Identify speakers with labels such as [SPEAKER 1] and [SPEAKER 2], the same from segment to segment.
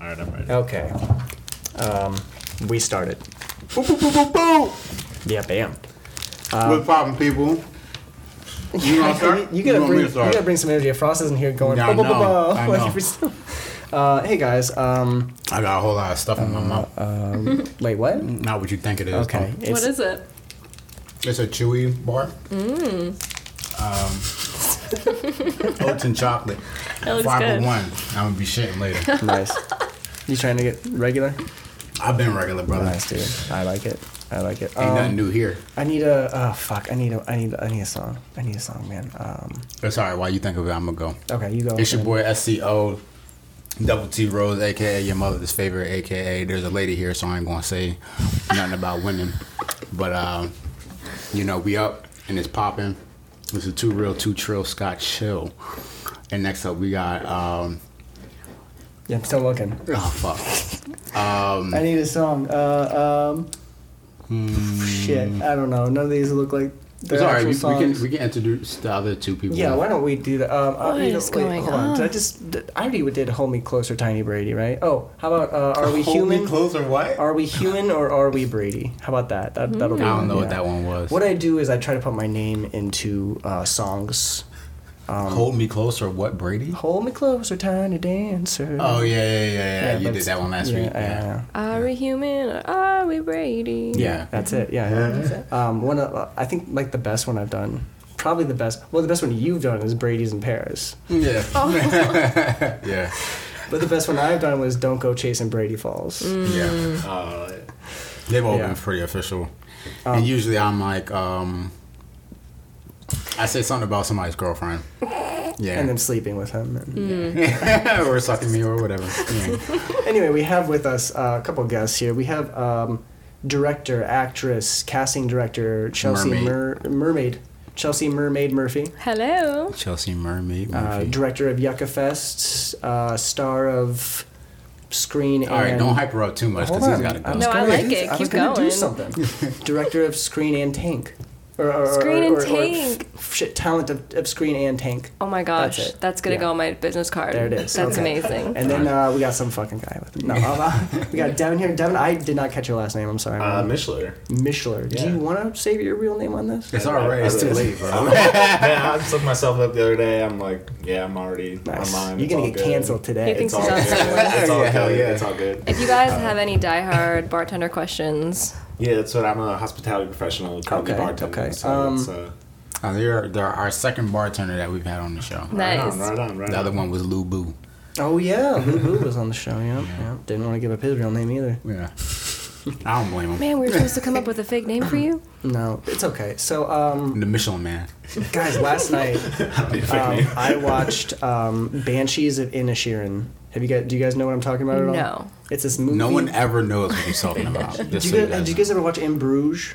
[SPEAKER 1] right, I'm ready.
[SPEAKER 2] Okay. Um, we started.
[SPEAKER 3] Boo, boo, boo, boo, boo.
[SPEAKER 2] Yeah, bam.
[SPEAKER 3] What's popping, people? You want to start?
[SPEAKER 2] Uh, You gotta
[SPEAKER 3] want
[SPEAKER 2] bring
[SPEAKER 3] me
[SPEAKER 2] you
[SPEAKER 3] to start?
[SPEAKER 2] gotta bring some energy. Frost isn't here going.
[SPEAKER 3] Yeah, I
[SPEAKER 2] "Bah, bah, bah,
[SPEAKER 3] know.
[SPEAKER 2] bah,"
[SPEAKER 3] I
[SPEAKER 2] like
[SPEAKER 3] know.
[SPEAKER 2] every single- uh, hey guys. Um,
[SPEAKER 3] I got a whole lot of stuff in my mouth.
[SPEAKER 2] wait, what?
[SPEAKER 3] Not what you think it is.
[SPEAKER 2] Uh, Okay.
[SPEAKER 3] Tom.
[SPEAKER 2] It's,
[SPEAKER 4] what is it?
[SPEAKER 3] It's a chewy bar.
[SPEAKER 2] Mm.
[SPEAKER 3] Um, oats and chocolate.
[SPEAKER 4] It looks
[SPEAKER 2] oh
[SPEAKER 4] good.
[SPEAKER 3] 501. I'm going to be shitting later.
[SPEAKER 2] nice. You trying to get regular?
[SPEAKER 3] I've been regular, brother.
[SPEAKER 2] Oh, Nice, dude. I like it. I like it.
[SPEAKER 3] Ain't
[SPEAKER 2] Um,
[SPEAKER 3] nothing new here.
[SPEAKER 2] I need a. Oh fuck! I need a. I need. I need a song. I need a song, man. Um.
[SPEAKER 3] It's all right. While you think of it, I'm going to go.
[SPEAKER 2] Okay, you go.
[SPEAKER 3] It's your
[SPEAKER 2] and-
[SPEAKER 3] boy SCO Double T Rose, aka your mother's favorite, aka there's a lady here, so I ain't gonna say nothing about women. But um, you know, we up and it's popping. This is two real, two trill Scott Chill. And next up we got um
[SPEAKER 2] Yeah, I'm still looking.
[SPEAKER 3] oh fuck. Mm.
[SPEAKER 2] I need a song. Uh, um. Shit, I don't know. None of these look like the
[SPEAKER 3] Hmm. It's all right,
[SPEAKER 2] actual
[SPEAKER 3] we, we
[SPEAKER 2] songs.
[SPEAKER 3] can we can introduce the other two people.
[SPEAKER 2] Yeah, why don't we do that? Um, uh,
[SPEAKER 4] What
[SPEAKER 2] you know,
[SPEAKER 4] is
[SPEAKER 2] wait,
[SPEAKER 4] going
[SPEAKER 2] hold on. Did I
[SPEAKER 4] on?
[SPEAKER 2] just did- I already did "Hold Me Closer," Tiny Brady, right? Oh, how about uh, "Are We
[SPEAKER 3] Hold
[SPEAKER 2] Human"?
[SPEAKER 3] me closer, what?
[SPEAKER 2] Are we human or are we Brady? How about that? that
[SPEAKER 4] Mm-hmm.
[SPEAKER 2] that'll be
[SPEAKER 3] I don't know what that one was.
[SPEAKER 2] What I do is I try to put my name into uh, songs.
[SPEAKER 3] Um, Hold me closer, what Brady?
[SPEAKER 2] Hold me closer, tiny dancer.
[SPEAKER 3] Oh yeah, yeah, yeah, yeah. you
[SPEAKER 2] Yeah, but
[SPEAKER 3] did
[SPEAKER 2] it's-
[SPEAKER 3] that one last
[SPEAKER 2] yeah,
[SPEAKER 3] week.
[SPEAKER 2] yeah,
[SPEAKER 3] Yeah.
[SPEAKER 4] Are we human or are we Brady?
[SPEAKER 3] Yeah.
[SPEAKER 2] That's it. Yeah. yeah. Um, one of, uh, I think like the best one I've done. Probably the best. Well, the best one you've done is Brady's in Paris.
[SPEAKER 3] Yeah.
[SPEAKER 2] Oh.
[SPEAKER 3] yeah.
[SPEAKER 2] But the best one I've done was Don't Go Chasing Brady Falls.
[SPEAKER 4] Mm.
[SPEAKER 3] Yeah.
[SPEAKER 2] Oh,
[SPEAKER 3] Uh, they've all
[SPEAKER 2] Yeah.
[SPEAKER 3] been pretty official. and usually I'm like, um, I say something about somebody's girlfriend. Yeah.
[SPEAKER 2] And then sleeping with him. And,
[SPEAKER 4] Mm.
[SPEAKER 3] or sucking me or whatever. Yeah.
[SPEAKER 2] Anyway, we have with us uh, a couple guests here. We have um, director, actress, casting director Chelsea Mer-
[SPEAKER 3] Mermaid.
[SPEAKER 2] Mermaid, Chelsea Mermaid Murphy,
[SPEAKER 4] Hello.
[SPEAKER 3] Chelsea Mermaid.
[SPEAKER 2] uh,
[SPEAKER 3] Murphy.
[SPEAKER 2] director of Yucca Fest, uh, star of Screen.
[SPEAKER 3] all right,
[SPEAKER 2] and,
[SPEAKER 3] don't hype her up too much
[SPEAKER 2] Hold
[SPEAKER 3] because he's
[SPEAKER 2] on,
[SPEAKER 3] got to go.
[SPEAKER 2] was
[SPEAKER 4] No, I
[SPEAKER 2] gonna
[SPEAKER 4] like
[SPEAKER 2] do-
[SPEAKER 4] it.
[SPEAKER 2] I was
[SPEAKER 4] Keep
[SPEAKER 2] gonna do
[SPEAKER 4] going.
[SPEAKER 2] something. director of Screen and Tank. Or, or- or-
[SPEAKER 4] Screen and
[SPEAKER 2] or- or-
[SPEAKER 4] Tank.
[SPEAKER 2] f- shit, talent of, of Screen and Tank.
[SPEAKER 4] Oh my
[SPEAKER 2] That's
[SPEAKER 4] gosh,
[SPEAKER 2] it.
[SPEAKER 4] that's, gonna
[SPEAKER 2] Yeah.
[SPEAKER 4] go on my business card.
[SPEAKER 2] There it is.
[SPEAKER 4] That's
[SPEAKER 2] Okay.
[SPEAKER 4] amazing.
[SPEAKER 2] And then uh, we got some fucking guy with him. No, uh, we got Devin here. Devin, I did not catch your last name. I'm sorry.
[SPEAKER 1] Uh, Mishler.
[SPEAKER 2] Mishler. Do
[SPEAKER 1] Yeah.
[SPEAKER 2] you want to save your real name on this?
[SPEAKER 3] It's all right. It's too late, bro.
[SPEAKER 1] Man, I just looked myself up the other day. I'm like, yeah, I'm already
[SPEAKER 2] Nice.
[SPEAKER 1] online.
[SPEAKER 2] You're
[SPEAKER 1] It's
[SPEAKER 2] gonna
[SPEAKER 1] all
[SPEAKER 2] get
[SPEAKER 1] good.
[SPEAKER 2] canceled today.
[SPEAKER 4] He
[SPEAKER 1] It's
[SPEAKER 4] thinks
[SPEAKER 1] all
[SPEAKER 4] he's on
[SPEAKER 1] good.
[SPEAKER 4] somewhere.
[SPEAKER 1] It's all
[SPEAKER 3] Yeah, hell
[SPEAKER 1] good.
[SPEAKER 3] yeah.
[SPEAKER 1] It's all good.
[SPEAKER 4] If you guys have any diehard bartender questions,
[SPEAKER 1] Yeah, that's what I'm a hospitality professional, currently
[SPEAKER 2] Okay,
[SPEAKER 1] bartending.
[SPEAKER 2] okay.
[SPEAKER 1] So
[SPEAKER 2] Um,
[SPEAKER 1] it's, uh,
[SPEAKER 3] Uh, they're, they're our second bartender that we've had on the show.
[SPEAKER 1] right
[SPEAKER 4] nice.
[SPEAKER 1] on, right on, right
[SPEAKER 3] The other
[SPEAKER 1] on.
[SPEAKER 3] one was Lou Boo.
[SPEAKER 2] Oh yeah, Lou Boo was on the show. Yeah, yeah. Didn't want to give up his real name either.
[SPEAKER 3] Yeah. I don't blame him.
[SPEAKER 4] Man, we were supposed to come up with a fake name for you.
[SPEAKER 2] No, it's okay. So, um,
[SPEAKER 3] The Michelin Man.
[SPEAKER 2] guys, last night um, I watched um, Banshees of Inisherin. Have you guys? Do you guys know what I'm talking about at all?
[SPEAKER 4] No.
[SPEAKER 2] It's this movie.
[SPEAKER 3] No one ever knows what he's talking about.
[SPEAKER 2] Did you, guys, did you guys ever watch In Bruges?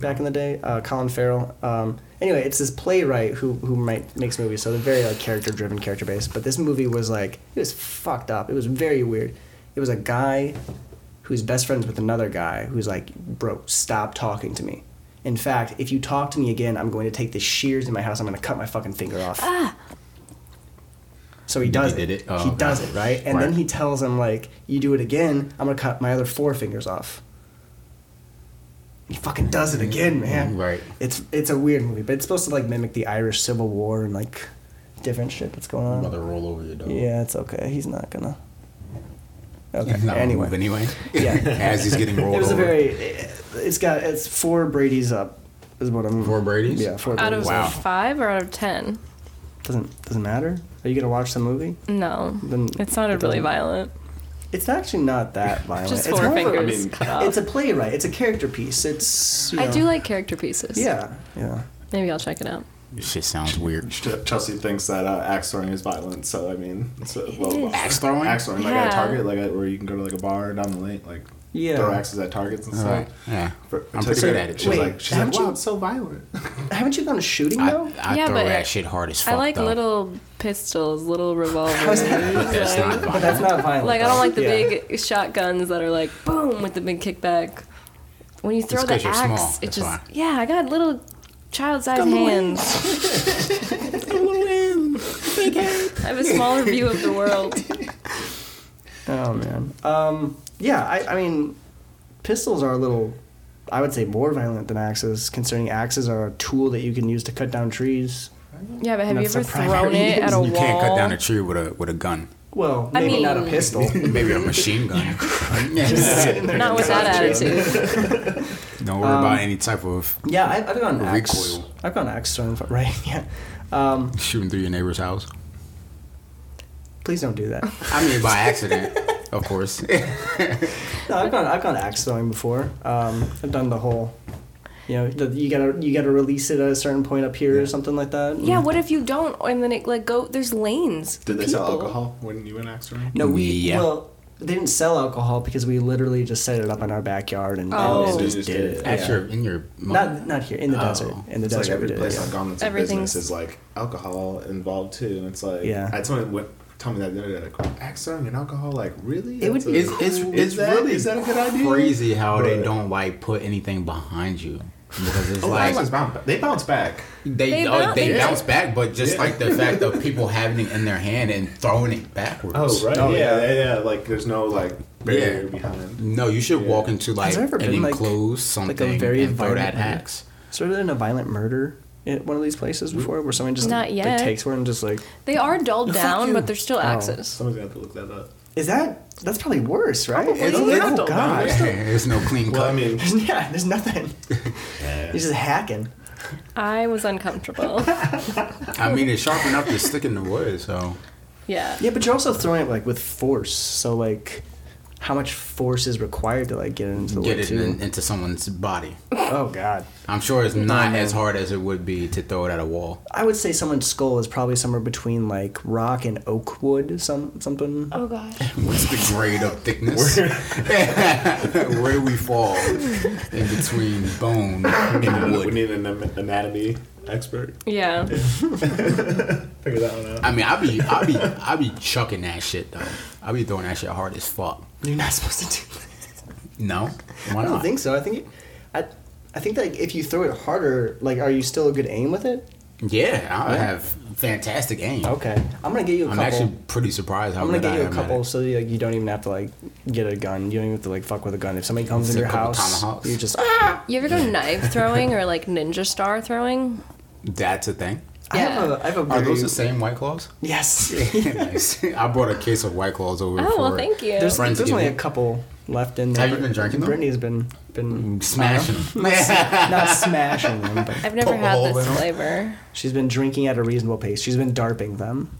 [SPEAKER 2] Back in the day, uh, Colin Farrell. Um, anyway, it's this playwright who who might, makes movies, so they're very like character driven, character based. But this movie was like it was fucked up. It was very weird. It was a guy who's best friends with another guy who's like, bro, stop talking to me. In fact, if you talk to me again, I'm going to take the shears in my house. I'm going to cut my fucking finger off. So he does
[SPEAKER 3] He did
[SPEAKER 2] it.
[SPEAKER 3] it? Oh,
[SPEAKER 2] he
[SPEAKER 3] okay.
[SPEAKER 2] does it, right? And then
[SPEAKER 3] Right.
[SPEAKER 2] he tells him like, "You do it again, I'm gonna cut my other four fingers off." He fucking does it again, man.
[SPEAKER 3] Right.
[SPEAKER 2] It's it's a weird movie, but it's supposed to like mimic the Irish Civil War and like different shit that's going on.
[SPEAKER 3] about to roll over your dog.
[SPEAKER 2] Yeah, it's okay. He's not gonna. Okay.
[SPEAKER 3] He's not
[SPEAKER 2] anyway,
[SPEAKER 3] anyway. anyway.
[SPEAKER 2] yeah.
[SPEAKER 3] As he's getting rolled
[SPEAKER 2] it was a
[SPEAKER 3] over.
[SPEAKER 2] very. It's got it's four Brady's up. Is what I'm.
[SPEAKER 3] Four Brady's?
[SPEAKER 2] Yeah, four
[SPEAKER 4] Out
[SPEAKER 2] Brady's.
[SPEAKER 4] of
[SPEAKER 3] Wow.
[SPEAKER 4] five or out of ten?
[SPEAKER 2] Doesn't doesn't matter. Are you gonna watch the movie?
[SPEAKER 4] No.
[SPEAKER 2] Then
[SPEAKER 4] It sounded really
[SPEAKER 2] doesn't-
[SPEAKER 4] violent.
[SPEAKER 2] It's actually not that violent.
[SPEAKER 4] Just
[SPEAKER 2] it's
[SPEAKER 4] four
[SPEAKER 2] more of a-
[SPEAKER 4] fingers. cut off.
[SPEAKER 2] It's a playwright. It's a character piece. It's. You
[SPEAKER 4] I
[SPEAKER 2] know,
[SPEAKER 4] do like character pieces.
[SPEAKER 2] Yeah, yeah.
[SPEAKER 4] Maybe I'll check it out.
[SPEAKER 3] This shit sounds weird.
[SPEAKER 1] Ch- Chelsea thinks that uh, axe throwing is violent, so I mean, it's a, well,
[SPEAKER 4] is.
[SPEAKER 3] Axe throwing?
[SPEAKER 1] axe throwing, like
[SPEAKER 4] Yeah.
[SPEAKER 1] at Target, like at, where you can go to like a bar down the lane, like
[SPEAKER 2] Yeah.
[SPEAKER 1] throw axes at targets and
[SPEAKER 3] All
[SPEAKER 1] stuff.
[SPEAKER 3] right. Yeah.
[SPEAKER 1] For-
[SPEAKER 3] I'm
[SPEAKER 1] to-
[SPEAKER 3] pretty Uh-huh. good at it. too.
[SPEAKER 1] She's
[SPEAKER 2] Wait,
[SPEAKER 1] like, she's
[SPEAKER 2] haven't
[SPEAKER 1] like,
[SPEAKER 2] you-
[SPEAKER 1] wow, it's so violent.
[SPEAKER 2] Haven't you gone shooting
[SPEAKER 3] I,
[SPEAKER 2] though?
[SPEAKER 3] I
[SPEAKER 4] Yeah,
[SPEAKER 3] throw
[SPEAKER 4] but
[SPEAKER 3] that shit hard as fuck.
[SPEAKER 4] I like
[SPEAKER 3] though.
[SPEAKER 4] little pistols, little revolvers.
[SPEAKER 2] How's that-
[SPEAKER 3] It's not
[SPEAKER 2] But
[SPEAKER 3] violent.
[SPEAKER 2] that's not violent.
[SPEAKER 4] Like I don't like the
[SPEAKER 2] Yeah.
[SPEAKER 4] big shotguns that are like boom with the big kickback. When you throw
[SPEAKER 3] It's
[SPEAKER 4] the
[SPEAKER 3] 'cause
[SPEAKER 4] axe,
[SPEAKER 3] you're small,
[SPEAKER 4] it
[SPEAKER 3] that's
[SPEAKER 4] just
[SPEAKER 3] why.
[SPEAKER 4] yeah. I got little child-sized hands. I have a smaller view of the world.
[SPEAKER 2] Oh man. Um, yeah, I, I mean, pistols are a little, I would say, more violent than axes. Concerning axes are a tool that you can use to cut down trees.
[SPEAKER 4] Yeah, but have you
[SPEAKER 2] That's
[SPEAKER 4] ever
[SPEAKER 2] the primary
[SPEAKER 4] thrown it at a
[SPEAKER 3] you
[SPEAKER 4] wall?
[SPEAKER 3] can't cut down a tree with a with a gun.
[SPEAKER 2] Well,
[SPEAKER 4] I
[SPEAKER 2] maybe not a
[SPEAKER 4] mean-
[SPEAKER 2] pistol.
[SPEAKER 3] Maybe a machine gun.
[SPEAKER 2] Just
[SPEAKER 3] Yeah.
[SPEAKER 2] sitting there
[SPEAKER 4] Not with
[SPEAKER 2] cutting
[SPEAKER 4] that
[SPEAKER 2] trees.
[SPEAKER 4] attitude.
[SPEAKER 3] Don't worry about any type of
[SPEAKER 2] Yeah, I've, I've gone axe.
[SPEAKER 3] Recoil.
[SPEAKER 2] I've gone axe thrown. For, right. Yeah. Um,
[SPEAKER 3] shooting through your neighbor's house.
[SPEAKER 2] please don't do that.
[SPEAKER 3] I mean, by accident, of course.
[SPEAKER 2] No, I've gone. I've gone axe throwing before. Um, I've done the whole. You know, the, you gotta you gotta release it at a certain point up here or something like that.
[SPEAKER 4] yeah, what if you don't? And then it like go. There's lanes.
[SPEAKER 1] Did they sell
[SPEAKER 4] People.
[SPEAKER 1] alcohol when you went Axeron?
[SPEAKER 2] No, we
[SPEAKER 3] Yeah.
[SPEAKER 2] well, they didn't sell alcohol because we literally just set it up in our backyard and, and-
[SPEAKER 4] Oh.
[SPEAKER 2] and
[SPEAKER 1] You
[SPEAKER 2] just
[SPEAKER 1] just
[SPEAKER 2] did
[SPEAKER 1] did
[SPEAKER 2] it.
[SPEAKER 1] it.
[SPEAKER 3] At
[SPEAKER 2] Yeah.
[SPEAKER 3] your in your mom.
[SPEAKER 2] Not not here in the
[SPEAKER 3] Oh.
[SPEAKER 2] desert. In the
[SPEAKER 1] It's like
[SPEAKER 2] desert, we
[SPEAKER 1] every
[SPEAKER 2] did it,
[SPEAKER 1] place
[SPEAKER 2] yeah.
[SPEAKER 1] I've gone into
[SPEAKER 4] Everything's-
[SPEAKER 1] business is like alcohol involved too, and it's like
[SPEAKER 2] Yeah.
[SPEAKER 1] I someone went told me that the other day like Axeron and alcohol like really?
[SPEAKER 2] It would
[SPEAKER 1] That's a-
[SPEAKER 2] be
[SPEAKER 3] It's it's
[SPEAKER 1] Is
[SPEAKER 3] it's
[SPEAKER 1] that-
[SPEAKER 3] really
[SPEAKER 1] is that a good idea?
[SPEAKER 3] Crazy how they
[SPEAKER 1] But-
[SPEAKER 3] don't like put anything behind you because it's
[SPEAKER 1] Oh,
[SPEAKER 3] like
[SPEAKER 1] Axeron's bound- they bounce back.
[SPEAKER 3] they
[SPEAKER 4] They
[SPEAKER 3] oh,
[SPEAKER 4] bounce-
[SPEAKER 3] they
[SPEAKER 4] they
[SPEAKER 3] bounce back, but just
[SPEAKER 1] Yeah.
[SPEAKER 3] like the fact of people having it in their hand and throwing it backwards.
[SPEAKER 2] Oh, yeah.
[SPEAKER 1] yeah, yeah, yeah, Like there's no like barrier behind.
[SPEAKER 3] No, you should walk into like
[SPEAKER 2] there
[SPEAKER 3] an
[SPEAKER 2] ever been, like-
[SPEAKER 3] enclosed
[SPEAKER 2] like a
[SPEAKER 3] something
[SPEAKER 2] very
[SPEAKER 3] and throw that
[SPEAKER 2] violent murder?
[SPEAKER 3] axe.
[SPEAKER 2] Sort of in a violent murder at one of these places
[SPEAKER 1] Mm-hmm.
[SPEAKER 2] before, where someone just
[SPEAKER 4] Not
[SPEAKER 2] like,
[SPEAKER 4] yet.
[SPEAKER 2] takes one and just like,
[SPEAKER 4] They are dulled
[SPEAKER 2] fuck
[SPEAKER 4] down,
[SPEAKER 2] you. Oh.
[SPEAKER 4] but they're still axes.
[SPEAKER 1] Someone's gonna have to look that up.
[SPEAKER 2] is that that's probably worse, right?
[SPEAKER 3] It's-
[SPEAKER 2] oh,
[SPEAKER 3] it's-
[SPEAKER 2] oh, God.
[SPEAKER 3] Yeah, there's no clean cut.
[SPEAKER 1] Well, I mean,
[SPEAKER 2] yeah, there's nothing. He's just hacking.
[SPEAKER 4] I was uncomfortable.
[SPEAKER 3] I mean, it's sharp enough to stick in the wood. So
[SPEAKER 4] yeah.
[SPEAKER 2] Yeah, but you're also throwing it like with force. So like, how much force is required to like get it into the
[SPEAKER 3] get
[SPEAKER 2] wood
[SPEAKER 3] it
[SPEAKER 2] too?
[SPEAKER 3] in, into someone's body.
[SPEAKER 2] Oh God.
[SPEAKER 3] I'm sure it's not as hard as it would be to throw it at a wall.
[SPEAKER 2] I would say someone's skull is probably somewhere between like rock and oak wood, some something.
[SPEAKER 4] Oh gosh.
[SPEAKER 3] What's the grade of thickness? Where do we fall in between bone and
[SPEAKER 1] we
[SPEAKER 3] wood?
[SPEAKER 1] need an am- anatomy expert.
[SPEAKER 4] Yeah.
[SPEAKER 1] Figure that one out.
[SPEAKER 3] I mean, I be, I be, I be chucking that shit though. I be throwing that shit hard as fuck.
[SPEAKER 2] You're not supposed to do. That.
[SPEAKER 3] No, why
[SPEAKER 2] I don't
[SPEAKER 3] not?
[SPEAKER 2] think so. I think, you- I, I think that if you throw it harder, like, are you still a good aim with it?
[SPEAKER 3] Yeah, I have fantastic aim.
[SPEAKER 2] Okay, I'm gonna get you a
[SPEAKER 3] I'm
[SPEAKER 2] couple.
[SPEAKER 3] actually pretty surprised how
[SPEAKER 2] I'm gonna
[SPEAKER 3] good
[SPEAKER 2] get
[SPEAKER 3] I
[SPEAKER 2] you a
[SPEAKER 3] am
[SPEAKER 2] couple,
[SPEAKER 3] at
[SPEAKER 2] so that, like you don't even have to like get a gun. You don't even have to like fuck with a gun. If somebody comes
[SPEAKER 3] Just
[SPEAKER 2] in
[SPEAKER 3] a
[SPEAKER 2] your
[SPEAKER 3] couple
[SPEAKER 2] house,
[SPEAKER 3] tomahawks.
[SPEAKER 2] you just. Ah!
[SPEAKER 4] You ever go knife throwing or like ninja star throwing?
[SPEAKER 3] it. That's a thing.
[SPEAKER 2] I have
[SPEAKER 4] Yeah.
[SPEAKER 2] a. I have a
[SPEAKER 3] Are
[SPEAKER 2] very,
[SPEAKER 3] those the same white claws?
[SPEAKER 2] Yes.
[SPEAKER 3] nice. I brought a case of white claws over.
[SPEAKER 4] Oh, well,
[SPEAKER 3] for-
[SPEAKER 4] thank you.
[SPEAKER 2] There's,
[SPEAKER 3] Friends
[SPEAKER 2] there's
[SPEAKER 3] give
[SPEAKER 2] only
[SPEAKER 3] me-
[SPEAKER 2] a couple left in there.
[SPEAKER 3] Have you been drinking them?
[SPEAKER 2] Brittany's been been
[SPEAKER 3] Smashing them.
[SPEAKER 2] not smashing them, but
[SPEAKER 4] I've never
[SPEAKER 3] Poke a
[SPEAKER 4] had
[SPEAKER 3] hole in
[SPEAKER 4] this
[SPEAKER 3] 'em.
[SPEAKER 4] flavor.
[SPEAKER 2] She's been drinking at a reasonable pace. She's been darping them.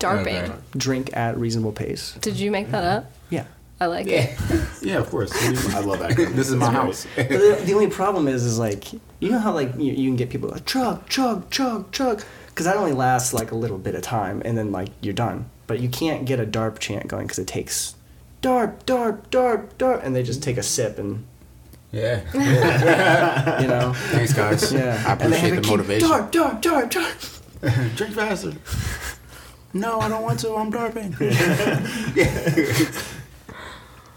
[SPEAKER 4] Darping.
[SPEAKER 3] Okay.
[SPEAKER 2] Drink at reasonable pace.
[SPEAKER 4] Did you make that up?
[SPEAKER 2] Yeah.
[SPEAKER 4] I like it.
[SPEAKER 3] Yeah, yeah, of course.
[SPEAKER 1] I love that.
[SPEAKER 3] this is my house.
[SPEAKER 2] But the, the only problem is, is like, you know how like you, you can get people like chug, chug, chug, chug, because that only lasts like a little bit of time, and then like you're done. But you can't get a darp chant going because it takes darp, darp, darp, darp, and they just take a sip and
[SPEAKER 3] Yeah.
[SPEAKER 2] you know,
[SPEAKER 3] Thanks, guys.
[SPEAKER 2] yeah.
[SPEAKER 3] I
[SPEAKER 2] and they
[SPEAKER 3] appreciate
[SPEAKER 2] have
[SPEAKER 3] the
[SPEAKER 2] to
[SPEAKER 3] motivation.
[SPEAKER 2] Keep, darp, darp, darp, darp.
[SPEAKER 3] Drink faster. No, I don't want to. I'm darping.
[SPEAKER 2] Yeah.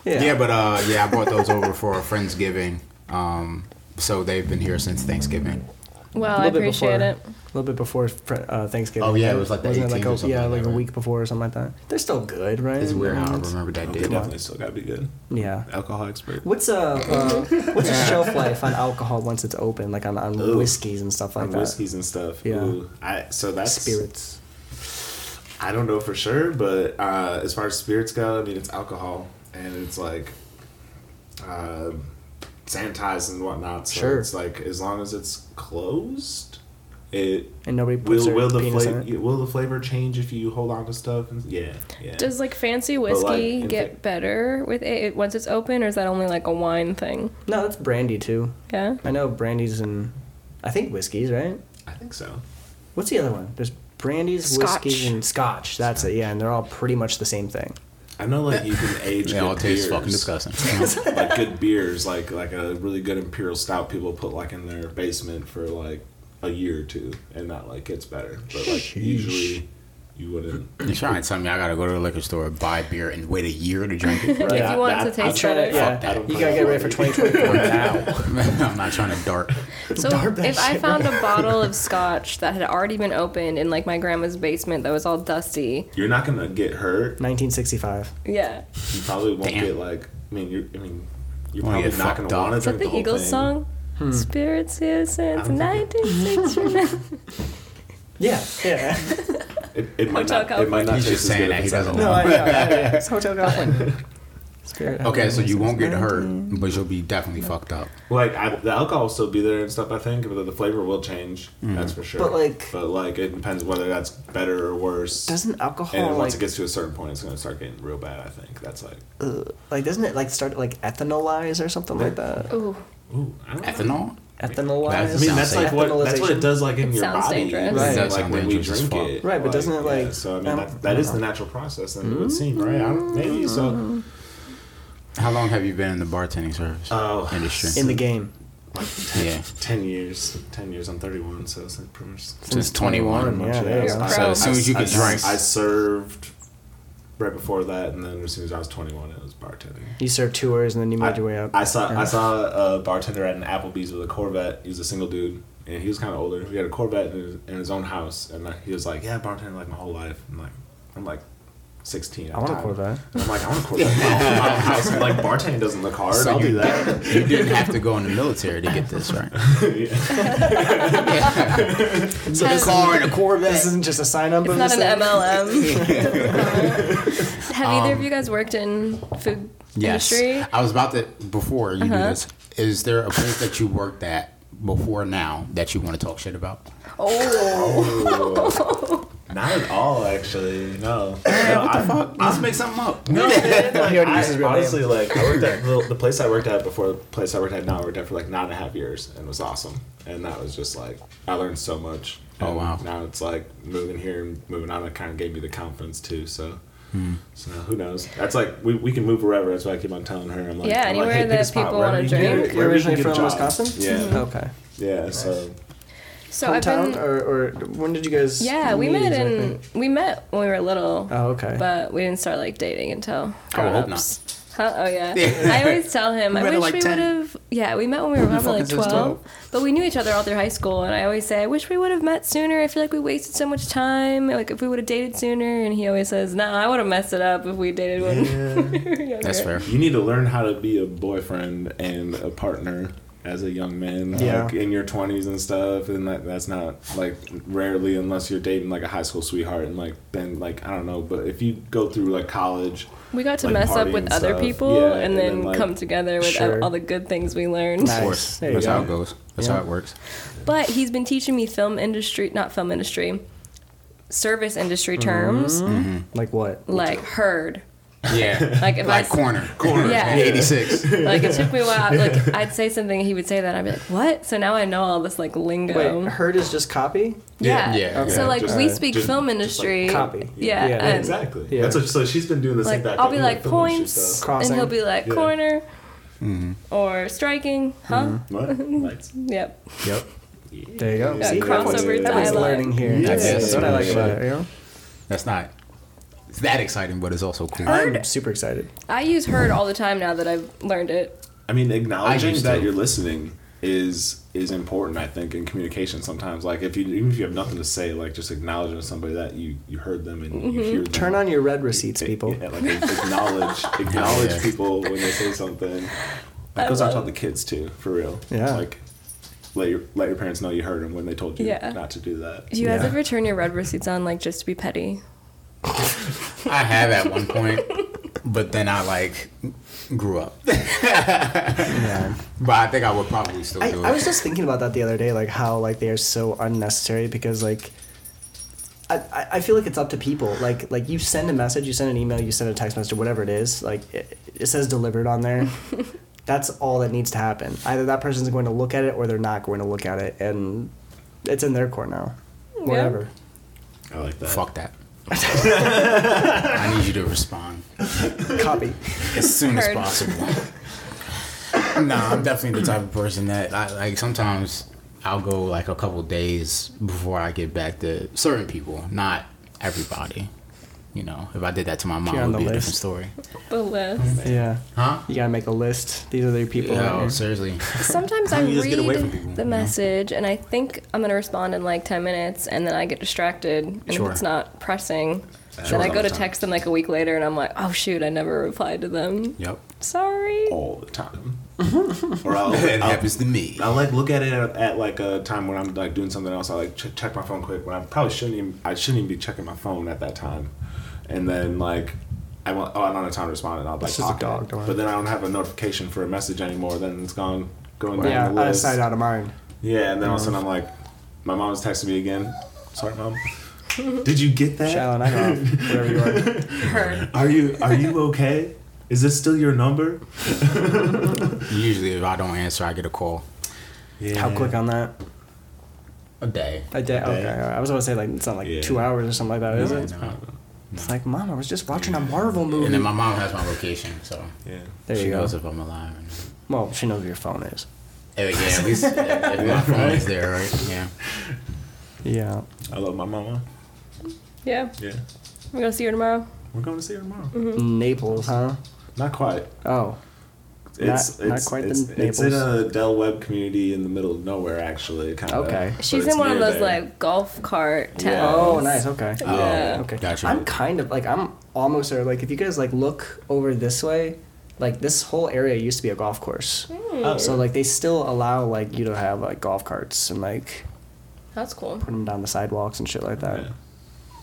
[SPEAKER 3] yeah. but uh, yeah, I brought those over for a friendsgiving. Um, so they've been here since Thanksgiving.
[SPEAKER 4] Well,
[SPEAKER 2] A
[SPEAKER 4] I
[SPEAKER 2] little bit
[SPEAKER 4] appreciate
[SPEAKER 2] before-
[SPEAKER 4] it.
[SPEAKER 2] A little bit before fr- uh, Thanksgiving.
[SPEAKER 3] Oh, yeah, it was like the
[SPEAKER 2] Wasn't it
[SPEAKER 3] 18th
[SPEAKER 2] a,
[SPEAKER 3] or something
[SPEAKER 2] yeah,
[SPEAKER 3] like
[SPEAKER 2] like
[SPEAKER 3] that,
[SPEAKER 2] a
[SPEAKER 3] right?
[SPEAKER 2] week before or something like that. They're still good, right?
[SPEAKER 3] It's weird how I
[SPEAKER 2] It's-
[SPEAKER 3] remember that
[SPEAKER 1] They
[SPEAKER 3] date.
[SPEAKER 1] definitely still gotta be good.
[SPEAKER 2] Yeah.
[SPEAKER 1] Alcohol expert.
[SPEAKER 2] What's a uh, what's a shelf life on alcohol once it's open, like on, on
[SPEAKER 1] Ooh.
[SPEAKER 2] whiskeys and stuff like
[SPEAKER 1] And
[SPEAKER 2] that?
[SPEAKER 1] whiskeys and stuff.
[SPEAKER 2] Yeah.
[SPEAKER 1] Ooh, I, so that's
[SPEAKER 2] Spirits.
[SPEAKER 1] I don't know for sure, but uh, as far as spirits go, I mean, it's alcohol and it's like uh, sanitized and whatnot. So
[SPEAKER 2] Sure.
[SPEAKER 1] It's like as long as it's closed, it
[SPEAKER 2] And nobody puts
[SPEAKER 1] will
[SPEAKER 2] their
[SPEAKER 1] will the
[SPEAKER 2] penis
[SPEAKER 1] flavor
[SPEAKER 2] in it.
[SPEAKER 1] will the flavor change if you hold on to stuff. And, yeah, yeah.
[SPEAKER 4] Does like fancy
[SPEAKER 1] like,
[SPEAKER 4] whiskey
[SPEAKER 1] in
[SPEAKER 4] get
[SPEAKER 1] fact-
[SPEAKER 4] better with it it- once it's open, or is that only like a wine thing?
[SPEAKER 2] No, that's brandy too.
[SPEAKER 4] Yeah.
[SPEAKER 2] I know brandies and I think whiskeys, right?
[SPEAKER 1] I think so.
[SPEAKER 2] What's the other one? There's brandies, whiskeys,
[SPEAKER 4] Scotch.
[SPEAKER 2] and scotch. That's it. Yeah, and they're all pretty much the same thing.
[SPEAKER 1] I know, like you can age.
[SPEAKER 3] They
[SPEAKER 1] good
[SPEAKER 3] all taste fucking
[SPEAKER 1] beers.
[SPEAKER 3] disgusting.
[SPEAKER 1] like good beers, like like a really good imperial stout, people put like in their basement for like a year or two, and that like gets better. But like
[SPEAKER 2] Sheesh.
[SPEAKER 1] usually, you wouldn't.
[SPEAKER 3] You're trying to tell me I gotta go to the liquor store, buy beer, and wait a year to drink it?
[SPEAKER 2] Right.
[SPEAKER 4] If you want
[SPEAKER 1] that-
[SPEAKER 4] it to
[SPEAKER 1] I'm
[SPEAKER 4] taste
[SPEAKER 2] trying to-
[SPEAKER 4] better.
[SPEAKER 2] yeah.
[SPEAKER 3] Fuck that.
[SPEAKER 2] You gotta get ready for 2024 now.
[SPEAKER 3] I'm not trying to dart.
[SPEAKER 4] So
[SPEAKER 2] Darb that
[SPEAKER 4] if I
[SPEAKER 2] shit,
[SPEAKER 4] found a bottle of scotch that had already been opened in like my grandma's basement that was all dusty,
[SPEAKER 1] You're not gonna get hurt.
[SPEAKER 2] 1965.
[SPEAKER 4] yeah.
[SPEAKER 1] You probably won't
[SPEAKER 3] Damn.
[SPEAKER 1] get like. I mean, you're. I mean, you're
[SPEAKER 3] Wanna get
[SPEAKER 1] probably not gonna
[SPEAKER 3] fucked up.
[SPEAKER 1] want to
[SPEAKER 4] Is that
[SPEAKER 1] drink
[SPEAKER 4] the,
[SPEAKER 1] the, whole
[SPEAKER 4] Eagles
[SPEAKER 1] thing.
[SPEAKER 4] song? Spirits here since
[SPEAKER 1] don't think
[SPEAKER 4] 1969.
[SPEAKER 2] Yeah, yeah.
[SPEAKER 1] It, it might
[SPEAKER 4] Hotel
[SPEAKER 1] not. It might not
[SPEAKER 3] He's
[SPEAKER 1] taste
[SPEAKER 3] just
[SPEAKER 1] as
[SPEAKER 3] saying
[SPEAKER 1] good
[SPEAKER 3] that
[SPEAKER 1] if
[SPEAKER 3] he
[SPEAKER 1] it's
[SPEAKER 3] doesn't
[SPEAKER 1] alcohol.
[SPEAKER 2] No, I know. Yeah, yeah. It's Hotel California. Spirit
[SPEAKER 3] Okay, so
[SPEAKER 2] Island.
[SPEAKER 3] you won't get hurt, but you'll be definitely fucked up.
[SPEAKER 1] Like I, the alcohol will still be there and stuff. I think, but the flavor will change.
[SPEAKER 3] Mm-hmm.
[SPEAKER 1] That's for sure.
[SPEAKER 2] But, like-
[SPEAKER 1] but like, it depends whether that's better or worse.
[SPEAKER 2] Doesn't alcohol
[SPEAKER 1] and then once
[SPEAKER 2] like
[SPEAKER 1] it gets to a certain point, it's gonna start getting real bad. I think that's like.
[SPEAKER 2] uh, like doesn't it like start like ethanolize or something like that?
[SPEAKER 4] Ooh,
[SPEAKER 1] Ooh, I don't know.
[SPEAKER 3] Ethanol?
[SPEAKER 2] Ethanolize.
[SPEAKER 3] That's-
[SPEAKER 1] I mean, that's
[SPEAKER 3] Sounds
[SPEAKER 1] like what that's what
[SPEAKER 2] Ethanolization.
[SPEAKER 1] it does like in
[SPEAKER 4] It
[SPEAKER 1] your
[SPEAKER 4] sounds
[SPEAKER 1] body.
[SPEAKER 4] dangerous.
[SPEAKER 2] Right.
[SPEAKER 1] Like
[SPEAKER 3] Does sound
[SPEAKER 1] when we
[SPEAKER 3] dangerous as
[SPEAKER 1] drink
[SPEAKER 3] fuck.
[SPEAKER 1] it.
[SPEAKER 2] Right, but doesn't it,
[SPEAKER 1] yeah,
[SPEAKER 2] like-
[SPEAKER 1] so I
[SPEAKER 2] I
[SPEAKER 1] mean
[SPEAKER 2] don't-
[SPEAKER 1] that, that is the natural process and it would seem, right? I don't, maybe
[SPEAKER 4] Mm-hmm.
[SPEAKER 1] so
[SPEAKER 3] How long have you been in the bartending service
[SPEAKER 1] Oh.
[SPEAKER 3] industry?
[SPEAKER 2] in the game.
[SPEAKER 1] like
[SPEAKER 3] yeah,
[SPEAKER 1] ten years. Ten years, I'm thirty one, so it's like pretty much
[SPEAKER 3] since 21.
[SPEAKER 2] Yeah,
[SPEAKER 1] much,
[SPEAKER 2] there you
[SPEAKER 1] so
[SPEAKER 2] go.
[SPEAKER 1] I-
[SPEAKER 3] So as soon as you
[SPEAKER 1] I-
[SPEAKER 3] could drink,
[SPEAKER 1] I served right before that and then as soon as I was twenty one it was bartending.
[SPEAKER 2] You serve tours and then you made
[SPEAKER 1] I,
[SPEAKER 2] your way up.
[SPEAKER 1] I saw
[SPEAKER 2] Yeah.
[SPEAKER 1] I saw a bartender at an Applebee's with a Corvette. He was a single dude, and he was kind of older. He had a Corvette in his, in his own house, and I- he was like, "Yeah, bartending like my whole life." I'm like, I'm like. 16. at
[SPEAKER 2] I want
[SPEAKER 1] the
[SPEAKER 2] a
[SPEAKER 1] time.
[SPEAKER 2] Corvette.
[SPEAKER 1] And I'm like, I want a Corvette. my whole fucking house. I'm like, bartending doesn't look hard.
[SPEAKER 3] So
[SPEAKER 1] I'll
[SPEAKER 3] you-
[SPEAKER 1] do that.
[SPEAKER 3] you didn't have to go in the military to get this, right?
[SPEAKER 1] Yeah.
[SPEAKER 3] So
[SPEAKER 4] this-
[SPEAKER 3] car and a
[SPEAKER 2] This
[SPEAKER 3] Corvette.
[SPEAKER 2] isn't just a sign up.
[SPEAKER 4] it's not an MLM. Have either of you guys worked in food
[SPEAKER 3] Yes,
[SPEAKER 4] industry? Uh-huh.
[SPEAKER 3] I was about to before you do this. Is there a place that you worked at before now that you want to talk shit about?
[SPEAKER 4] Oh,
[SPEAKER 1] Not at all, actually. No. no what the fuck?
[SPEAKER 3] Let's make something up.
[SPEAKER 1] No, man, like,
[SPEAKER 2] He already used
[SPEAKER 1] I,
[SPEAKER 2] his real name.
[SPEAKER 1] honestly, like I worked at the, the place I worked at before the place I worked at now. I worked at for like nine and a half years, and it was awesome. And that was just like I learned so much.
[SPEAKER 3] Oh,
[SPEAKER 1] And
[SPEAKER 3] wow.
[SPEAKER 1] Now it's like moving here and moving on. It kind of gave me the confidence too. So,
[SPEAKER 2] Hmm.
[SPEAKER 1] so now who knows? That's like we, we can move wherever. That's why I keep on telling her. I'm like
[SPEAKER 4] Yeah,
[SPEAKER 1] I'm like,
[SPEAKER 4] anywhere
[SPEAKER 1] hey, pick a
[SPEAKER 4] that
[SPEAKER 1] spot
[SPEAKER 4] people
[SPEAKER 1] wherever
[SPEAKER 4] wanna
[SPEAKER 1] you can get
[SPEAKER 4] drink. Mm-hmm.
[SPEAKER 1] it,
[SPEAKER 2] You're
[SPEAKER 1] wherever you
[SPEAKER 2] originally
[SPEAKER 1] can
[SPEAKER 2] from
[SPEAKER 1] get a job.
[SPEAKER 2] Wisconsin.
[SPEAKER 1] Yeah,
[SPEAKER 2] Mm-hmm. Okay.
[SPEAKER 1] yeah. So
[SPEAKER 4] so I've
[SPEAKER 2] Hometown
[SPEAKER 4] been.
[SPEAKER 2] or, or when did you guys?
[SPEAKER 4] yeah, we
[SPEAKER 2] meet
[SPEAKER 4] met in
[SPEAKER 2] exactly?
[SPEAKER 4] we met when we were little,
[SPEAKER 2] Oh, okay.
[SPEAKER 4] but we didn't start like dating until
[SPEAKER 3] I would Oh, hope
[SPEAKER 4] grown-ups. Huh? Oh yeah. I always tell him. I
[SPEAKER 3] met at,
[SPEAKER 4] wish
[SPEAKER 3] like,
[SPEAKER 4] we
[SPEAKER 3] 10.
[SPEAKER 4] would have. Yeah, we met when we were probably like
[SPEAKER 3] fucking since
[SPEAKER 4] 12, but we knew each other all through high school. And I always say, I wish we would have met sooner. I feel like we wasted so much time. Like if we would have dated sooner. And he always says, Nah, I would have messed it up if we dated when we were younger.
[SPEAKER 3] That's fair.
[SPEAKER 1] you need to learn how to be a boyfriend and a partner as a young man like
[SPEAKER 2] Yeah.
[SPEAKER 1] in your 20s and stuff and that, that's not like rarely unless you're dating like a high school sweetheart and like then like i don't know but if you go through like college
[SPEAKER 4] We got to
[SPEAKER 1] Like
[SPEAKER 4] mess up
[SPEAKER 1] partying
[SPEAKER 4] with
[SPEAKER 1] and
[SPEAKER 4] other
[SPEAKER 1] stuff.
[SPEAKER 4] people
[SPEAKER 1] Yeah,
[SPEAKER 4] and,
[SPEAKER 1] and
[SPEAKER 4] then,
[SPEAKER 1] then, like,
[SPEAKER 4] come together with
[SPEAKER 2] sure.
[SPEAKER 4] all the good things we learned.
[SPEAKER 3] Of
[SPEAKER 2] Nice.
[SPEAKER 3] course,
[SPEAKER 2] There you
[SPEAKER 3] that's
[SPEAKER 2] go.
[SPEAKER 3] how it goes. That's
[SPEAKER 2] Yeah.
[SPEAKER 3] how it works.
[SPEAKER 4] But he's been teaching me film industry, not film industry, service industry terms
[SPEAKER 2] Like what?
[SPEAKER 4] like herd.
[SPEAKER 3] Yeah,
[SPEAKER 4] Like if
[SPEAKER 3] like
[SPEAKER 4] I
[SPEAKER 3] corner, corner,
[SPEAKER 4] Yeah.
[SPEAKER 3] eighty six.
[SPEAKER 4] like it took me a while. Like I'd say something, he would say that, and I'd be like, "What?" So now I know all this like lingo.
[SPEAKER 2] Wait, herd is just copy.
[SPEAKER 4] yeah.
[SPEAKER 3] Yeah, yeah,
[SPEAKER 4] So
[SPEAKER 1] yeah,
[SPEAKER 4] like
[SPEAKER 1] just-
[SPEAKER 4] we
[SPEAKER 1] uh,
[SPEAKER 4] speak
[SPEAKER 1] just-
[SPEAKER 4] film
[SPEAKER 1] just, like,
[SPEAKER 4] industry.
[SPEAKER 2] Copy.
[SPEAKER 4] Uh, Yeah.
[SPEAKER 2] Yeah,
[SPEAKER 4] and,
[SPEAKER 1] exactly
[SPEAKER 2] Yeah.
[SPEAKER 1] that's what so she's been doing the same
[SPEAKER 4] Like
[SPEAKER 1] thing
[SPEAKER 4] I'll be like points, and
[SPEAKER 2] Crossing.
[SPEAKER 4] he'll be like
[SPEAKER 1] Yeah.
[SPEAKER 4] corner, or striking, huh?
[SPEAKER 1] what lights
[SPEAKER 4] Yep.
[SPEAKER 3] Yep.
[SPEAKER 2] There you go.
[SPEAKER 1] Yeah,
[SPEAKER 2] See,
[SPEAKER 1] crossover
[SPEAKER 2] everyone's- everyone's
[SPEAKER 1] dialogue.
[SPEAKER 2] learning here.
[SPEAKER 1] Yeah.
[SPEAKER 2] That's, that's what I like
[SPEAKER 1] Yeah.
[SPEAKER 2] about it. You know?
[SPEAKER 3] That's not. It's that exciting, but it's also cool.
[SPEAKER 4] Herd.
[SPEAKER 2] I'm super excited.
[SPEAKER 4] I use herd all the time now that I've learned it.
[SPEAKER 1] I mean,
[SPEAKER 3] I
[SPEAKER 1] acknowledging
[SPEAKER 3] used
[SPEAKER 1] that
[SPEAKER 3] to.
[SPEAKER 1] you're listening is is important. I think in communication sometimes, like if you even if you have nothing to say, like just acknowledging to somebody that you you heard them and
[SPEAKER 4] Mm-hmm.
[SPEAKER 1] you hear them.
[SPEAKER 2] Turn on your red receipts, people.
[SPEAKER 1] Yeah, like acknowledge acknowledge
[SPEAKER 3] Yeah.
[SPEAKER 1] people when they say something. That goes out to all the kids too, for real.
[SPEAKER 2] Yeah.
[SPEAKER 1] Like let your let your parents know you heard them when they told you
[SPEAKER 4] Yeah.
[SPEAKER 1] not to do that.
[SPEAKER 4] Do you guys
[SPEAKER 2] Yeah.
[SPEAKER 4] ever turn your red receipts on like just to be petty?
[SPEAKER 3] I have at one point, but then I like grew up.
[SPEAKER 2] Yeah.
[SPEAKER 3] But I think I would probably still
[SPEAKER 2] I,
[SPEAKER 3] do it.
[SPEAKER 2] I was just thinking about that the other day, like how like they are so unnecessary because like I, I- I feel like it's up to people. Like like you send a message, you send an email, you send a text message, or whatever it is. Like it, it says delivered on there. That's all that needs to happen. Either that person's going to look at it or they're not going to look at it, and it's in their court now. Whatever.
[SPEAKER 1] I like that.
[SPEAKER 3] Fuck that. I need you to respond
[SPEAKER 2] Copy.
[SPEAKER 3] as soon as
[SPEAKER 4] Heard.
[SPEAKER 3] possible. nah, I'm definitely the type of person that I like. Sometimes I'll go like a couple days before I get back to certain people, not everybody. You know, if I did that to my mom,
[SPEAKER 2] You're
[SPEAKER 3] it
[SPEAKER 2] on
[SPEAKER 3] would
[SPEAKER 2] the
[SPEAKER 3] be a
[SPEAKER 2] list.
[SPEAKER 3] different story.
[SPEAKER 4] The list.
[SPEAKER 2] Yeah.
[SPEAKER 3] Huh?
[SPEAKER 2] You gotta make a list. These are the people.
[SPEAKER 3] Yeah,
[SPEAKER 2] that are-
[SPEAKER 3] Oh, seriously.
[SPEAKER 4] Sometimes I
[SPEAKER 1] How do you just get away from
[SPEAKER 4] read
[SPEAKER 1] people, you
[SPEAKER 4] the
[SPEAKER 1] know?
[SPEAKER 4] message and I think I'm gonna respond in like 10 minutes and then I get distracted and
[SPEAKER 3] Sure.
[SPEAKER 4] if it's not pressing,
[SPEAKER 1] Sure.
[SPEAKER 4] then I go to
[SPEAKER 1] Sometimes.
[SPEAKER 4] text them like a week later and I'm like, oh shoot, I never replied to them.
[SPEAKER 3] Yep.
[SPEAKER 4] Sorry.
[SPEAKER 1] all the time. or I'll,
[SPEAKER 3] It
[SPEAKER 1] I'll,
[SPEAKER 3] happens to me.
[SPEAKER 1] I'll like look at it at, at like a time when I'm like doing something else. I like ch- check my phone quick when I probably shouldn't even I shouldn't even be checking my phone at that time. And then like I want oh I don't have time to respond and I'll like
[SPEAKER 2] It's just a
[SPEAKER 1] pocket it.
[SPEAKER 2] dog, don't worry.
[SPEAKER 1] But then I don't have a notification for a message anymore. Then it's gone going down
[SPEAKER 2] Yeah,
[SPEAKER 1] the
[SPEAKER 2] out of
[SPEAKER 1] list.
[SPEAKER 2] sight, out of mind.
[SPEAKER 1] Yeah, and then all of a
[SPEAKER 2] Um,
[SPEAKER 1] sudden I'm like, my mom's texting me again. Sorry, mom. Did you get that?
[SPEAKER 2] Shallon, I know. Wherever you are.
[SPEAKER 4] Her.
[SPEAKER 1] Are you are you okay? Is this still your number?
[SPEAKER 3] Usually, if I don't answer, I get a call.
[SPEAKER 1] Yeah.
[SPEAKER 2] How quick on that?
[SPEAKER 3] A day.
[SPEAKER 2] A day. Okay.
[SPEAKER 1] day.
[SPEAKER 2] all right. I was about to say like it's not like
[SPEAKER 1] Yeah.
[SPEAKER 2] two hours or something like that, Oh, is it?
[SPEAKER 1] it's not-
[SPEAKER 2] It's like, mom, I was just watching a Marvel movie.
[SPEAKER 3] And then my mom has my location, so
[SPEAKER 1] Yeah.
[SPEAKER 2] there
[SPEAKER 3] she
[SPEAKER 2] you go.
[SPEAKER 3] knows if I'm alive. And,
[SPEAKER 2] Well, she knows where your phone is.
[SPEAKER 3] yeah, yeah, at least if my phone is there, right? Yeah.
[SPEAKER 2] Yeah.
[SPEAKER 1] I love my mama.
[SPEAKER 4] Yeah.
[SPEAKER 1] Yeah.
[SPEAKER 4] We're gonna see her tomorrow.
[SPEAKER 1] We're going to see her tomorrow.
[SPEAKER 2] Mm-hmm. Naples, huh?
[SPEAKER 1] Not quite.
[SPEAKER 2] Oh,
[SPEAKER 1] It's,
[SPEAKER 2] Not- not
[SPEAKER 1] it's,
[SPEAKER 2] quite the
[SPEAKER 1] it's, it's
[SPEAKER 2] Naples.
[SPEAKER 1] in a Dell Web community in the middle of nowhere, actually. Kind of.
[SPEAKER 2] Okay.
[SPEAKER 4] She's in one of those like golf cart
[SPEAKER 1] Yeah.
[SPEAKER 4] towns.
[SPEAKER 2] Oh, nice. Okay.
[SPEAKER 4] Oh, Yeah.
[SPEAKER 2] Okay.
[SPEAKER 3] Gotcha.
[SPEAKER 2] I'm kind of like I'm almost there. Like if you guys like look over this way, like this whole area used to be a golf course. So like they still allow like you to have like golf carts and like
[SPEAKER 4] That's cool.
[SPEAKER 2] put them down the sidewalks and shit like that.
[SPEAKER 1] Yeah.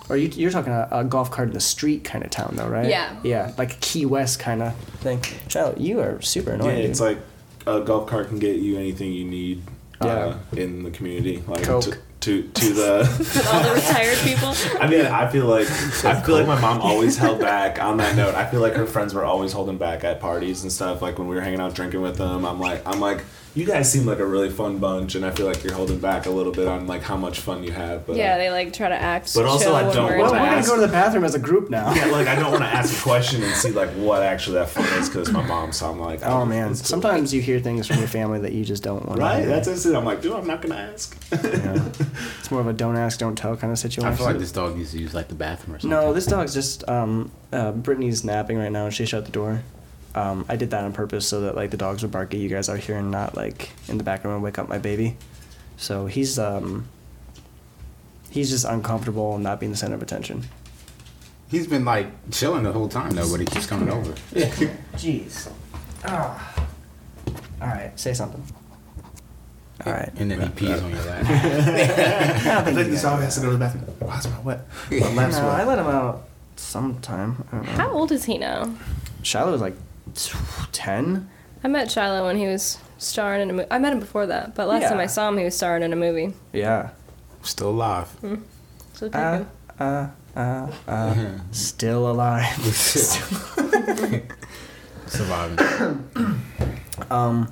[SPEAKER 2] Or you, you're talking a, a golf cart in the street kind of town though, right?
[SPEAKER 4] Yeah.
[SPEAKER 2] Yeah, like a Key West kind of thing. Child, you are super
[SPEAKER 1] Yeah,
[SPEAKER 2] annoying.
[SPEAKER 1] it's
[SPEAKER 2] dude.
[SPEAKER 1] like a golf cart can get you anything you need. Uh, in the community, like to
[SPEAKER 2] Coke.
[SPEAKER 1] to to the
[SPEAKER 4] With all the retired people.
[SPEAKER 1] I mean, I feel like I feel like my mom always held back. On that note, I feel like her friends were always holding back at parties and stuff. Like when we were hanging out drinking with them, I'm like, I'm like, you guys seem like a really fun bunch, and I feel like you're holding back a little bit on like how much fun you have. But
[SPEAKER 4] Yeah, they like try to act.
[SPEAKER 1] But also
[SPEAKER 4] chill
[SPEAKER 1] I
[SPEAKER 4] when
[SPEAKER 1] don't
[SPEAKER 4] we're in
[SPEAKER 2] well,
[SPEAKER 1] want
[SPEAKER 2] we're
[SPEAKER 4] town.
[SPEAKER 1] to
[SPEAKER 2] gonna
[SPEAKER 1] ask-
[SPEAKER 2] go to the bathroom as a group now.
[SPEAKER 1] Yeah, like I don't want to ask a question and see like what actually that fun is because my mom. So I'm like,
[SPEAKER 2] Oh man,
[SPEAKER 1] that's cool.
[SPEAKER 2] sometimes you hear things from your family that you just don't want.
[SPEAKER 1] right? That's it. I'm like, dude, I'm not gonna ask.
[SPEAKER 2] It's more of a don't ask, don't tell kind of situation.
[SPEAKER 3] I feel like this dog needs to use like the bathroom or something.
[SPEAKER 2] Oh, no, this dog's just um, uh, Brittany's napping right now, and she shut the door. Um, I did that on purpose so that like the dogs would bark at you guys out here and not like in the background and wake up my baby. So he's um, he's just uncomfortable and not being the center of attention.
[SPEAKER 3] He's been like chilling the whole time though, but he keeps coming over.
[SPEAKER 2] Jeez. Ah. All right, say something. All right.
[SPEAKER 3] And then he pees on your lap.
[SPEAKER 1] I think he's always has to go to the bathroom. Why is my wet? My
[SPEAKER 2] No,
[SPEAKER 1] lap's
[SPEAKER 2] I
[SPEAKER 1] wet.
[SPEAKER 2] let him out sometime. I don't know.
[SPEAKER 4] How old is he now?
[SPEAKER 2] Shiloh was like ten.
[SPEAKER 4] I met Shiloh when he was starring in a movie. I met him before that, but last
[SPEAKER 2] Yeah.
[SPEAKER 4] time I saw him, he was starring in a movie.
[SPEAKER 2] Yeah.
[SPEAKER 3] Still alive.
[SPEAKER 4] So take
[SPEAKER 2] Uh,
[SPEAKER 4] him.
[SPEAKER 2] uh, uh, uh, still alive.
[SPEAKER 3] Surviving.
[SPEAKER 2] Um,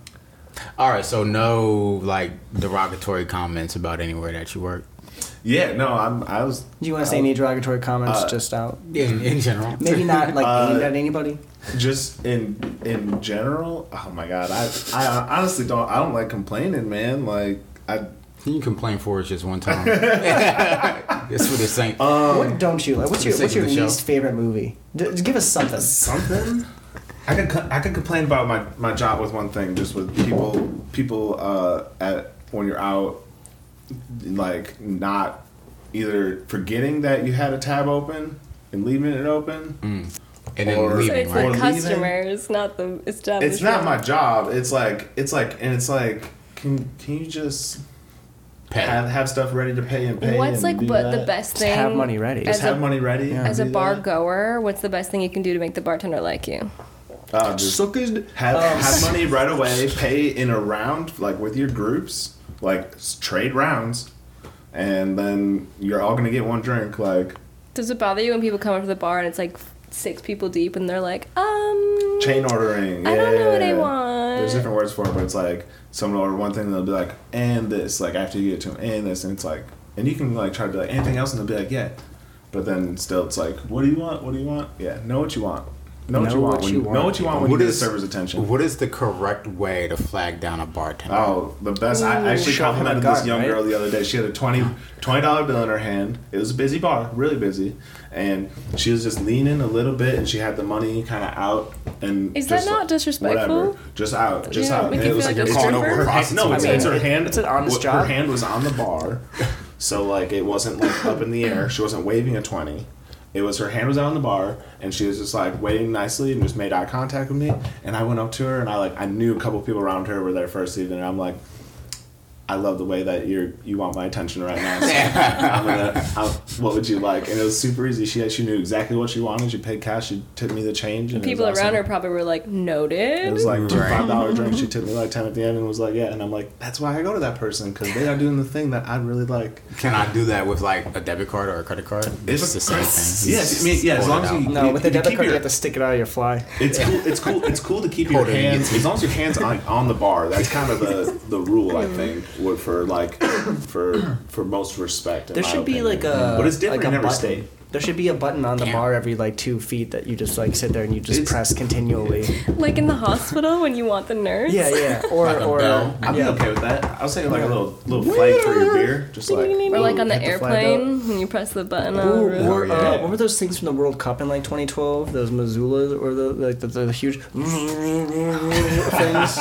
[SPEAKER 3] All right, so no like derogatory comments about anywhere that you work
[SPEAKER 1] Yeah, no, I'm. I was.
[SPEAKER 2] do you want to say any derogatory comments
[SPEAKER 1] Uh,
[SPEAKER 2] just out?
[SPEAKER 3] in, in general.
[SPEAKER 2] Maybe not like
[SPEAKER 1] uh,
[SPEAKER 2] aimed at anybody.
[SPEAKER 1] just in in general oh my god i i honestly don't i don't like complaining man like i
[SPEAKER 3] You can complain for it just one time. That's what it's saying.
[SPEAKER 1] Um, oh.
[SPEAKER 2] what don't you like? What's your
[SPEAKER 3] the sake
[SPEAKER 2] What's
[SPEAKER 3] of
[SPEAKER 2] your
[SPEAKER 3] the show.
[SPEAKER 2] least favorite movie? D- give us something.
[SPEAKER 1] something i could co- i could complain about my my job with one thing just with people people uh at when you're out like not either forgetting that you had a tab open and leaving it open
[SPEAKER 3] and then
[SPEAKER 1] or-
[SPEAKER 4] So
[SPEAKER 3] leaving,
[SPEAKER 4] it's
[SPEAKER 1] Or
[SPEAKER 4] the
[SPEAKER 1] leaving.
[SPEAKER 3] right?
[SPEAKER 4] customers, not the establishment.
[SPEAKER 1] it's not my job it's like it's like and it's like can can you just have
[SPEAKER 3] Pat.
[SPEAKER 1] have stuff ready to pay and pay
[SPEAKER 4] What's
[SPEAKER 1] and
[SPEAKER 4] like
[SPEAKER 1] do
[SPEAKER 4] but the
[SPEAKER 1] that?
[SPEAKER 4] best
[SPEAKER 2] Just
[SPEAKER 4] thing?
[SPEAKER 2] have money ready.
[SPEAKER 1] just
[SPEAKER 4] as
[SPEAKER 1] have
[SPEAKER 4] a-
[SPEAKER 1] money ready and
[SPEAKER 4] As a
[SPEAKER 1] do
[SPEAKER 4] bar
[SPEAKER 1] that?
[SPEAKER 4] goer, what's the best thing you can do to make the bartender like you?
[SPEAKER 1] Uh, just
[SPEAKER 2] Suckers. d-
[SPEAKER 1] have,
[SPEAKER 2] Um,
[SPEAKER 1] have money right away. Pay in a round, like with your groups, like s- trade rounds, and then you're all gonna get one drink. Like
[SPEAKER 4] Does it bother you when people come up to the bar and it's like six people deep and they're like, um,
[SPEAKER 1] chain ordering.
[SPEAKER 4] I don't know what I
[SPEAKER 1] yeah.
[SPEAKER 4] want.
[SPEAKER 1] There's different words for it, but it's like someone will order one thing and they'll be like, and this. Like after you get to them, and this, and it's like, and you can like try to be like anything else, and they'll be like, yeah. But then still, it's like, what do you want? What do you want? Yeah, know what you want. Know what
[SPEAKER 2] Know
[SPEAKER 1] you want.
[SPEAKER 2] what
[SPEAKER 1] when
[SPEAKER 2] you
[SPEAKER 1] you
[SPEAKER 2] want.
[SPEAKER 1] know what you want when
[SPEAKER 3] What
[SPEAKER 1] you get a
[SPEAKER 3] is-
[SPEAKER 1] server's attention.
[SPEAKER 3] What is the correct way to flag down a bartender?
[SPEAKER 1] Oh, the best! I actually
[SPEAKER 2] Show him a
[SPEAKER 1] complimented
[SPEAKER 2] gun,
[SPEAKER 1] this young
[SPEAKER 2] right?
[SPEAKER 1] girl the other day. She had a 20 dollar bill in her hand. It was a busy bar, really busy, and she was just leaning a little bit, and she had the money kind of out. And
[SPEAKER 4] Is that
[SPEAKER 1] just
[SPEAKER 4] not disrespectful?
[SPEAKER 1] Whatever, just out, just
[SPEAKER 4] Yeah,
[SPEAKER 1] out.
[SPEAKER 4] make
[SPEAKER 1] And
[SPEAKER 4] you
[SPEAKER 1] it was
[SPEAKER 4] feel like
[SPEAKER 1] it's
[SPEAKER 4] a
[SPEAKER 1] just-
[SPEAKER 4] stripper?
[SPEAKER 1] her hand. No, it's,
[SPEAKER 2] I mean,
[SPEAKER 1] it's her
[SPEAKER 2] it-
[SPEAKER 1] hand.
[SPEAKER 2] it's an honest
[SPEAKER 1] Her
[SPEAKER 2] job.
[SPEAKER 1] hand was on the bar, so like it wasn't like up in the air. She wasn't waving a twenty. It was her hand was out on the bar, and she was just like waiting nicely and just made eye contact with me. And I went up to her, and I like I knew a couple people around her were there first even, and I'm like. I love the way that you're you want my attention right now. So I'm gonna, I'm, what would you like? And it was super easy. She she knew exactly what she wanted. She paid cash. She tipped me the change. And it
[SPEAKER 4] People
[SPEAKER 1] was awesome.
[SPEAKER 4] around her probably were like,
[SPEAKER 1] It
[SPEAKER 4] noted.
[SPEAKER 1] was like two
[SPEAKER 3] Right.
[SPEAKER 1] five dollar drinks. She tipped me like ten at the end and was like, "Yeah," and I'm like, "That's why I go to that person because they are doing the thing that I really like."
[SPEAKER 3] Can I do that with like a debit card or a credit card? It's the same thing.
[SPEAKER 1] Yeah, I mean, yeah. As
[SPEAKER 3] Hold
[SPEAKER 1] long
[SPEAKER 3] it
[SPEAKER 1] as
[SPEAKER 3] out.
[SPEAKER 1] you
[SPEAKER 2] No, with a debit
[SPEAKER 1] keep
[SPEAKER 2] card, you
[SPEAKER 1] your-
[SPEAKER 2] have to stick it out of your fly.
[SPEAKER 1] It's cool. It's cool. It's cool to keep your
[SPEAKER 3] Hold it, you get
[SPEAKER 1] hands
[SPEAKER 3] to-
[SPEAKER 1] as long as your hands on on the bar. That's kind of the the rule I think would- for like for for most respect. in
[SPEAKER 2] There
[SPEAKER 1] my
[SPEAKER 2] should be
[SPEAKER 1] opinion.
[SPEAKER 2] like a.
[SPEAKER 1] But it's different
[SPEAKER 2] like a
[SPEAKER 1] in every
[SPEAKER 2] button.
[SPEAKER 1] state.
[SPEAKER 2] There should be a button on the
[SPEAKER 3] Damn.
[SPEAKER 2] bar every like two feet that you just like sit there and you just
[SPEAKER 1] It's-
[SPEAKER 2] press continually.
[SPEAKER 4] like in the hospital when you want the nurse.
[SPEAKER 2] Yeah, yeah. Or
[SPEAKER 3] Like a
[SPEAKER 2] or
[SPEAKER 3] bell.
[SPEAKER 1] I'd be
[SPEAKER 2] yeah.
[SPEAKER 1] okay with that. I was saying like a little little flag for your beer, just like
[SPEAKER 4] Or like on the
[SPEAKER 2] Hit the flag
[SPEAKER 4] airplane when you press the button on.
[SPEAKER 2] Ooh,
[SPEAKER 4] the
[SPEAKER 2] or,
[SPEAKER 3] yeah.
[SPEAKER 2] uh, what were those things from the World Cup in like 2012? Those Missoulas or the like the, the huge things.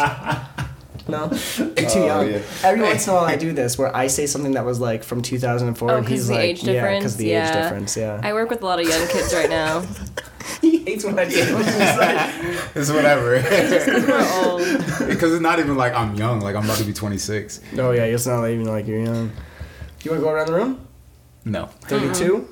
[SPEAKER 2] No,
[SPEAKER 3] Oh,
[SPEAKER 2] I'm too young.
[SPEAKER 1] yeah.
[SPEAKER 2] Every once in a while, I do this where I say something that was like from 2004,
[SPEAKER 4] Oh,
[SPEAKER 2] and
[SPEAKER 4] because
[SPEAKER 2] he's
[SPEAKER 4] the
[SPEAKER 2] like,
[SPEAKER 4] age
[SPEAKER 2] yeah,
[SPEAKER 4] difference.
[SPEAKER 2] because the age difference, yeah.
[SPEAKER 4] I work with a lot of young kids right now.
[SPEAKER 2] he hates when I do. it.
[SPEAKER 3] It's whatever.
[SPEAKER 4] We're old.
[SPEAKER 3] Because it's not even like I'm young. Like I'm about to be 26.
[SPEAKER 2] oh yeah, it's not even like you're young. You want to go around the room?
[SPEAKER 3] No,
[SPEAKER 2] 32.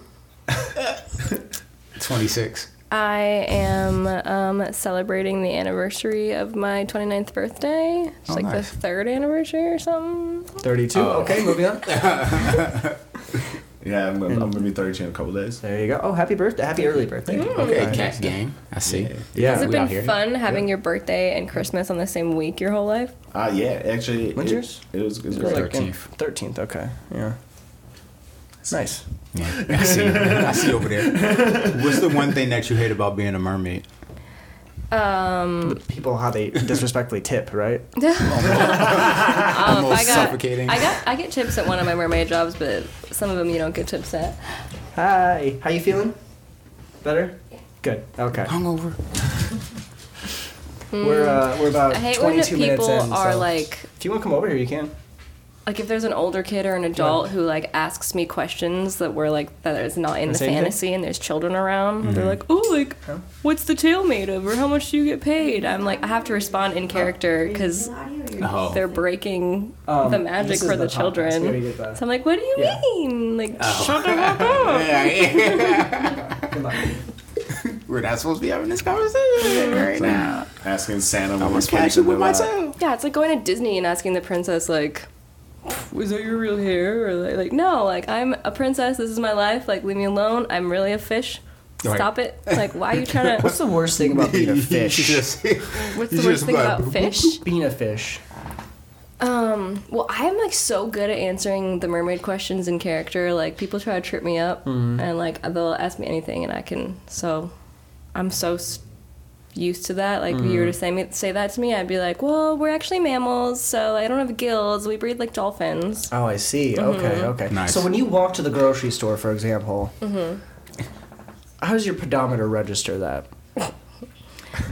[SPEAKER 3] 26.
[SPEAKER 4] I am um, celebrating the anniversary of my 29th birthday. It's
[SPEAKER 3] Oh,
[SPEAKER 4] like
[SPEAKER 3] nice.
[SPEAKER 4] the third anniversary or something.
[SPEAKER 2] 32.
[SPEAKER 3] Oh.
[SPEAKER 2] Okay, moving on.
[SPEAKER 1] yeah. I'm gonna, I'm gonna be thirty two in a couple days.
[SPEAKER 2] There you go. Oh, happy birthday! Happy early birthday.
[SPEAKER 3] Okay, cat game. Uh, I see.
[SPEAKER 4] Mm. Has
[SPEAKER 2] Yeah.
[SPEAKER 4] it
[SPEAKER 3] we
[SPEAKER 4] been
[SPEAKER 3] out here.
[SPEAKER 4] fun having your birthday and Christmas on the same week your whole life?
[SPEAKER 1] Ah, yeah. Actually,
[SPEAKER 2] When's
[SPEAKER 1] it,
[SPEAKER 2] yours?
[SPEAKER 1] It was, it was
[SPEAKER 2] Like
[SPEAKER 1] great.
[SPEAKER 2] in-
[SPEAKER 3] 13th.
[SPEAKER 2] 13th. Okay. Yeah. Nice.
[SPEAKER 3] Yeah, I see. I see over there. What's the one thing that you hate about being a mermaid?
[SPEAKER 2] people how they disrespectfully tip, right?
[SPEAKER 4] Um,
[SPEAKER 3] Almost
[SPEAKER 4] I got,
[SPEAKER 3] suffocating.
[SPEAKER 4] I got I get tips at one of my mermaid jobs, but some of them you don't get tips at.
[SPEAKER 2] Hi, how you feeling? Better? Good. Okay.
[SPEAKER 3] Hungover.
[SPEAKER 2] We're uh, we're about
[SPEAKER 4] Hmm. I hate when
[SPEAKER 2] 22
[SPEAKER 4] people
[SPEAKER 2] minutes in.
[SPEAKER 4] are
[SPEAKER 2] so-
[SPEAKER 4] like
[SPEAKER 2] if you want to come over here, you can.
[SPEAKER 4] like if there's an older kid or an adult who like asks me questions that were like that is not in the
[SPEAKER 2] same thing?
[SPEAKER 4] fantasy and there's children around they're like oh like what's the tail made of or how much do you get paid i'm like i have to respond in character because
[SPEAKER 3] Oh.
[SPEAKER 4] they're breaking
[SPEAKER 2] Um,
[SPEAKER 4] the magic
[SPEAKER 2] this is
[SPEAKER 4] for the,
[SPEAKER 2] the podcast. Here we
[SPEAKER 4] children
[SPEAKER 2] get that.
[SPEAKER 4] so i'm like what do you
[SPEAKER 2] Yeah.
[SPEAKER 4] mean like shut the fuck up
[SPEAKER 3] We're not supposed to be having this conversation right now.
[SPEAKER 1] Asking Santa, "What was
[SPEAKER 3] Catch it with
[SPEAKER 1] my
[SPEAKER 3] myself.
[SPEAKER 4] yeah it's like going to disney and asking the princess like is that your real hair or like, like, no like i'm a princess this is my life like leave me alone i'm really a fish
[SPEAKER 3] Right.
[SPEAKER 4] stop it like why are you trying to
[SPEAKER 2] What's the worst thing about being a
[SPEAKER 3] You
[SPEAKER 2] fish?
[SPEAKER 3] just-
[SPEAKER 4] What's
[SPEAKER 3] you
[SPEAKER 4] the worst
[SPEAKER 3] just
[SPEAKER 4] thing
[SPEAKER 3] like,
[SPEAKER 4] about fish?
[SPEAKER 2] being a fish.
[SPEAKER 4] Um, well, I'm like so good at answering the mermaid questions in character. Like people try to trip me up,
[SPEAKER 3] Mm-hmm.
[SPEAKER 4] and like they'll ask me anything, and I can. So, I'm so s- used to that. Like if you
[SPEAKER 3] Mm-hmm.
[SPEAKER 4] were to say me say that to me, I'd be like, "Well, we're actually mammals, so I don't have gills. We breathe like dolphins."
[SPEAKER 2] Oh, I see.
[SPEAKER 4] Mm-hmm.
[SPEAKER 2] Okay, okay.
[SPEAKER 3] Nice.
[SPEAKER 2] So when you walk to the grocery store, for example,
[SPEAKER 4] Mm-hmm.
[SPEAKER 2] how does your pedometer register that?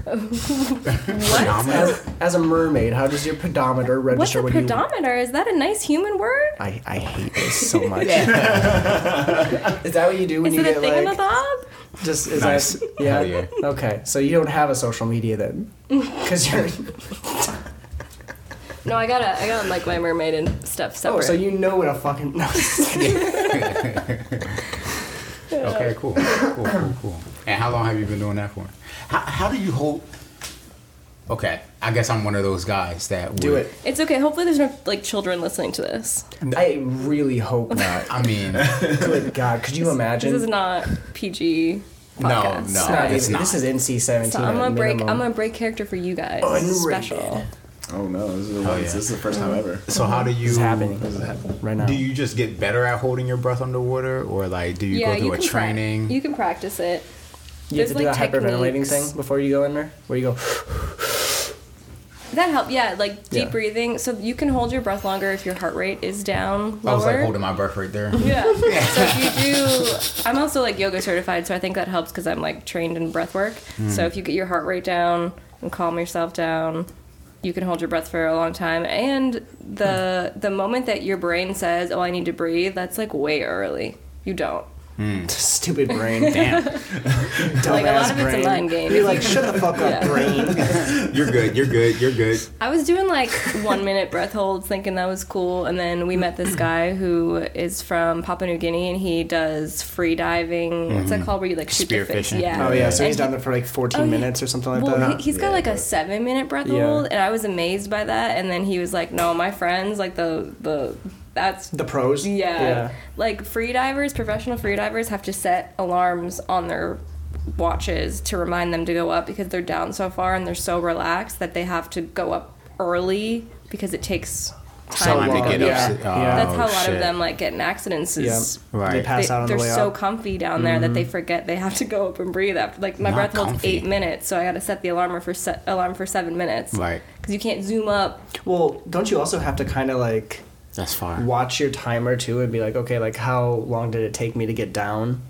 [SPEAKER 3] Phenomenal.
[SPEAKER 2] As, as a mermaid, how does your pedometer
[SPEAKER 4] What's
[SPEAKER 2] register
[SPEAKER 4] a
[SPEAKER 2] when you?
[SPEAKER 4] pedometer? Is that a nice human word?
[SPEAKER 2] I, I hate this so much. Is that what you do when
[SPEAKER 4] Is
[SPEAKER 2] you
[SPEAKER 4] it
[SPEAKER 2] get
[SPEAKER 4] a thing in the
[SPEAKER 2] like
[SPEAKER 4] bob?
[SPEAKER 2] just is
[SPEAKER 3] Nice.
[SPEAKER 2] that yeah.
[SPEAKER 3] Hell yeah.
[SPEAKER 2] okay? So you don't have a social media then, because you're
[SPEAKER 4] No, I gotta I gotta like my mermaid and stuff separate.
[SPEAKER 2] oh, so you know what a fucking no.
[SPEAKER 3] Okay, cool. Cool, cool, cool. And how long have you been doing that for? How, how do you hold. Okay, I guess I'm one of those guys that
[SPEAKER 2] do
[SPEAKER 3] would-
[SPEAKER 2] it.
[SPEAKER 4] it's okay. Hopefully, there's no like children listening to this.
[SPEAKER 2] I really hope not.
[SPEAKER 3] uh, I mean,
[SPEAKER 2] Good God, could you imagine?
[SPEAKER 4] This is not PG.
[SPEAKER 3] No,
[SPEAKER 4] podcast.
[SPEAKER 3] no.
[SPEAKER 2] It's not
[SPEAKER 3] it's
[SPEAKER 2] even-
[SPEAKER 3] not.
[SPEAKER 2] This is NC seventeen.
[SPEAKER 4] So I'm
[SPEAKER 2] at
[SPEAKER 4] gonna break.
[SPEAKER 2] minimum.
[SPEAKER 4] I'm gonna break character for you guys. This is Special.
[SPEAKER 2] Unrated.
[SPEAKER 1] Oh no, this is, the
[SPEAKER 3] Oh,
[SPEAKER 1] one-
[SPEAKER 3] yeah.
[SPEAKER 1] this is the first time ever.
[SPEAKER 3] so how do you.
[SPEAKER 2] It's happening right now.
[SPEAKER 3] Do you just get better at holding your breath underwater, or like do you
[SPEAKER 4] yeah,
[SPEAKER 3] go through
[SPEAKER 4] you
[SPEAKER 3] a
[SPEAKER 4] can prac-
[SPEAKER 3] training?
[SPEAKER 4] you can practice it.
[SPEAKER 2] You have
[SPEAKER 4] There's,
[SPEAKER 2] to do
[SPEAKER 4] like,
[SPEAKER 2] that hyperventilating
[SPEAKER 4] techniques.
[SPEAKER 2] thing before you go in there, where you go.
[SPEAKER 4] That help, yeah, like deep
[SPEAKER 2] Yeah.
[SPEAKER 4] breathing. So you can hold your breath longer if your heart rate is down lower.
[SPEAKER 3] I was like holding my breath right there.
[SPEAKER 4] Yeah. so if you do, I'm also like yoga certified, so I think that helps because I'm like trained in breath work. So if you get your heart rate down and calm yourself down, you can hold your breath for a long time. And the the moment that your brain says, "Oh, I need to breathe," that's like way early. You don't.
[SPEAKER 2] Stupid brain, damn. Dumbass
[SPEAKER 4] Like, a lot of it's a
[SPEAKER 2] brain.
[SPEAKER 4] mind game.
[SPEAKER 2] You're like, shut the fuck up,
[SPEAKER 4] Yeah.
[SPEAKER 2] brain.
[SPEAKER 3] You're good. You're good. You're good.
[SPEAKER 4] I was doing like one minute breath holds, thinking that was cool, and then we met this guy who is from Papua New Guinea, and he does free diving. What's that called? Where you like shoot the fish?
[SPEAKER 3] Spearfishing.
[SPEAKER 4] Yeah.
[SPEAKER 2] Oh yeah, so he's
[SPEAKER 4] And
[SPEAKER 2] down there for like 14
[SPEAKER 4] Oh, yeah.
[SPEAKER 2] minutes or something like
[SPEAKER 4] Well,
[SPEAKER 2] that.
[SPEAKER 4] he, has got like a seven minute breath
[SPEAKER 2] Yeah.
[SPEAKER 4] hold, and I was amazed by that. And then he was like, "No, my friends, like the the that's
[SPEAKER 2] the pros.
[SPEAKER 4] yeah,
[SPEAKER 2] Yeah.
[SPEAKER 4] like free divers, professional free divers have to set alarms on their watches to remind them to go up because they're down so far and they're so relaxed that they have to go up early because it takes time
[SPEAKER 3] Time to
[SPEAKER 2] long.
[SPEAKER 3] get
[SPEAKER 2] Yeah.
[SPEAKER 3] up.
[SPEAKER 2] Yeah.
[SPEAKER 4] That's how a
[SPEAKER 3] Oh,
[SPEAKER 4] lot
[SPEAKER 3] shit.
[SPEAKER 4] of them like get in accidents. Is
[SPEAKER 2] Yeah.
[SPEAKER 3] Right.
[SPEAKER 2] They pass
[SPEAKER 4] they,
[SPEAKER 2] out on the
[SPEAKER 4] are
[SPEAKER 2] way
[SPEAKER 4] so
[SPEAKER 2] up. Mm-hmm.
[SPEAKER 4] comfy down there that they forget they have to go up and breathe after. Like my
[SPEAKER 3] Not
[SPEAKER 4] breath holds
[SPEAKER 3] comfy.
[SPEAKER 4] eight minutes, so I got to set the alarm for se- alarm for seven minutes.
[SPEAKER 3] Right.
[SPEAKER 4] Because you can't zoom up.
[SPEAKER 2] Well, don't you also have to kind of like
[SPEAKER 3] That's fine.
[SPEAKER 2] watch your timer too and be like, okay, like how long did it take me to get down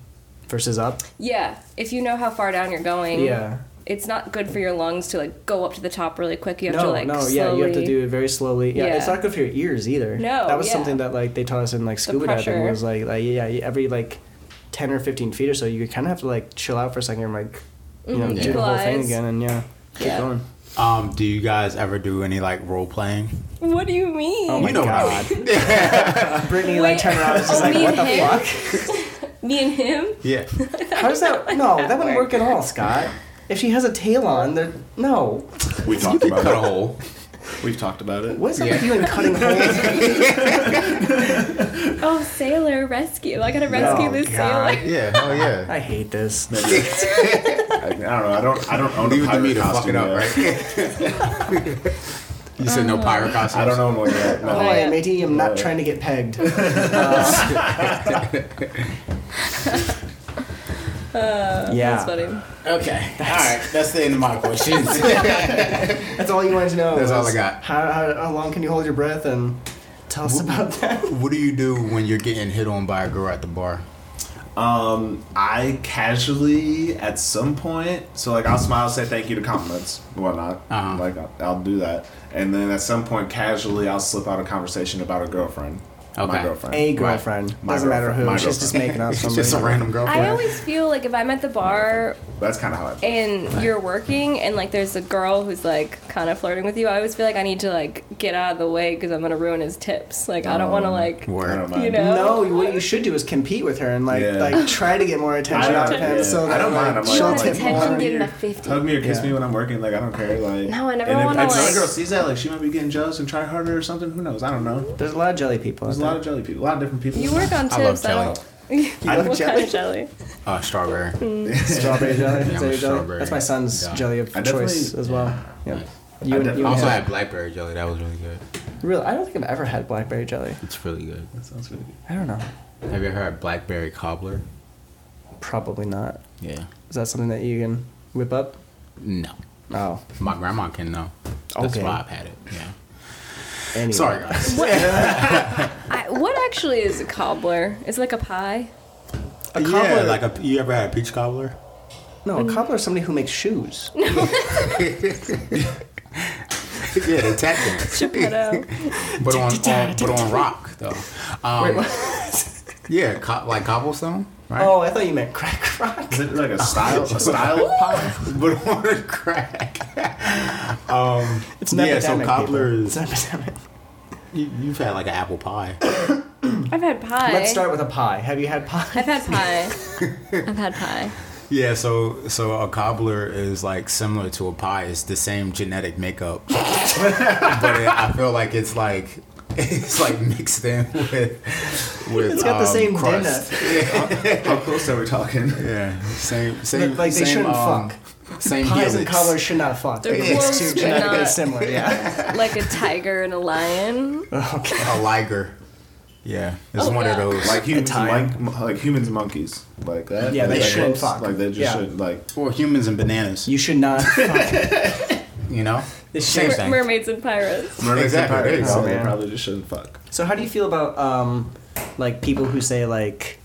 [SPEAKER 2] versus up?
[SPEAKER 4] Yeah. If you know how far down you're going.
[SPEAKER 2] Yeah.
[SPEAKER 4] It's not good for your lungs to like go up to the top really quick. You have
[SPEAKER 2] no,
[SPEAKER 4] to like
[SPEAKER 2] no,
[SPEAKER 4] slowly.
[SPEAKER 2] yeah, you have to do it very slowly. Yeah, it's
[SPEAKER 4] Yeah.
[SPEAKER 2] not good for your ears either.
[SPEAKER 4] No,
[SPEAKER 2] that was
[SPEAKER 4] yeah.
[SPEAKER 2] something that like they taught us in like scuba diving
[SPEAKER 4] pressure.
[SPEAKER 2] was like, like yeah, every like ten or fifteen feet or so, you kind of have to like chill out for a second and like you know
[SPEAKER 4] Mhm,
[SPEAKER 2] do the whole thing
[SPEAKER 4] equalize.
[SPEAKER 2] again and yeah, keep
[SPEAKER 4] Yeah.
[SPEAKER 2] going.
[SPEAKER 3] Um, do you guys ever do any like role playing?
[SPEAKER 4] What do you mean?
[SPEAKER 2] Oh my
[SPEAKER 3] you know
[SPEAKER 2] God.
[SPEAKER 3] what I mean.
[SPEAKER 2] Brittany like
[SPEAKER 4] Wait,
[SPEAKER 2] turned around and was just
[SPEAKER 4] oh,
[SPEAKER 2] like,
[SPEAKER 4] me
[SPEAKER 2] what the
[SPEAKER 4] and him?
[SPEAKER 2] fuck?
[SPEAKER 4] Me and him.
[SPEAKER 3] yeah.
[SPEAKER 2] How does that? No, that wouldn't
[SPEAKER 4] work.
[SPEAKER 2] work at all, Scott. If she has a tail on, there no.
[SPEAKER 1] We talked
[SPEAKER 3] Cut a
[SPEAKER 1] about it.
[SPEAKER 3] hole.
[SPEAKER 1] We've talked about it.
[SPEAKER 2] What is up
[SPEAKER 3] Yeah.
[SPEAKER 2] with you and cutting holes?
[SPEAKER 4] Oh, sailor rescue! I gotta rescue
[SPEAKER 2] Oh,
[SPEAKER 4] this
[SPEAKER 2] God.
[SPEAKER 4] sailor.
[SPEAKER 3] Yeah. Hell yeah.
[SPEAKER 2] I hate this.
[SPEAKER 1] I, I don't know. I don't. I don't own
[SPEAKER 3] Leave
[SPEAKER 1] a
[SPEAKER 3] it to
[SPEAKER 1] pirate
[SPEAKER 3] me to fuck
[SPEAKER 1] costume
[SPEAKER 3] it up,
[SPEAKER 1] yet.
[SPEAKER 3] right? you said no pirate costumes.
[SPEAKER 1] I don't own one yet. No.
[SPEAKER 2] Oh,
[SPEAKER 4] Yeah. Uh,
[SPEAKER 2] I am 18. I'm not
[SPEAKER 1] Yeah.
[SPEAKER 2] trying to get pegged. yeah.
[SPEAKER 4] That's funny.
[SPEAKER 3] Okay. All right. That's the end of my questions.
[SPEAKER 2] That's all you wanted to know.
[SPEAKER 3] That's all
[SPEAKER 2] was
[SPEAKER 3] I got.
[SPEAKER 2] How, how, how long can you hold your breath and tell us about that?
[SPEAKER 3] what do you do when you're getting hit on by a girl at the bar?
[SPEAKER 1] Um, I casually at some point, so like I'll smile, say thank you to compliments, and whatnot.
[SPEAKER 3] Uh-huh.
[SPEAKER 1] Like I'll, I'll do that, and then at some point, casually, I'll slip out a conversation about a girlfriend, my
[SPEAKER 3] Okay.
[SPEAKER 1] girlfriend.
[SPEAKER 2] A girlfriend.
[SPEAKER 1] My
[SPEAKER 2] Doesn't matter who.
[SPEAKER 1] girlfriend. My
[SPEAKER 2] She's just making up
[SPEAKER 3] It's
[SPEAKER 2] somebody.
[SPEAKER 3] just a random girlfriend.
[SPEAKER 4] I always feel like if I'm at the bar
[SPEAKER 1] That's kind of how I.
[SPEAKER 4] and you're working and like there's a girl who's like kind of flirting with you, I always feel like I need to like get out of the way because I'm gonna ruin his tips. Like I don't want to like
[SPEAKER 3] Word.
[SPEAKER 1] I don't mind.
[SPEAKER 4] you know.
[SPEAKER 2] No, you- what you should do is compete with her and like
[SPEAKER 1] Yeah.
[SPEAKER 2] like try to get more attention out of him.
[SPEAKER 1] yeah.
[SPEAKER 2] So
[SPEAKER 1] I
[SPEAKER 2] that,
[SPEAKER 1] don't
[SPEAKER 2] like,
[SPEAKER 1] mind. I'm like,
[SPEAKER 2] she'll
[SPEAKER 1] I'm like,
[SPEAKER 2] tip
[SPEAKER 1] attention
[SPEAKER 2] more.
[SPEAKER 4] giving a fifty.
[SPEAKER 1] Hug me or kiss
[SPEAKER 2] Yeah.
[SPEAKER 1] me when I'm working. Like I don't care. Like
[SPEAKER 4] No, I never
[SPEAKER 1] and if-
[SPEAKER 4] wanna,
[SPEAKER 1] and if
[SPEAKER 4] like-
[SPEAKER 1] another girl sees that, like she might be getting jealous and try harder or something. Who knows? I don't know.
[SPEAKER 2] There's a lot of jelly people.
[SPEAKER 1] There's a lot of jelly people, a lot of different people.
[SPEAKER 4] You work on
[SPEAKER 3] I love
[SPEAKER 4] tips. I,
[SPEAKER 3] jelly.
[SPEAKER 4] don't.
[SPEAKER 1] I love
[SPEAKER 4] what
[SPEAKER 1] jelly.
[SPEAKER 4] kind of jelly?
[SPEAKER 3] Uh, strawberry.
[SPEAKER 2] Mm. strawberry jelly.
[SPEAKER 3] Yeah, I'm
[SPEAKER 2] jelly.
[SPEAKER 3] a strawberry.
[SPEAKER 2] That's my son's
[SPEAKER 3] Yeah.
[SPEAKER 2] jelly of
[SPEAKER 1] I definitely-
[SPEAKER 2] choice as well. Yeah. You
[SPEAKER 1] I
[SPEAKER 2] and,
[SPEAKER 1] definitely-
[SPEAKER 2] you and
[SPEAKER 3] also
[SPEAKER 2] him.
[SPEAKER 3] had blackberry jelly. That was really good.
[SPEAKER 2] Really, I don't think I've ever had blackberry jelly.
[SPEAKER 3] It's really good.
[SPEAKER 1] That sounds really good.
[SPEAKER 2] I don't know.
[SPEAKER 3] Have you ever had blackberry cobbler?
[SPEAKER 2] Probably not.
[SPEAKER 3] Yeah.
[SPEAKER 2] Is that something that you can whip up?
[SPEAKER 3] No.
[SPEAKER 2] Oh,
[SPEAKER 3] My grandma can know. That's
[SPEAKER 2] Okay.
[SPEAKER 3] why I've had it. Yeah.
[SPEAKER 2] anyway.
[SPEAKER 3] Sorry guys.
[SPEAKER 4] I, what actually is a cobbler? It's like a pie.
[SPEAKER 2] A cobbler,
[SPEAKER 3] like a you ever had a peach cobbler?
[SPEAKER 2] no, a cobbler is somebody who makes shoes.
[SPEAKER 3] yeah, the tap dance.
[SPEAKER 4] Geppetto.
[SPEAKER 3] But on, on but on rock though. Um, yeah, co- like cobblestone, right?
[SPEAKER 2] Oh, I thought you meant crack rock.
[SPEAKER 1] Is it like a style, a style of pie?
[SPEAKER 3] But on crack. um,
[SPEAKER 2] It's an
[SPEAKER 3] yeah, so
[SPEAKER 2] epidemic. people.
[SPEAKER 3] cobblers.
[SPEAKER 2] It's an epidemic.
[SPEAKER 3] You, you've had like an apple pie.
[SPEAKER 4] I've had pie.
[SPEAKER 2] Let's start with a pie. Have you had pie?
[SPEAKER 4] I've had pie. I've had pie.
[SPEAKER 3] Yeah, so so a cobbler is like similar to a pie. It's the same genetic makeup, but it, I feel like it's like it's like mixed in with with
[SPEAKER 2] It's got
[SPEAKER 3] um,
[SPEAKER 2] the same
[SPEAKER 3] crust.
[SPEAKER 2] dinner.
[SPEAKER 1] How close are we talking?
[SPEAKER 3] Yeah, same same.
[SPEAKER 2] Like, they
[SPEAKER 3] same,
[SPEAKER 2] shouldn't
[SPEAKER 3] um, Same
[SPEAKER 2] Pies and
[SPEAKER 3] helix.
[SPEAKER 2] cobblers should not fuck.
[SPEAKER 4] They're
[SPEAKER 2] It's
[SPEAKER 4] close,
[SPEAKER 2] too
[SPEAKER 4] but
[SPEAKER 2] genetically
[SPEAKER 4] not-
[SPEAKER 2] similar. Yeah.
[SPEAKER 4] Like a tiger and a lion.
[SPEAKER 2] okay.
[SPEAKER 3] A liger. Yeah, it's
[SPEAKER 4] Oh,
[SPEAKER 3] one
[SPEAKER 4] yeah.
[SPEAKER 3] of those.
[SPEAKER 1] Like humans,
[SPEAKER 2] time.
[SPEAKER 1] and mon- like humans, and monkeys, like that.
[SPEAKER 2] Yeah, they
[SPEAKER 1] like,
[SPEAKER 2] shouldn't
[SPEAKER 1] that's-
[SPEAKER 2] fuck.
[SPEAKER 1] Like they just
[SPEAKER 2] Yeah.
[SPEAKER 1] should like.
[SPEAKER 3] or humans and bananas. You,
[SPEAKER 2] You should not. fuck.
[SPEAKER 3] know,
[SPEAKER 2] This
[SPEAKER 3] same
[SPEAKER 2] shit-
[SPEAKER 3] thing.
[SPEAKER 4] Mermaids and pirates.
[SPEAKER 1] Mermaids
[SPEAKER 3] Exactly,
[SPEAKER 1] and
[SPEAKER 3] there you
[SPEAKER 1] pirates,
[SPEAKER 2] go.
[SPEAKER 1] so they
[SPEAKER 2] Yeah.
[SPEAKER 1] probably just shouldn't fuck.
[SPEAKER 2] so how do you feel about um, like people who say like,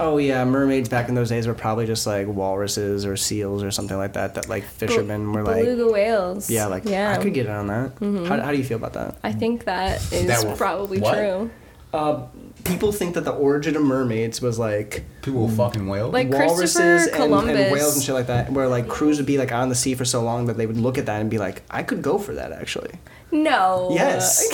[SPEAKER 2] oh yeah, mermaids back in those days were probably just like walruses or seals or something like that. That like fishermen were like,
[SPEAKER 4] Beluga whales.
[SPEAKER 2] yeah, like
[SPEAKER 4] yeah. Mm-hmm.
[SPEAKER 2] I could get on that. How, how do you feel about that?
[SPEAKER 4] I think that is
[SPEAKER 3] That will-
[SPEAKER 4] probably
[SPEAKER 3] what?
[SPEAKER 4] true.
[SPEAKER 2] Uh, people think that the origin of mermaids was like
[SPEAKER 3] People fucking whales.
[SPEAKER 4] Like-
[SPEAKER 2] walruses
[SPEAKER 4] Christopher
[SPEAKER 2] and, and
[SPEAKER 4] Columbus.
[SPEAKER 2] whales and shit like that, where like crews would be like on the sea for so long that they would look at that and be like, I could go for that actually.
[SPEAKER 4] No.
[SPEAKER 2] Yes.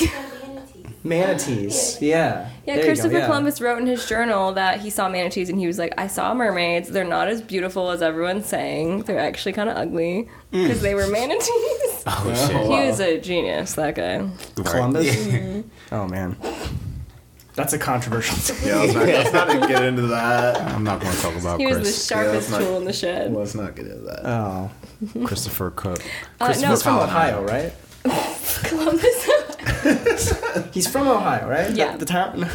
[SPEAKER 2] Manatees, yeah.
[SPEAKER 4] Yeah,
[SPEAKER 2] There you go,
[SPEAKER 4] Christopher
[SPEAKER 2] yeah.
[SPEAKER 4] Columbus wrote in his journal that he saw manatees and he was like, I saw mermaids. They're not as beautiful as everyone's saying. They're actually kind of ugly
[SPEAKER 2] Mm.
[SPEAKER 4] because they were manatees.
[SPEAKER 3] oh
[SPEAKER 4] he
[SPEAKER 3] shit.
[SPEAKER 4] was a genius, that guy.
[SPEAKER 3] Right.
[SPEAKER 2] Columbus?
[SPEAKER 3] Yeah.
[SPEAKER 2] Oh man, that's a controversial. thing.
[SPEAKER 1] Yeah, let's not, let's not even get into that.
[SPEAKER 3] I'm not going to talk about
[SPEAKER 4] He was the
[SPEAKER 3] Chris.
[SPEAKER 4] sharpest
[SPEAKER 1] Yeah, that's
[SPEAKER 4] tool in the shed.
[SPEAKER 1] Let's not get into that.
[SPEAKER 2] Oh,
[SPEAKER 3] Christopher Cook.
[SPEAKER 4] Uh, no,
[SPEAKER 2] he's from
[SPEAKER 3] Colin.
[SPEAKER 2] Ohio, right?
[SPEAKER 4] Columbus.
[SPEAKER 2] He's from Ohio, right?
[SPEAKER 4] Yeah.
[SPEAKER 2] The, the town.
[SPEAKER 4] um,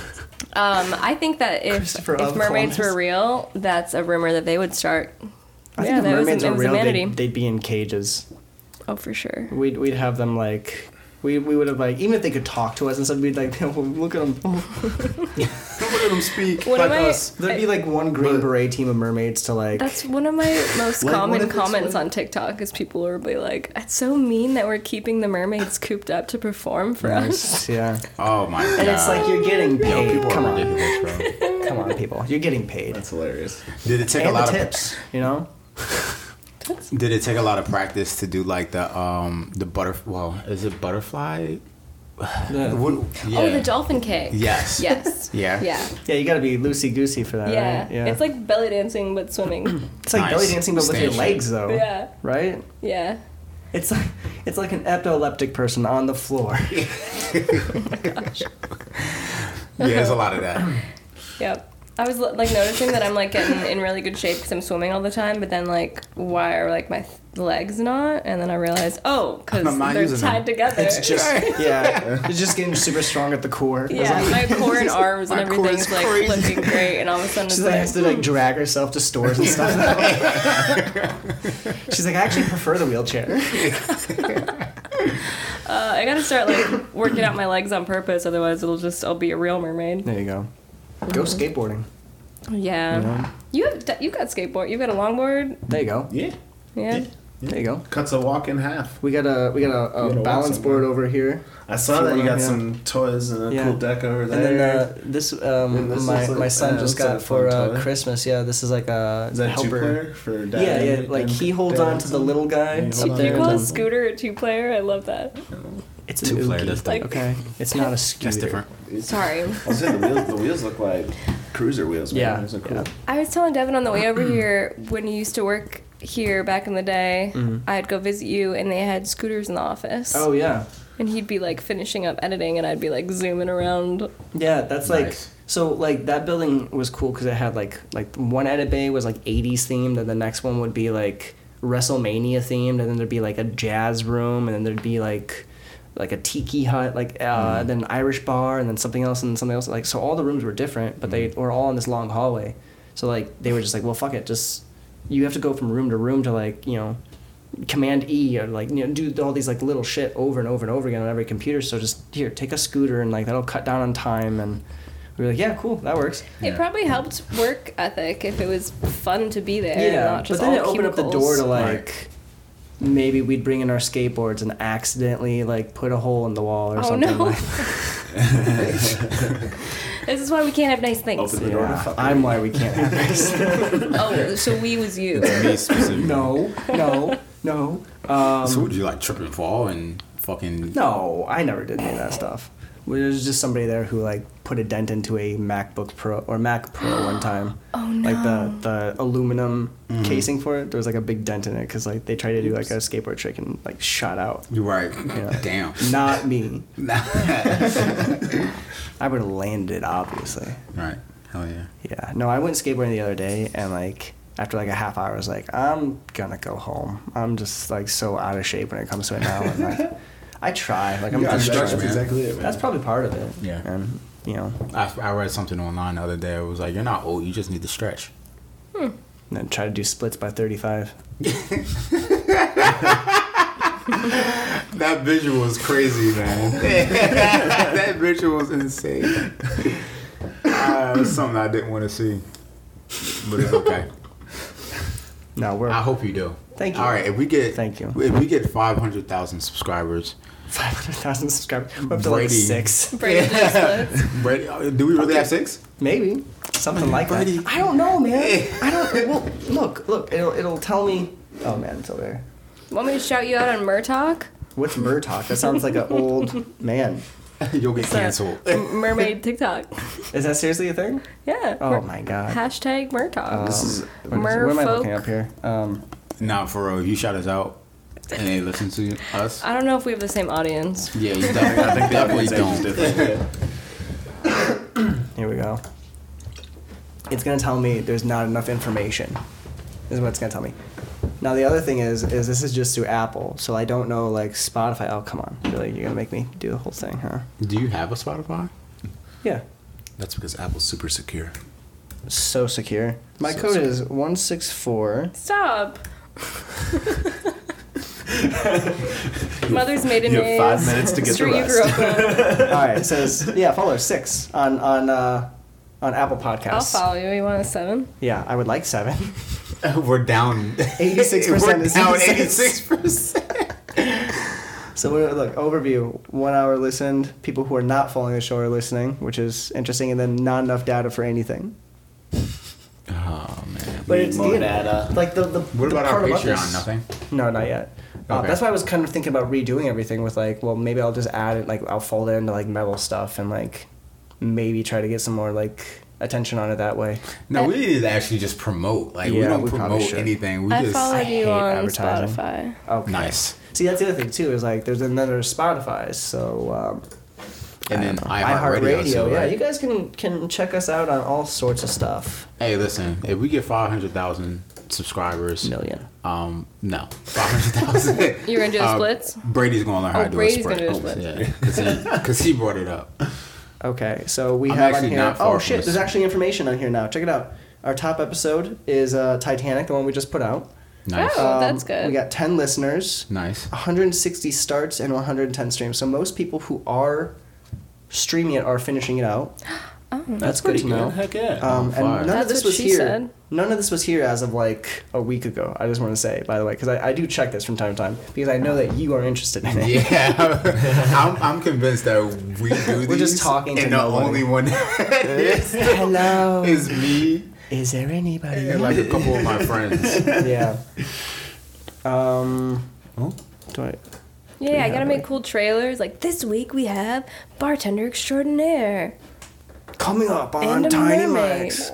[SPEAKER 4] I think that if,
[SPEAKER 2] Christopher
[SPEAKER 4] if
[SPEAKER 2] of
[SPEAKER 4] mermaids
[SPEAKER 2] Columbus.
[SPEAKER 4] were real, that's a rumor that they would start.
[SPEAKER 2] I
[SPEAKER 4] yeah,
[SPEAKER 2] think
[SPEAKER 4] that
[SPEAKER 2] if
[SPEAKER 4] was a-
[SPEAKER 2] mermaids
[SPEAKER 4] it
[SPEAKER 2] are
[SPEAKER 4] was a
[SPEAKER 2] real,
[SPEAKER 4] manatee.
[SPEAKER 2] they'd, they'd be in cages.
[SPEAKER 4] Oh, for sure.
[SPEAKER 2] We'd we'd have them like. We, we would have like even if they could talk to us and stuff we'd like look at them
[SPEAKER 3] Look at him speak.
[SPEAKER 4] What am I?
[SPEAKER 2] there'd be like one green
[SPEAKER 1] But-
[SPEAKER 2] beret team of mermaids to like
[SPEAKER 4] That's one of my most
[SPEAKER 1] Like,
[SPEAKER 4] common
[SPEAKER 1] what if it's
[SPEAKER 4] comments
[SPEAKER 1] like-
[SPEAKER 4] on TikTok is people will be like, "It's so mean that we're keeping the mermaids cooped up to perform for us."
[SPEAKER 2] yeah
[SPEAKER 3] Oh my god.
[SPEAKER 2] and it's like you're getting
[SPEAKER 3] Yo,
[SPEAKER 2] paid
[SPEAKER 3] people
[SPEAKER 2] come
[SPEAKER 3] are
[SPEAKER 2] on
[SPEAKER 3] ridiculous, bro.
[SPEAKER 2] Come on, people. You're getting paid.
[SPEAKER 1] That's hilarious.
[SPEAKER 3] Did it take a
[SPEAKER 2] and the
[SPEAKER 3] lot of
[SPEAKER 2] tips, you know?
[SPEAKER 3] Did it take a lot of practice to do like the um the butter? Well, is it butterfly? What-
[SPEAKER 4] Oh,
[SPEAKER 3] yeah.
[SPEAKER 4] the dolphin cake.
[SPEAKER 3] Yes.
[SPEAKER 4] Yes.
[SPEAKER 3] Yeah.
[SPEAKER 4] Yeah.
[SPEAKER 2] yeah, you gotta be loosey goosey for that,
[SPEAKER 4] Yeah.
[SPEAKER 2] right? Yeah.
[SPEAKER 4] It's like belly dancing but swimming.
[SPEAKER 2] it's like
[SPEAKER 3] Nice.
[SPEAKER 2] belly dancing, but with your
[SPEAKER 3] Station.
[SPEAKER 2] legs, though.
[SPEAKER 4] Yeah.
[SPEAKER 2] Right?
[SPEAKER 4] yeah.
[SPEAKER 2] It's like it's like an epileptic person on the floor.
[SPEAKER 3] Yeah, there's a lot of that.
[SPEAKER 4] Yep. I was like noticing that I'm like getting in really good shape because I'm swimming all the time, but then like why are like my th- legs not? And then I realized, oh, because
[SPEAKER 3] I'm not
[SPEAKER 4] they're
[SPEAKER 3] using
[SPEAKER 4] tied
[SPEAKER 3] them.
[SPEAKER 4] together.
[SPEAKER 2] It's just yeah, it's just getting super strong at the core. It's
[SPEAKER 4] yeah,
[SPEAKER 2] like-
[SPEAKER 4] my core and arms and
[SPEAKER 3] My core
[SPEAKER 4] everything's
[SPEAKER 3] is
[SPEAKER 4] like
[SPEAKER 3] crazy.
[SPEAKER 4] looking great, and all of a sudden
[SPEAKER 2] She's
[SPEAKER 4] it's
[SPEAKER 2] like
[SPEAKER 4] like,
[SPEAKER 2] has to like drag herself to stores and stuff. She's like, I actually prefer the wheelchair.
[SPEAKER 4] uh, I gotta start like working out my legs on purpose, otherwise it'll just I'll be a real mermaid.
[SPEAKER 2] There you go. Go skateboarding.
[SPEAKER 4] Yeah, you have d- you got skateboard, you got a longboard,
[SPEAKER 2] There you go.
[SPEAKER 1] Yeah,
[SPEAKER 4] yeah.
[SPEAKER 2] There you go.
[SPEAKER 1] cuts a walk in half.
[SPEAKER 2] We got a we got a,
[SPEAKER 1] You
[SPEAKER 2] a
[SPEAKER 1] gotta walk
[SPEAKER 2] balance
[SPEAKER 1] somewhere.
[SPEAKER 2] board over here.
[SPEAKER 1] I saw that you got
[SPEAKER 2] Yeah.
[SPEAKER 1] some toys and a
[SPEAKER 2] Yeah.
[SPEAKER 1] cool deck over
[SPEAKER 2] And
[SPEAKER 1] there.
[SPEAKER 2] then uh, this, um,
[SPEAKER 1] And this
[SPEAKER 2] my,
[SPEAKER 1] is like-
[SPEAKER 2] my son
[SPEAKER 1] uh,
[SPEAKER 2] just
[SPEAKER 1] looks like
[SPEAKER 2] got
[SPEAKER 1] a
[SPEAKER 2] for
[SPEAKER 1] fun
[SPEAKER 2] uh,
[SPEAKER 1] toy.
[SPEAKER 2] Christmas. Yeah, this is like a
[SPEAKER 1] is that
[SPEAKER 2] helper.
[SPEAKER 1] two player for dad?
[SPEAKER 2] Yeah, yeah.
[SPEAKER 1] and-
[SPEAKER 2] Like
[SPEAKER 1] and
[SPEAKER 2] he holds
[SPEAKER 1] dad
[SPEAKER 2] on to the little guy
[SPEAKER 1] Yeah,
[SPEAKER 2] up
[SPEAKER 1] hold on.
[SPEAKER 4] You
[SPEAKER 2] there.
[SPEAKER 1] They're
[SPEAKER 4] call a
[SPEAKER 2] and-
[SPEAKER 4] scooter a two player? I love that.
[SPEAKER 2] It's
[SPEAKER 3] Two
[SPEAKER 2] an
[SPEAKER 3] player,
[SPEAKER 2] Oogie.
[SPEAKER 3] that's
[SPEAKER 4] Like-
[SPEAKER 2] okay. It's not a scooter.
[SPEAKER 3] That's different.
[SPEAKER 4] Sorry.
[SPEAKER 1] I was saying the wheels. The wheels look like cruiser wheels. Man.
[SPEAKER 2] Yeah,
[SPEAKER 1] Those are cool.
[SPEAKER 2] yeah.
[SPEAKER 4] I was telling Devin on the way over here when you used to work here back in the day, I'd go visit you and they had scooters in the office.
[SPEAKER 2] Mm-hmm. Oh yeah,
[SPEAKER 4] And he'd be like finishing up editing and I'd be like zooming around.
[SPEAKER 2] yeah. That's like
[SPEAKER 3] Nice.
[SPEAKER 2] so. Like that building was cool because it had like like one edit bay was like '80s themed, and the next one would be like WrestleMania themed, and then there'd be like a jazz room, and then there'd be like like a tiki hut, like uh, then Irish bar, and then something else, and something else. Like so, all the rooms were different, but they were all in this long hallway. So like they were just like, well, fuck it, just you have to go from room to room to like you know command E or like you know do all these like little shit over and over and over again on every computer. So just here, take a scooter and like that'll cut down on time. And we were like, yeah, cool, that works.
[SPEAKER 4] It probably helped work ethic if it was fun to be there. Yeah,
[SPEAKER 2] Yeah,
[SPEAKER 4] not
[SPEAKER 2] but
[SPEAKER 4] just
[SPEAKER 2] then it
[SPEAKER 4] all
[SPEAKER 2] opened up the door
[SPEAKER 4] cubicles.
[SPEAKER 2] to like. Maybe we'd bring in our skateboards and accidentally like put a hole in the wall or
[SPEAKER 4] Oh
[SPEAKER 2] something.
[SPEAKER 4] no.
[SPEAKER 2] like-
[SPEAKER 4] this is why we can't have nice things.
[SPEAKER 1] Open the door to
[SPEAKER 2] Yeah,
[SPEAKER 1] fuck.
[SPEAKER 2] I'm why we can't have this.
[SPEAKER 4] Oh, so we was you.
[SPEAKER 3] Me specifically.
[SPEAKER 2] No, no, no. Um,
[SPEAKER 3] So would you like trip and fall and fucking?
[SPEAKER 2] no, I never did any of that stuff. There was just somebody there who like put a dent into a MacBook Pro or Mac Pro one time. Oh no! Like the the aluminum
[SPEAKER 3] Mm-hmm.
[SPEAKER 2] casing for it, there was like a big dent in it because like they tried to do like a skateboard trick and like shot out.
[SPEAKER 3] You're right. Damn.
[SPEAKER 2] Not me.
[SPEAKER 3] right.
[SPEAKER 2] I would have landed obviously.
[SPEAKER 3] Hell yeah.
[SPEAKER 2] Yeah. No, I went skateboarding the other day and like after like a half hour I was like, I'm gonna go home. I'm just like so out of shape when it comes to it now and like I try. Like I'm
[SPEAKER 3] Yeah,
[SPEAKER 2] just
[SPEAKER 3] that's
[SPEAKER 2] trying.
[SPEAKER 3] man.
[SPEAKER 1] exactly it. Man.
[SPEAKER 2] That's probably part of it.
[SPEAKER 3] Yeah.
[SPEAKER 2] And you know,
[SPEAKER 3] I, I read something online the other day. It was like, you're not old. You just need to stretch.
[SPEAKER 2] and then try to do splits by 35.
[SPEAKER 3] That visual was crazy, man. that visual was insane. Uh, it was something I didn't want to see, but it's okay.
[SPEAKER 2] No, we're
[SPEAKER 3] I hope you do.
[SPEAKER 2] Thank you.
[SPEAKER 3] All right, if we get
[SPEAKER 2] Thank you.
[SPEAKER 3] if we get five hundred thousand subscribers,
[SPEAKER 2] 500,000 subscribers. We're up to like
[SPEAKER 3] Brady.
[SPEAKER 2] six.
[SPEAKER 4] Brady do splits.
[SPEAKER 3] Brady, uh, do we really have six?
[SPEAKER 2] Maybe. Something like
[SPEAKER 3] Brady. Eh.
[SPEAKER 2] that. I don't know, man. I don't. Well, look, look. It'll, it'll tell me. Oh, man, it's over there.
[SPEAKER 4] Want me to shout you out on Murtalk?
[SPEAKER 2] What's Murdoch? That sounds like an old man.
[SPEAKER 3] You'll get
[SPEAKER 4] Sorry.
[SPEAKER 3] canceled.
[SPEAKER 4] Mermaid TikTok.
[SPEAKER 2] Is that seriously a thing?
[SPEAKER 4] Yeah.
[SPEAKER 2] Oh, my God. Um,
[SPEAKER 4] Hashtag Murtalk.
[SPEAKER 1] This is
[SPEAKER 2] What is it? What am I looking
[SPEAKER 4] Merfolk.
[SPEAKER 2] up here? Um,
[SPEAKER 3] Nah, for real. You shout us out, and they listen to us.
[SPEAKER 4] I don't know if we have the same audience.
[SPEAKER 3] Yeah, you definitely, Uh, I think definitely
[SPEAKER 1] It's
[SPEAKER 3] don't.
[SPEAKER 1] different.
[SPEAKER 2] here we go. It's gonna tell me there's not enough information. Is what it's gonna tell me. Now the other thing is, is this is just through Apple, so I don't know like Spotify. Oh come on, really? You're gonna make me do the whole thing, huh?
[SPEAKER 3] Do you have a Spotify?
[SPEAKER 2] Yeah.
[SPEAKER 5] That's because Apple's super secure.
[SPEAKER 2] So secure. My
[SPEAKER 5] So
[SPEAKER 2] code is one six four.
[SPEAKER 4] Stop. Mother's maiden
[SPEAKER 1] You
[SPEAKER 4] name.
[SPEAKER 1] have five minutes to get the
[SPEAKER 4] Street you
[SPEAKER 1] rest.
[SPEAKER 4] grew up on.
[SPEAKER 2] All right, it says yeah, follow six on on uh, on Apple Podcasts.
[SPEAKER 4] I'll follow you. You want a seven?
[SPEAKER 2] Yeah, I would like seven.
[SPEAKER 3] We're down.
[SPEAKER 2] 86%
[SPEAKER 3] We're
[SPEAKER 2] is
[SPEAKER 3] down
[SPEAKER 2] insane.
[SPEAKER 3] eighty six percent.
[SPEAKER 2] So we're, look, overview: one hour listened. People who are not following the show are listening, which is interesting, and then not enough data for anything.
[SPEAKER 3] Oh man.
[SPEAKER 2] But
[SPEAKER 1] Need
[SPEAKER 2] it's
[SPEAKER 1] more
[SPEAKER 2] the
[SPEAKER 1] data.
[SPEAKER 2] Like the the
[SPEAKER 3] What
[SPEAKER 2] the
[SPEAKER 3] about our
[SPEAKER 2] part
[SPEAKER 3] Patreon?
[SPEAKER 2] this-
[SPEAKER 3] Nothing.
[SPEAKER 2] No, not yet. Uh,
[SPEAKER 3] Okay.
[SPEAKER 2] that's why I was kind of thinking about redoing everything with like, well, maybe I'll just add it, like I'll fold it into like metal stuff and like maybe try to get some more like attention on it that way.
[SPEAKER 3] No, we need to actually just promote. Like we
[SPEAKER 2] Yeah,
[SPEAKER 3] don't
[SPEAKER 2] we probably
[SPEAKER 3] promote
[SPEAKER 2] should.
[SPEAKER 3] anything. We
[SPEAKER 4] I
[SPEAKER 3] just
[SPEAKER 4] followed
[SPEAKER 2] hate
[SPEAKER 4] you on
[SPEAKER 2] advertising.
[SPEAKER 4] Spotify.
[SPEAKER 2] Okay.
[SPEAKER 3] nice.
[SPEAKER 2] See, that's the other thing too is like there's another Spotify, so um,
[SPEAKER 3] And then
[SPEAKER 2] iHeartRadio.
[SPEAKER 3] iHeartRadio. So,
[SPEAKER 2] yeah,
[SPEAKER 3] like,
[SPEAKER 2] you guys can can check us out on all sorts of stuff.
[SPEAKER 3] hey, listen. If we get five hundred thousand subscribers,
[SPEAKER 2] Million.
[SPEAKER 3] um, no, five hundred thousand.
[SPEAKER 4] You're gonna do the
[SPEAKER 3] Uh,
[SPEAKER 4] splits?
[SPEAKER 3] Brady's gonna learn how
[SPEAKER 4] Oh,
[SPEAKER 3] to do
[SPEAKER 4] Brady's
[SPEAKER 3] a split.
[SPEAKER 4] gonna do a Oh. split.
[SPEAKER 3] because he, brought it up.
[SPEAKER 2] Okay, so we
[SPEAKER 3] I'm
[SPEAKER 2] have on
[SPEAKER 3] actually
[SPEAKER 2] here.
[SPEAKER 3] not far
[SPEAKER 2] Oh
[SPEAKER 3] from
[SPEAKER 2] shit!
[SPEAKER 3] this.
[SPEAKER 2] There's actually information on here now. Check it out. Our top episode is uh, Titanic, the one we just put out.
[SPEAKER 3] Nice,
[SPEAKER 4] Oh.
[SPEAKER 2] Um,
[SPEAKER 4] that's good.
[SPEAKER 2] We got 10 listeners,
[SPEAKER 3] nice.
[SPEAKER 2] 160 starts, and 110 streams. So most people who are streaming it are finishing it out.
[SPEAKER 4] Oh,
[SPEAKER 2] that's good
[SPEAKER 1] pretty
[SPEAKER 2] to know.
[SPEAKER 1] good. Heck yeah.
[SPEAKER 2] Um, and
[SPEAKER 3] fire.
[SPEAKER 2] none of
[SPEAKER 4] That's
[SPEAKER 2] this
[SPEAKER 4] what
[SPEAKER 2] was
[SPEAKER 4] she
[SPEAKER 2] here.
[SPEAKER 4] said.
[SPEAKER 2] None of this was here as of like a week ago. I just want to say, by the way, because I, I do check this from time to time because I know that you are interested in it.
[SPEAKER 3] Yeah, I'm, I'm convinced that we do these.
[SPEAKER 2] We're just talking to
[SPEAKER 3] and the
[SPEAKER 2] nobody.
[SPEAKER 3] only one that is,
[SPEAKER 2] Hello.
[SPEAKER 3] is me
[SPEAKER 2] Is there anybody?
[SPEAKER 3] and like a couple of my friends.
[SPEAKER 2] yeah. Um.
[SPEAKER 3] Oh.
[SPEAKER 2] Do I?
[SPEAKER 4] Yeah, I
[SPEAKER 2] Yeah,
[SPEAKER 4] gotta
[SPEAKER 2] like-
[SPEAKER 4] make cool trailers. Like this week we have bartender extraordinaire
[SPEAKER 2] Coming up on
[SPEAKER 4] and a
[SPEAKER 2] Tiny
[SPEAKER 4] mermaid.
[SPEAKER 2] Mike's.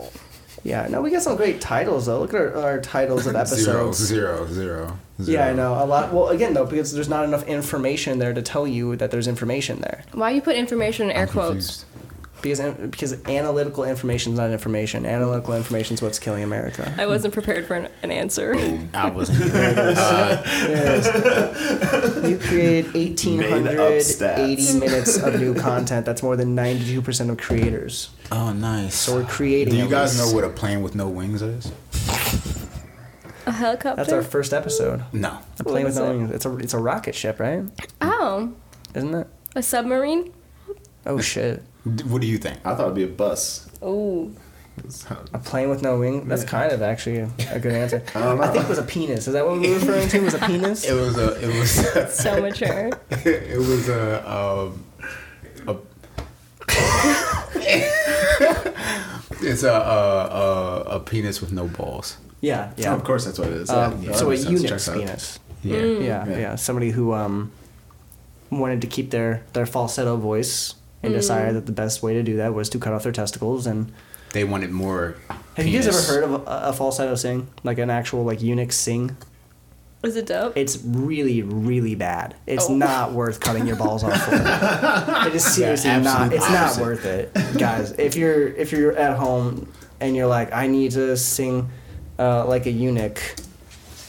[SPEAKER 2] Yeah, no, we got some great titles though. Look at our, our titles of episodes.
[SPEAKER 3] Zero, zero, zero, zero.
[SPEAKER 2] Yeah, I know a lot. Well, again though, because there's not enough information there to tell you that there's information there.
[SPEAKER 4] Why you put information in air
[SPEAKER 3] I'm
[SPEAKER 4] quotes?
[SPEAKER 3] confused.
[SPEAKER 2] Because because analytical information is not information. Analytical information is what's killing America.
[SPEAKER 4] I wasn't prepared for an, an answer.
[SPEAKER 3] I wasn't. Uh,
[SPEAKER 2] You create
[SPEAKER 1] up stats.
[SPEAKER 2] 1,880 minutes of new content. That's more than 92% of creators.
[SPEAKER 3] oh, nice.
[SPEAKER 2] So we're creating.
[SPEAKER 3] Do you
[SPEAKER 2] at
[SPEAKER 3] guys
[SPEAKER 2] least.
[SPEAKER 3] know what a plane with no wings is?
[SPEAKER 4] A helicopter?
[SPEAKER 2] That's our first episode.
[SPEAKER 3] No.
[SPEAKER 2] A plane with
[SPEAKER 4] is
[SPEAKER 2] no
[SPEAKER 4] it?
[SPEAKER 2] wings. It's a it's a rocket ship, right?
[SPEAKER 4] oh,
[SPEAKER 2] Isn't it?
[SPEAKER 4] a submarine?
[SPEAKER 2] Oh shit!
[SPEAKER 3] D- What do you think?
[SPEAKER 1] I thought it'd be a bus.
[SPEAKER 4] Oh,
[SPEAKER 2] A plane with no wing. That's kind of actually a good answer. I,
[SPEAKER 1] don't know.
[SPEAKER 2] think it was a penis. Is that what we were referring to? Was a penis?
[SPEAKER 3] It was a. It was.
[SPEAKER 4] so mature.
[SPEAKER 3] it was a. Um, a it's a, a, a a penis with no balls.
[SPEAKER 2] yeah, yeah.
[SPEAKER 1] of course, that's what it is.
[SPEAKER 2] Um,
[SPEAKER 1] Yeah,
[SPEAKER 2] so
[SPEAKER 1] that
[SPEAKER 2] a
[SPEAKER 1] makes sense.
[SPEAKER 2] eunuch's
[SPEAKER 1] Checks out.
[SPEAKER 2] penis.
[SPEAKER 3] Yeah.
[SPEAKER 2] Yeah, yeah,
[SPEAKER 1] Yeah.
[SPEAKER 2] Somebody who um wanted to keep their their falsetto voice and decided that the best way to do that was to cut off their testicles. And
[SPEAKER 3] They wanted more.
[SPEAKER 2] have you guys ever heard of a, a falsetto sing? Like an actual like eunuch sing?
[SPEAKER 4] Is it dope?
[SPEAKER 2] It's really, really bad. It's
[SPEAKER 4] Oh.
[SPEAKER 2] not worth cutting your balls off. For. It is seriously
[SPEAKER 3] absolute
[SPEAKER 2] not. It's
[SPEAKER 3] opposite.
[SPEAKER 2] not worth it, guys. If you're if you're at home and you're like, I need to sing uh, like a eunuch.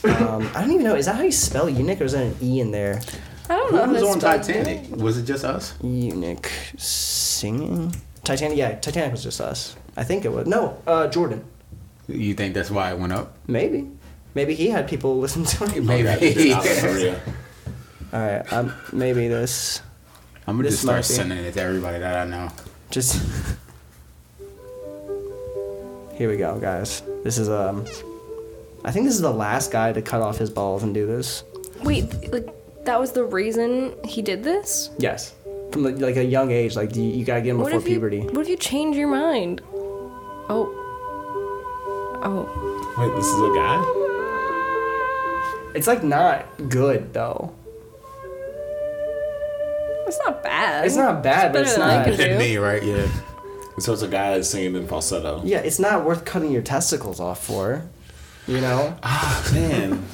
[SPEAKER 2] Um, I don't even know. Is that how you spell eunuch, or is that an e in there?
[SPEAKER 4] I don't know.
[SPEAKER 3] Who was
[SPEAKER 4] if it's
[SPEAKER 3] on
[SPEAKER 4] spelled
[SPEAKER 3] Titanic? Was it just us?
[SPEAKER 2] Eunuch singing. Titanic. Yeah, Titanic was just us. I think it was. No, uh, Jordan.
[SPEAKER 3] You think that's why it went up?
[SPEAKER 2] Maybe. Maybe he had people listen to him.
[SPEAKER 3] Maybe.
[SPEAKER 2] All right. Um, maybe this.
[SPEAKER 3] I'm gonna just
[SPEAKER 2] This
[SPEAKER 3] start
[SPEAKER 2] might be.
[SPEAKER 3] sending it to everybody that I know.
[SPEAKER 2] Just. Here we go, guys. This is um. I think this is the last guy to cut off his balls and do this.
[SPEAKER 4] Wait, th- like that was the reason he did this?
[SPEAKER 2] Yes. From like, like a young age, like you, you gotta get him
[SPEAKER 4] What
[SPEAKER 2] before
[SPEAKER 4] if you-
[SPEAKER 2] puberty.
[SPEAKER 4] what if you change your mind? Oh. Oh.
[SPEAKER 6] Wait, this is a guy?
[SPEAKER 2] It's like not good though.
[SPEAKER 4] It's not bad.
[SPEAKER 2] It's not bad, but
[SPEAKER 4] better
[SPEAKER 2] it's
[SPEAKER 4] than I
[SPEAKER 2] not.
[SPEAKER 4] can do.
[SPEAKER 3] Me, right? Yeah.
[SPEAKER 6] So it's a guy singing in falsetto.
[SPEAKER 2] Yeah, it's not worth cutting your testicles off for. You know?
[SPEAKER 1] Ah, Man,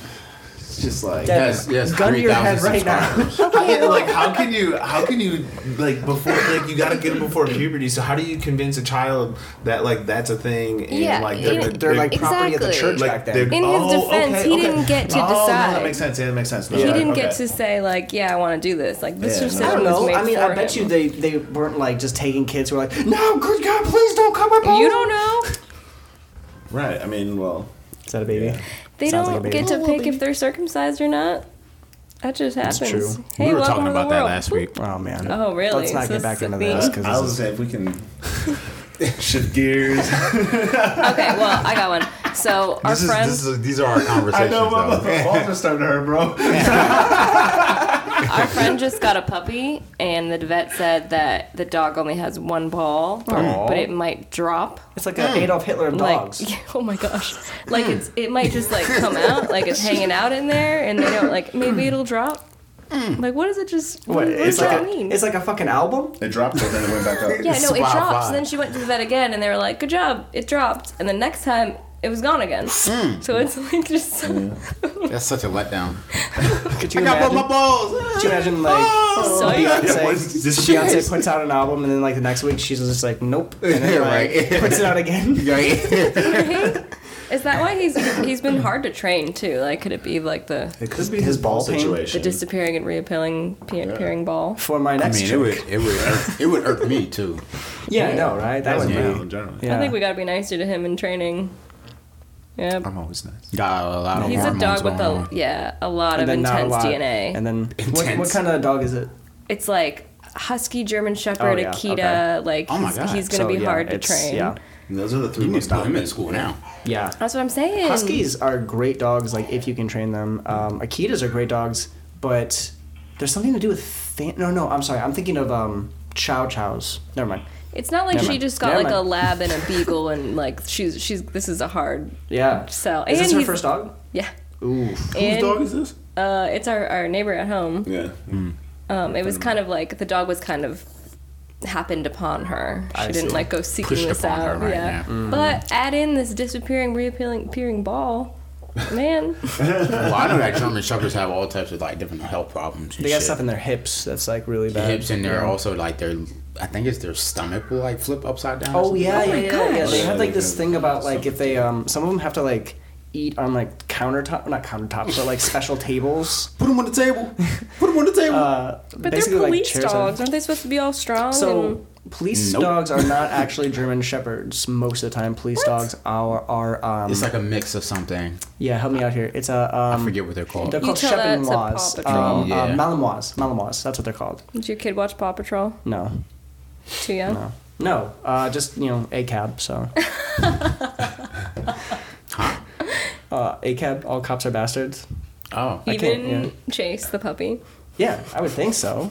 [SPEAKER 1] it's just like
[SPEAKER 3] Ah, Yes, yes,
[SPEAKER 2] Gun to your head
[SPEAKER 3] 3,000
[SPEAKER 2] right now.
[SPEAKER 1] I mean, like how can you how can you like before like you got to get them before puberty? So how do you convince a child that like that's a thing? And,
[SPEAKER 4] Yeah,
[SPEAKER 1] like they're,
[SPEAKER 4] and-
[SPEAKER 2] They're like property of the
[SPEAKER 4] Exactly.
[SPEAKER 2] church back
[SPEAKER 1] they're-
[SPEAKER 2] then.
[SPEAKER 4] In his defense, he didn't get to
[SPEAKER 1] oh, no,
[SPEAKER 4] decide.
[SPEAKER 1] that makes sense. Yeah, that makes sense. No,
[SPEAKER 4] He
[SPEAKER 1] yeah,
[SPEAKER 4] didn't
[SPEAKER 1] okay.
[SPEAKER 4] get to say like, yeah, I want to do this. Like this
[SPEAKER 1] Yeah,
[SPEAKER 4] just
[SPEAKER 2] I
[SPEAKER 1] no.
[SPEAKER 2] don't
[SPEAKER 4] was
[SPEAKER 2] know.
[SPEAKER 4] made
[SPEAKER 2] I mean, I
[SPEAKER 4] for
[SPEAKER 2] bet
[SPEAKER 4] him.
[SPEAKER 2] you they, they weren't like just taking kids who were like, no, good God, please don't cut my balls.
[SPEAKER 4] You don't know.
[SPEAKER 1] Right. I mean, well,
[SPEAKER 2] Is that a baby?
[SPEAKER 4] They
[SPEAKER 2] Sounds like
[SPEAKER 4] don't
[SPEAKER 2] a baby.
[SPEAKER 4] get to pick if they're circumcised or not. That just happens.
[SPEAKER 2] true.
[SPEAKER 4] Hey,
[SPEAKER 3] we were
[SPEAKER 4] welcome
[SPEAKER 3] talking
[SPEAKER 4] to the
[SPEAKER 3] about that
[SPEAKER 4] world.
[SPEAKER 3] last week.
[SPEAKER 2] Oh, man.
[SPEAKER 4] Oh, really?
[SPEAKER 2] Let's not
[SPEAKER 4] So
[SPEAKER 2] get back
[SPEAKER 4] this is
[SPEAKER 2] into
[SPEAKER 4] the
[SPEAKER 2] this
[SPEAKER 4] theme?
[SPEAKER 1] I
[SPEAKER 2] because
[SPEAKER 1] was
[SPEAKER 2] this
[SPEAKER 1] say if we can shift gears.
[SPEAKER 4] Okay, well, I got one. So our
[SPEAKER 3] This is,
[SPEAKER 4] friend,
[SPEAKER 3] this is, these are our conversations, though.
[SPEAKER 1] my balls are starting to hurt, bro.
[SPEAKER 4] our friend just got a puppy, and the vet said that the dog only has one ball,
[SPEAKER 2] Aw.
[SPEAKER 4] but it might drop.
[SPEAKER 2] it's like an Adolf Hitler of dogs.
[SPEAKER 4] Like, yeah, oh my gosh, like it's it might just like come out, like it's hanging out in there, and they don't like maybe it'll drop.
[SPEAKER 3] Hmm.
[SPEAKER 4] Like, what does it just? What,
[SPEAKER 2] What,
[SPEAKER 4] does
[SPEAKER 2] it's,
[SPEAKER 4] that
[SPEAKER 2] like
[SPEAKER 4] mean?
[SPEAKER 2] a, it's like a fucking album?
[SPEAKER 1] It dropped and then it went back up.
[SPEAKER 4] Yeah, no, it
[SPEAKER 3] Spotify.
[SPEAKER 4] drops. And then she went to the vet again, and they were like, "Good job, it dropped." And the next time, it was gone again.
[SPEAKER 3] Hmm.
[SPEAKER 4] So it's like just
[SPEAKER 3] That's such a letdown.
[SPEAKER 2] Could you,
[SPEAKER 3] I got both
[SPEAKER 2] imagine,
[SPEAKER 3] my balls.
[SPEAKER 2] could you imagine, like,
[SPEAKER 4] so
[SPEAKER 2] Beyonce, Beyonce puts out an album and then, like, the next week she's just like, nope. And
[SPEAKER 3] Yeah,
[SPEAKER 2] then, like,
[SPEAKER 3] right.
[SPEAKER 2] puts it out again.
[SPEAKER 3] Yeah.
[SPEAKER 4] Is that why he's he's been hard to train too? Like, could it be like the
[SPEAKER 1] It
[SPEAKER 2] Could be his ball pain.
[SPEAKER 4] the disappearing and reappearing pe- appearing ball?
[SPEAKER 2] For my
[SPEAKER 3] I
[SPEAKER 2] next
[SPEAKER 3] mean, it
[SPEAKER 2] trip.
[SPEAKER 3] would it would irk, it would irk me too.
[SPEAKER 2] Yeah, I know, right? That
[SPEAKER 1] That
[SPEAKER 2] would
[SPEAKER 1] was
[SPEAKER 2] be.
[SPEAKER 1] real in general.
[SPEAKER 2] Yeah.
[SPEAKER 4] I think we gotta be nicer to him in training. Yeah,
[SPEAKER 5] I'm always nice.
[SPEAKER 3] Got Um, a lot of
[SPEAKER 4] he's a
[SPEAKER 3] hormones
[SPEAKER 4] dog with
[SPEAKER 3] going
[SPEAKER 4] a
[SPEAKER 3] on.
[SPEAKER 4] yeah a lot
[SPEAKER 2] And
[SPEAKER 4] of
[SPEAKER 2] then not a lot.
[SPEAKER 4] intense DNA.
[SPEAKER 2] And then What, what
[SPEAKER 3] Intense.
[SPEAKER 2] kind of dog is it?
[SPEAKER 4] it's like husky German Shepherd,
[SPEAKER 2] Oh, yeah,
[SPEAKER 4] Akita.
[SPEAKER 2] okay.
[SPEAKER 4] Like,
[SPEAKER 3] Oh my
[SPEAKER 4] he's,
[SPEAKER 3] God.
[SPEAKER 4] he's gonna
[SPEAKER 2] So,
[SPEAKER 4] be
[SPEAKER 2] yeah,
[SPEAKER 4] hard to
[SPEAKER 2] it's-
[SPEAKER 4] train.
[SPEAKER 2] Yeah,
[SPEAKER 1] And those are the three
[SPEAKER 3] You need
[SPEAKER 1] most
[SPEAKER 3] to put him in
[SPEAKER 1] dominant.
[SPEAKER 3] school now.
[SPEAKER 2] yeah.
[SPEAKER 4] That's what I'm saying.
[SPEAKER 2] Huskies are great dogs, like if you can train them. Um, Akitas are great dogs, but there's something to do with fan- no, no. I'm sorry, I'm thinking of um, Chow Chows. Never mind.
[SPEAKER 4] It's not like
[SPEAKER 2] Never
[SPEAKER 4] she
[SPEAKER 2] mind.
[SPEAKER 4] just got
[SPEAKER 2] Never
[SPEAKER 4] like a
[SPEAKER 2] mind.
[SPEAKER 4] lab and a beagle and like she's she's this is a hard
[SPEAKER 2] Yeah.
[SPEAKER 4] sell.
[SPEAKER 2] Is this
[SPEAKER 4] and
[SPEAKER 2] her
[SPEAKER 4] he's-
[SPEAKER 2] first dog?
[SPEAKER 4] Yeah.
[SPEAKER 2] Ooh.
[SPEAKER 4] And,
[SPEAKER 1] is this? Mm.
[SPEAKER 4] Uh, it's our, our neighbor at home.
[SPEAKER 1] Yeah.
[SPEAKER 4] Um, it was
[SPEAKER 2] Mm.
[SPEAKER 4] kind of like the dog was kind of happened upon her. She
[SPEAKER 2] I
[SPEAKER 4] didn't
[SPEAKER 2] see.
[SPEAKER 4] like go seeking
[SPEAKER 3] Pushed
[SPEAKER 4] this
[SPEAKER 3] upon her,
[SPEAKER 4] out.
[SPEAKER 3] right,
[SPEAKER 4] yeah.
[SPEAKER 3] yeah.
[SPEAKER 2] Mm.
[SPEAKER 4] But add in this disappearing, reappearing, appearing ball. Man,
[SPEAKER 3] Well, I know that German shepherds have all types of like different health problems. And
[SPEAKER 2] They got
[SPEAKER 3] shit.
[SPEAKER 2] stuff in their hips that's like really
[SPEAKER 3] The
[SPEAKER 2] bad.
[SPEAKER 3] hips in there
[SPEAKER 2] Yeah.
[SPEAKER 3] also like their I think it's their stomach will like flip upside down. or
[SPEAKER 2] Oh
[SPEAKER 3] something.
[SPEAKER 2] yeah,
[SPEAKER 4] my
[SPEAKER 2] yeah, yeah, yeah.
[SPEAKER 4] gosh.
[SPEAKER 2] They had like this
[SPEAKER 1] Yeah,
[SPEAKER 2] thing about like if they um some of them have to like eat on like countertop not countertops but like special tables.
[SPEAKER 3] Put them on the table. Put them on the table.
[SPEAKER 2] Uh,
[SPEAKER 4] but
[SPEAKER 2] basically,
[SPEAKER 4] they're
[SPEAKER 2] like,
[SPEAKER 4] police
[SPEAKER 2] chair side.
[SPEAKER 4] dogs. Aren't they supposed to be all strong?
[SPEAKER 2] So
[SPEAKER 4] and
[SPEAKER 2] police
[SPEAKER 3] Nope.
[SPEAKER 2] dogs are not actually German shepherds. Most of the time, police dogs are are um
[SPEAKER 3] it's like a mix of something.
[SPEAKER 2] yeah. Help me out here. It's a um.
[SPEAKER 3] I forget what they're called.
[SPEAKER 2] They're
[SPEAKER 4] You
[SPEAKER 2] called
[SPEAKER 4] tell that to Paw
[SPEAKER 2] Malinois.
[SPEAKER 4] Patrol.
[SPEAKER 2] Um,
[SPEAKER 3] Yeah.
[SPEAKER 2] uh, Malinois. Malinois. That's what they're called.
[SPEAKER 4] did your kid watch Paw Patrol?
[SPEAKER 2] No.
[SPEAKER 4] Too young.
[SPEAKER 2] No. No. Uh, just you know, a cab. So. uh, a cab. All cops are bastards.
[SPEAKER 3] Oh,
[SPEAKER 2] I can't,
[SPEAKER 4] Even
[SPEAKER 2] yeah.
[SPEAKER 4] Chase the puppy.
[SPEAKER 2] Yeah, I would think so.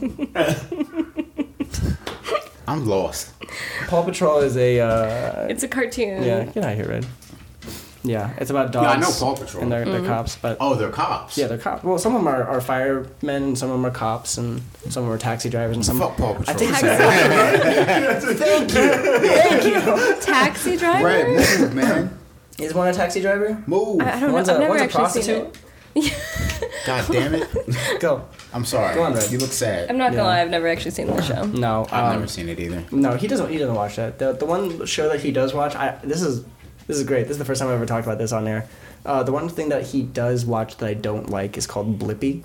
[SPEAKER 3] I'm lost.
[SPEAKER 2] Paw Patrol is a uh,
[SPEAKER 4] It's a cartoon.
[SPEAKER 2] yeah. Get out of here, Red. Yeah, it's about dogs.
[SPEAKER 3] Yeah, I know Paw Patrol.
[SPEAKER 2] And they're, they're
[SPEAKER 4] Mm-hmm.
[SPEAKER 2] cops, but
[SPEAKER 3] Oh, they're cops.
[SPEAKER 2] Yeah, they're cops. Well, some of them are, are firemen, and some of them are cops, and some of them are taxi drivers, and some.
[SPEAKER 3] Fuck Paw Patrol.
[SPEAKER 2] I think
[SPEAKER 4] Taxi driver.
[SPEAKER 3] Red, move, man.
[SPEAKER 2] is one a taxi driver?
[SPEAKER 3] Move.
[SPEAKER 4] I, I don't
[SPEAKER 2] One's
[SPEAKER 4] know.
[SPEAKER 2] a-
[SPEAKER 4] I've never
[SPEAKER 2] one's a
[SPEAKER 4] actually seen it.
[SPEAKER 2] prostitute?
[SPEAKER 3] God damn it.
[SPEAKER 2] Go.
[SPEAKER 3] I'm sorry.
[SPEAKER 2] Go on, Red.
[SPEAKER 3] You look sad.
[SPEAKER 4] I'm not
[SPEAKER 2] Yeah.
[SPEAKER 4] gonna lie. I've never actually seen the show.
[SPEAKER 2] No,
[SPEAKER 3] I've
[SPEAKER 2] um,
[SPEAKER 3] never seen it either.
[SPEAKER 2] no, he doesn't. He doesn't watch that. The the one show that he does watch. I this is this is great. This is the first time I've ever talked about this on air. Uh, the one thing that he does watch that I don't like is called Blippy.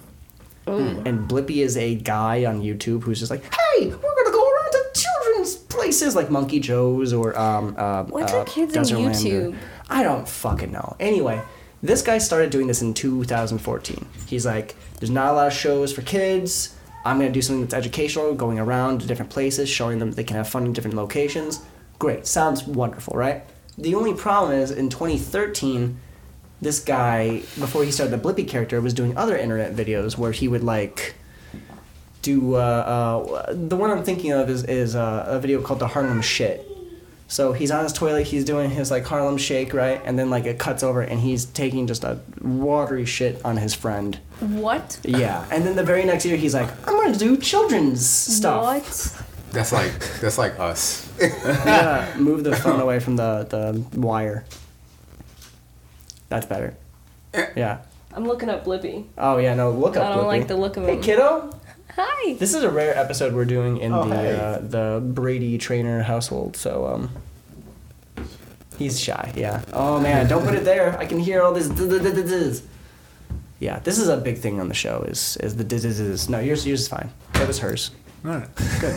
[SPEAKER 2] And Blippy is a guy on YouTube who's just like, "Hey, we're gonna go around to children's places like Monkey Joe's or um, uh,
[SPEAKER 4] What do
[SPEAKER 2] uh,
[SPEAKER 4] kids on
[SPEAKER 2] Desertland or-
[SPEAKER 4] YouTube?
[SPEAKER 2] I don't fucking know. Anyway, this guy started doing this in 2014. He's like, there's not a lot of shows for kids. I'm gonna do something that's educational, going around to different places, showing them they can have fun in different locations. Great, sounds wonderful, right? The only problem is in 2013, this guy before he started the Blippy character was doing other internet videos where he would like do uh, uh, the one I'm thinking of is is uh, a video called the Harlem Shit. So he's on his toilet, he's doing his like Harlem Shake, right? And then like it cuts over, and he's taking just a watery shit on his friend.
[SPEAKER 4] What?
[SPEAKER 2] Yeah, and then the very next year he's like, I'm gonna do children's stuff.
[SPEAKER 4] What?
[SPEAKER 3] That's like that's like us.
[SPEAKER 2] Yeah, Uh, move the phone away from the the wire. That's better. Yeah.
[SPEAKER 4] I'm looking up Blippi.
[SPEAKER 2] Oh yeah, no, look up.
[SPEAKER 4] I don't
[SPEAKER 2] Blippi.
[SPEAKER 4] like the look of
[SPEAKER 2] Hey
[SPEAKER 4] him.
[SPEAKER 2] kiddo,
[SPEAKER 4] Hi.
[SPEAKER 2] This is a rare episode we're doing in the uh, the Brady trainer household. So um, he's shy. Yeah. Oh man, don't put it there. I can hear all this. d-d-d-d-ds. Yeah, this is a big thing on the show. Is is the d-d-d-ds. No, yours yours is fine. That was hers.
[SPEAKER 3] It's
[SPEAKER 1] Hey,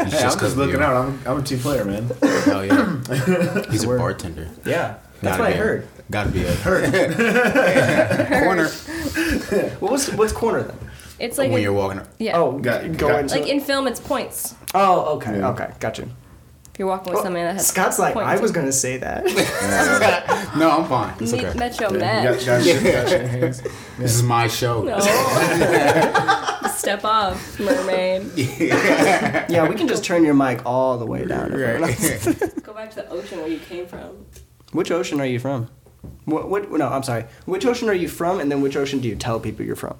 [SPEAKER 1] I'm just
[SPEAKER 3] 'cause
[SPEAKER 1] looking
[SPEAKER 3] we are-
[SPEAKER 1] out. I'm, I'm a team player, man.
[SPEAKER 3] Hell yeah. He's a bartender.
[SPEAKER 2] Yeah, that's
[SPEAKER 3] Gotta
[SPEAKER 2] what I
[SPEAKER 3] be a-
[SPEAKER 2] heard.
[SPEAKER 3] Gotta be a corner
[SPEAKER 2] What was what's corner then?
[SPEAKER 4] It's like
[SPEAKER 3] when
[SPEAKER 4] a-
[SPEAKER 3] you're walking.
[SPEAKER 4] yeah.
[SPEAKER 2] Oh,
[SPEAKER 1] Got-
[SPEAKER 2] go
[SPEAKER 1] got-
[SPEAKER 2] into
[SPEAKER 4] Like in film, it's points.
[SPEAKER 2] Oh, okay,
[SPEAKER 1] Yeah.
[SPEAKER 2] okay, gotcha.
[SPEAKER 4] If you're walking with somebody that has
[SPEAKER 2] Oh, Scott's like,
[SPEAKER 4] points.
[SPEAKER 2] I was gonna say that.
[SPEAKER 3] No, I'm fine. It's
[SPEAKER 4] Meet-
[SPEAKER 3] okay.
[SPEAKER 4] Met your
[SPEAKER 1] You got-
[SPEAKER 4] match.
[SPEAKER 1] got your- got your hands.
[SPEAKER 3] This is my show.
[SPEAKER 4] No. Step off, mermaid.
[SPEAKER 2] yeah, we can just turn your mic all the way down.
[SPEAKER 3] Right.
[SPEAKER 4] Go back to the ocean where you came from.
[SPEAKER 2] Which ocean are you from? What, what? No, I'm sorry. Which ocean are you from, and then which ocean do you tell people you're from?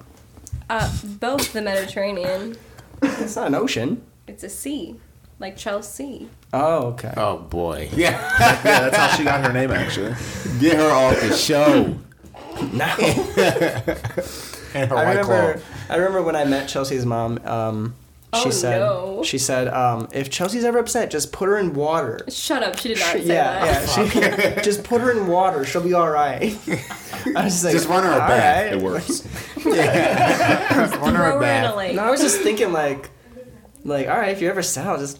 [SPEAKER 4] Uh, both the Mediterranean.
[SPEAKER 2] It's not an ocean.
[SPEAKER 4] It's a sea, like Chelsea.
[SPEAKER 2] Oh, okay.
[SPEAKER 3] oh boy. Yeah.
[SPEAKER 1] Yeah, that's how she got her name, actually.
[SPEAKER 3] Get her off the show. and her
[SPEAKER 2] I
[SPEAKER 3] white
[SPEAKER 2] remember.
[SPEAKER 3] claw.
[SPEAKER 2] I remember when I met Chelsea's mom. Um, she
[SPEAKER 4] Oh,
[SPEAKER 2] said.
[SPEAKER 4] no.
[SPEAKER 2] She said, um, if Chelsea's ever upset, just put her in water. Uh,
[SPEAKER 4] Shut up. She did not say
[SPEAKER 2] yeah,
[SPEAKER 4] that.
[SPEAKER 2] yeah. She, just put her in water. She'll be all right. I was just like,
[SPEAKER 3] Just run her
[SPEAKER 2] "All
[SPEAKER 3] back.
[SPEAKER 2] right."
[SPEAKER 3] It works. yeah. Run
[SPEAKER 4] Throw
[SPEAKER 3] her
[SPEAKER 4] her in a
[SPEAKER 3] back.
[SPEAKER 4] lake.
[SPEAKER 2] No, I was just thinking like, like, all right, if you're ever sad, I'll just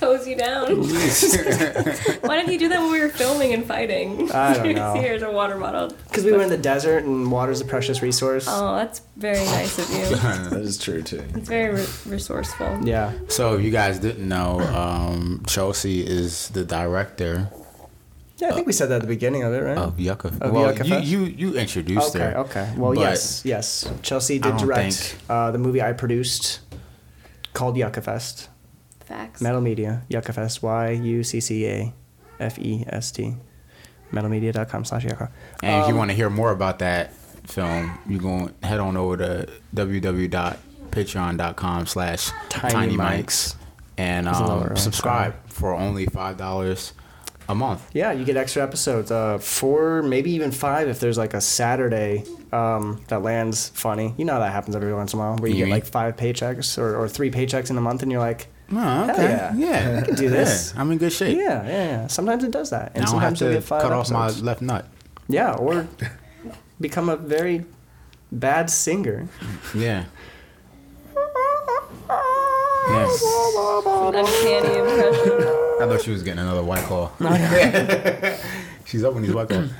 [SPEAKER 4] Hose you down. Why didn't you do that when we were filming and fighting?
[SPEAKER 2] I don't know.
[SPEAKER 4] Here's a water bottle.
[SPEAKER 2] because we were in the desert and water's a precious resource.
[SPEAKER 4] Oh, that's very nice of you.
[SPEAKER 1] That is true, too.
[SPEAKER 4] It's very re- resourceful.
[SPEAKER 2] Yeah.
[SPEAKER 3] So if you guys didn't know, um, Chelsea is the director
[SPEAKER 2] Yeah, I think we said that at the beginning of it, right?
[SPEAKER 3] of Yucca.
[SPEAKER 2] Of
[SPEAKER 3] well,
[SPEAKER 2] Yucca
[SPEAKER 3] you,
[SPEAKER 2] Fest?
[SPEAKER 3] you you introduced
[SPEAKER 2] Okay,
[SPEAKER 3] her.
[SPEAKER 2] okay. Well,
[SPEAKER 3] but
[SPEAKER 2] yes, yes. Chelsea
[SPEAKER 3] I
[SPEAKER 2] did
[SPEAKER 3] don't
[SPEAKER 2] direct
[SPEAKER 3] think-
[SPEAKER 2] uh, the movie I produced called Yucca Fest.
[SPEAKER 4] Facts.
[SPEAKER 2] Metal Media, Yucca Fest, Y U C C A F E S T. Metalmedia.com slash Yucca.
[SPEAKER 3] And if you want to hear more about that film, you going to head on over to www.patreon.com slash tiny
[SPEAKER 2] Tiny Mics.
[SPEAKER 3] mics and
[SPEAKER 2] a lower
[SPEAKER 3] um,
[SPEAKER 2] rank,
[SPEAKER 3] subscribe for only $5 a month.
[SPEAKER 2] Yeah, you get extra episodes. Uh, four, maybe even five if there's like a Saturday um, that lands funny. You know how that happens every once in a while where you get
[SPEAKER 3] Mhm.
[SPEAKER 2] like five paychecks or, or three paychecks in a month and you're like,
[SPEAKER 3] Oh,
[SPEAKER 2] Hell
[SPEAKER 3] okay.
[SPEAKER 2] yeah.
[SPEAKER 3] Yeah. I can
[SPEAKER 2] do this.
[SPEAKER 3] I'm in good shape.
[SPEAKER 2] yeah, yeah, yeah. Sometimes it does that. And
[SPEAKER 3] And I don't have
[SPEAKER 2] sometimes you'll
[SPEAKER 3] to
[SPEAKER 2] get five
[SPEAKER 3] cut
[SPEAKER 2] episodes.
[SPEAKER 3] off my left nut.
[SPEAKER 2] Yeah, or become a very bad singer.
[SPEAKER 3] Yeah. Yes.
[SPEAKER 4] Uncanny impression.
[SPEAKER 3] I thought she was getting another white claw. She's up on these white claws.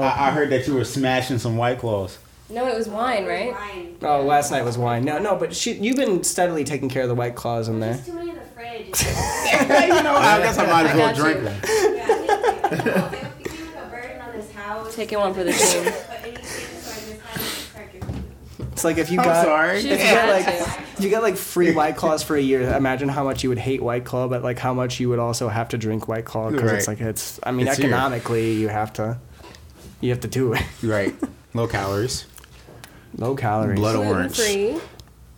[SPEAKER 3] I, I heard that you were smashing some white claws.
[SPEAKER 4] No, it was wine, right?
[SPEAKER 7] Fine.
[SPEAKER 2] Oh, last night was wine. No, no, but she, you've been steadily taking care of the white claws in there.
[SPEAKER 7] There's too many in the fridge.
[SPEAKER 3] you know, Oh, I guess I might as
[SPEAKER 4] I
[SPEAKER 3] well
[SPEAKER 4] got
[SPEAKER 3] drink
[SPEAKER 4] you.
[SPEAKER 3] them.
[SPEAKER 7] yeah, thank you. If you have a burden on this house,
[SPEAKER 4] Taking one for the team.
[SPEAKER 7] put anything so I just have to crack your
[SPEAKER 2] It's like if you got
[SPEAKER 4] She
[SPEAKER 2] if you
[SPEAKER 4] had
[SPEAKER 2] got
[SPEAKER 4] to.
[SPEAKER 2] like if you got like free white claws for a year. Imagine how much you would hate white claw, but like how much you would also have to drink white claw because it's
[SPEAKER 3] Right.
[SPEAKER 2] like it's. I mean,
[SPEAKER 3] It's here.
[SPEAKER 2] economically, you have to. You have to do it.
[SPEAKER 3] Right. Low calories.
[SPEAKER 2] Low calories.
[SPEAKER 3] Blood
[SPEAKER 4] Gluten
[SPEAKER 3] orange.
[SPEAKER 4] free.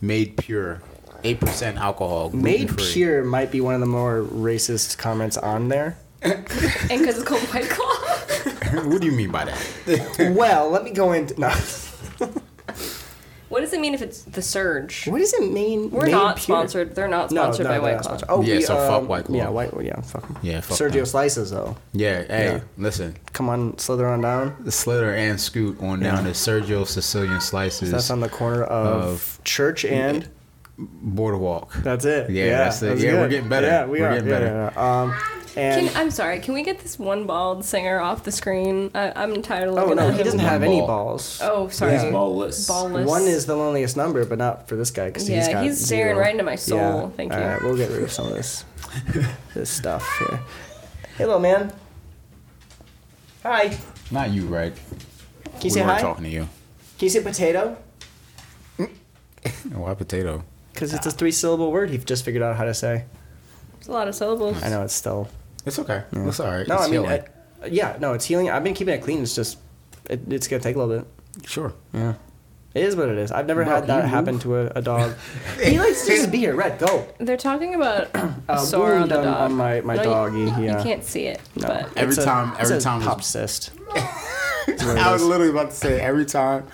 [SPEAKER 3] Made pure. 8% alcohol.
[SPEAKER 2] Made
[SPEAKER 3] gluten-free.
[SPEAKER 2] pure might be one of the more racist comments on there.
[SPEAKER 4] And because it's called White Claw.
[SPEAKER 3] what do you mean by that?
[SPEAKER 2] well, let me go into. No.
[SPEAKER 4] What does it mean if it's the surge?
[SPEAKER 2] What does it mean?
[SPEAKER 4] We're
[SPEAKER 2] made
[SPEAKER 4] not
[SPEAKER 2] pure?
[SPEAKER 4] sponsored. They're not sponsored by
[SPEAKER 2] they're
[SPEAKER 4] White
[SPEAKER 2] not
[SPEAKER 4] Claw.
[SPEAKER 2] sponsored. Oh,
[SPEAKER 3] Yeah,
[SPEAKER 2] we,
[SPEAKER 3] so fuck
[SPEAKER 2] um,
[SPEAKER 3] White Claw.
[SPEAKER 2] Yeah, White. Yeah, fuck 'em.
[SPEAKER 3] Yeah, fuck
[SPEAKER 2] Sergio
[SPEAKER 3] them.
[SPEAKER 2] Slices though.
[SPEAKER 3] Yeah, hey,
[SPEAKER 2] Yeah.
[SPEAKER 3] listen.
[SPEAKER 2] Come on, slither on down.
[SPEAKER 3] The Slither and Scoot on down to Sergio Sicilian Slices.
[SPEAKER 2] That's on the corner of Church and
[SPEAKER 3] Boardwalk.
[SPEAKER 2] That's it.
[SPEAKER 3] Yeah, that's it.
[SPEAKER 2] that was
[SPEAKER 3] Yeah, we're
[SPEAKER 2] good.
[SPEAKER 3] getting better.
[SPEAKER 2] Yeah, we
[SPEAKER 3] We're
[SPEAKER 2] are.
[SPEAKER 3] getting
[SPEAKER 2] yeah,
[SPEAKER 3] better.
[SPEAKER 2] yeah, yeah. Um, and
[SPEAKER 4] Can, I'm sorry. Can we get this one bald singer off the screen? I, I'm tired of looking
[SPEAKER 2] oh no,
[SPEAKER 4] at
[SPEAKER 2] he
[SPEAKER 4] him.
[SPEAKER 2] doesn't have any
[SPEAKER 3] Ball.
[SPEAKER 2] balls.
[SPEAKER 4] Oh, sorry.
[SPEAKER 6] He's ballless.
[SPEAKER 4] Ballless.
[SPEAKER 2] One is the loneliest number, but not for this guy because he's
[SPEAKER 4] Yeah,
[SPEAKER 2] got
[SPEAKER 4] he's staring
[SPEAKER 2] zero.
[SPEAKER 4] right into my soul. Thank you.
[SPEAKER 2] All right, we'll get rid of some of this this stuff here. Hey, little man. Hi. Can
[SPEAKER 3] Not you, right?
[SPEAKER 2] you say
[SPEAKER 3] we weren't
[SPEAKER 2] hi?
[SPEAKER 3] talking to you.
[SPEAKER 2] Can you say potato? Oh,
[SPEAKER 3] Why potato?
[SPEAKER 2] Because
[SPEAKER 3] Ah.
[SPEAKER 2] it's a three-syllable word. He just figured out how to say.
[SPEAKER 4] It's a lot of syllables.
[SPEAKER 2] I know it's still.
[SPEAKER 3] It's okay. It's all right.
[SPEAKER 2] No,
[SPEAKER 3] it's
[SPEAKER 2] I mean,
[SPEAKER 3] healing.
[SPEAKER 2] I- yeah, no, it's healing. I've been keeping it clean. It's just, it, it's gonna take a little bit.
[SPEAKER 3] sure.
[SPEAKER 2] Yeah. It is what it is. I've never
[SPEAKER 3] Bro,
[SPEAKER 2] had that
[SPEAKER 3] you
[SPEAKER 2] happen
[SPEAKER 3] move.
[SPEAKER 2] to a, a dog. he likes to just be here. Red, go.
[SPEAKER 4] They're talking about a
[SPEAKER 2] Uh,
[SPEAKER 4] sore on the
[SPEAKER 2] wound on-
[SPEAKER 4] dog.
[SPEAKER 2] on my- my
[SPEAKER 4] No, you-
[SPEAKER 2] doggy,
[SPEAKER 4] You,
[SPEAKER 2] yeah.
[SPEAKER 4] can't see it, but
[SPEAKER 3] Every
[SPEAKER 2] It's a-
[SPEAKER 3] time-
[SPEAKER 2] it's
[SPEAKER 3] every
[SPEAKER 2] a
[SPEAKER 3] time-
[SPEAKER 2] Pop cyst.
[SPEAKER 3] I was literally about to say every time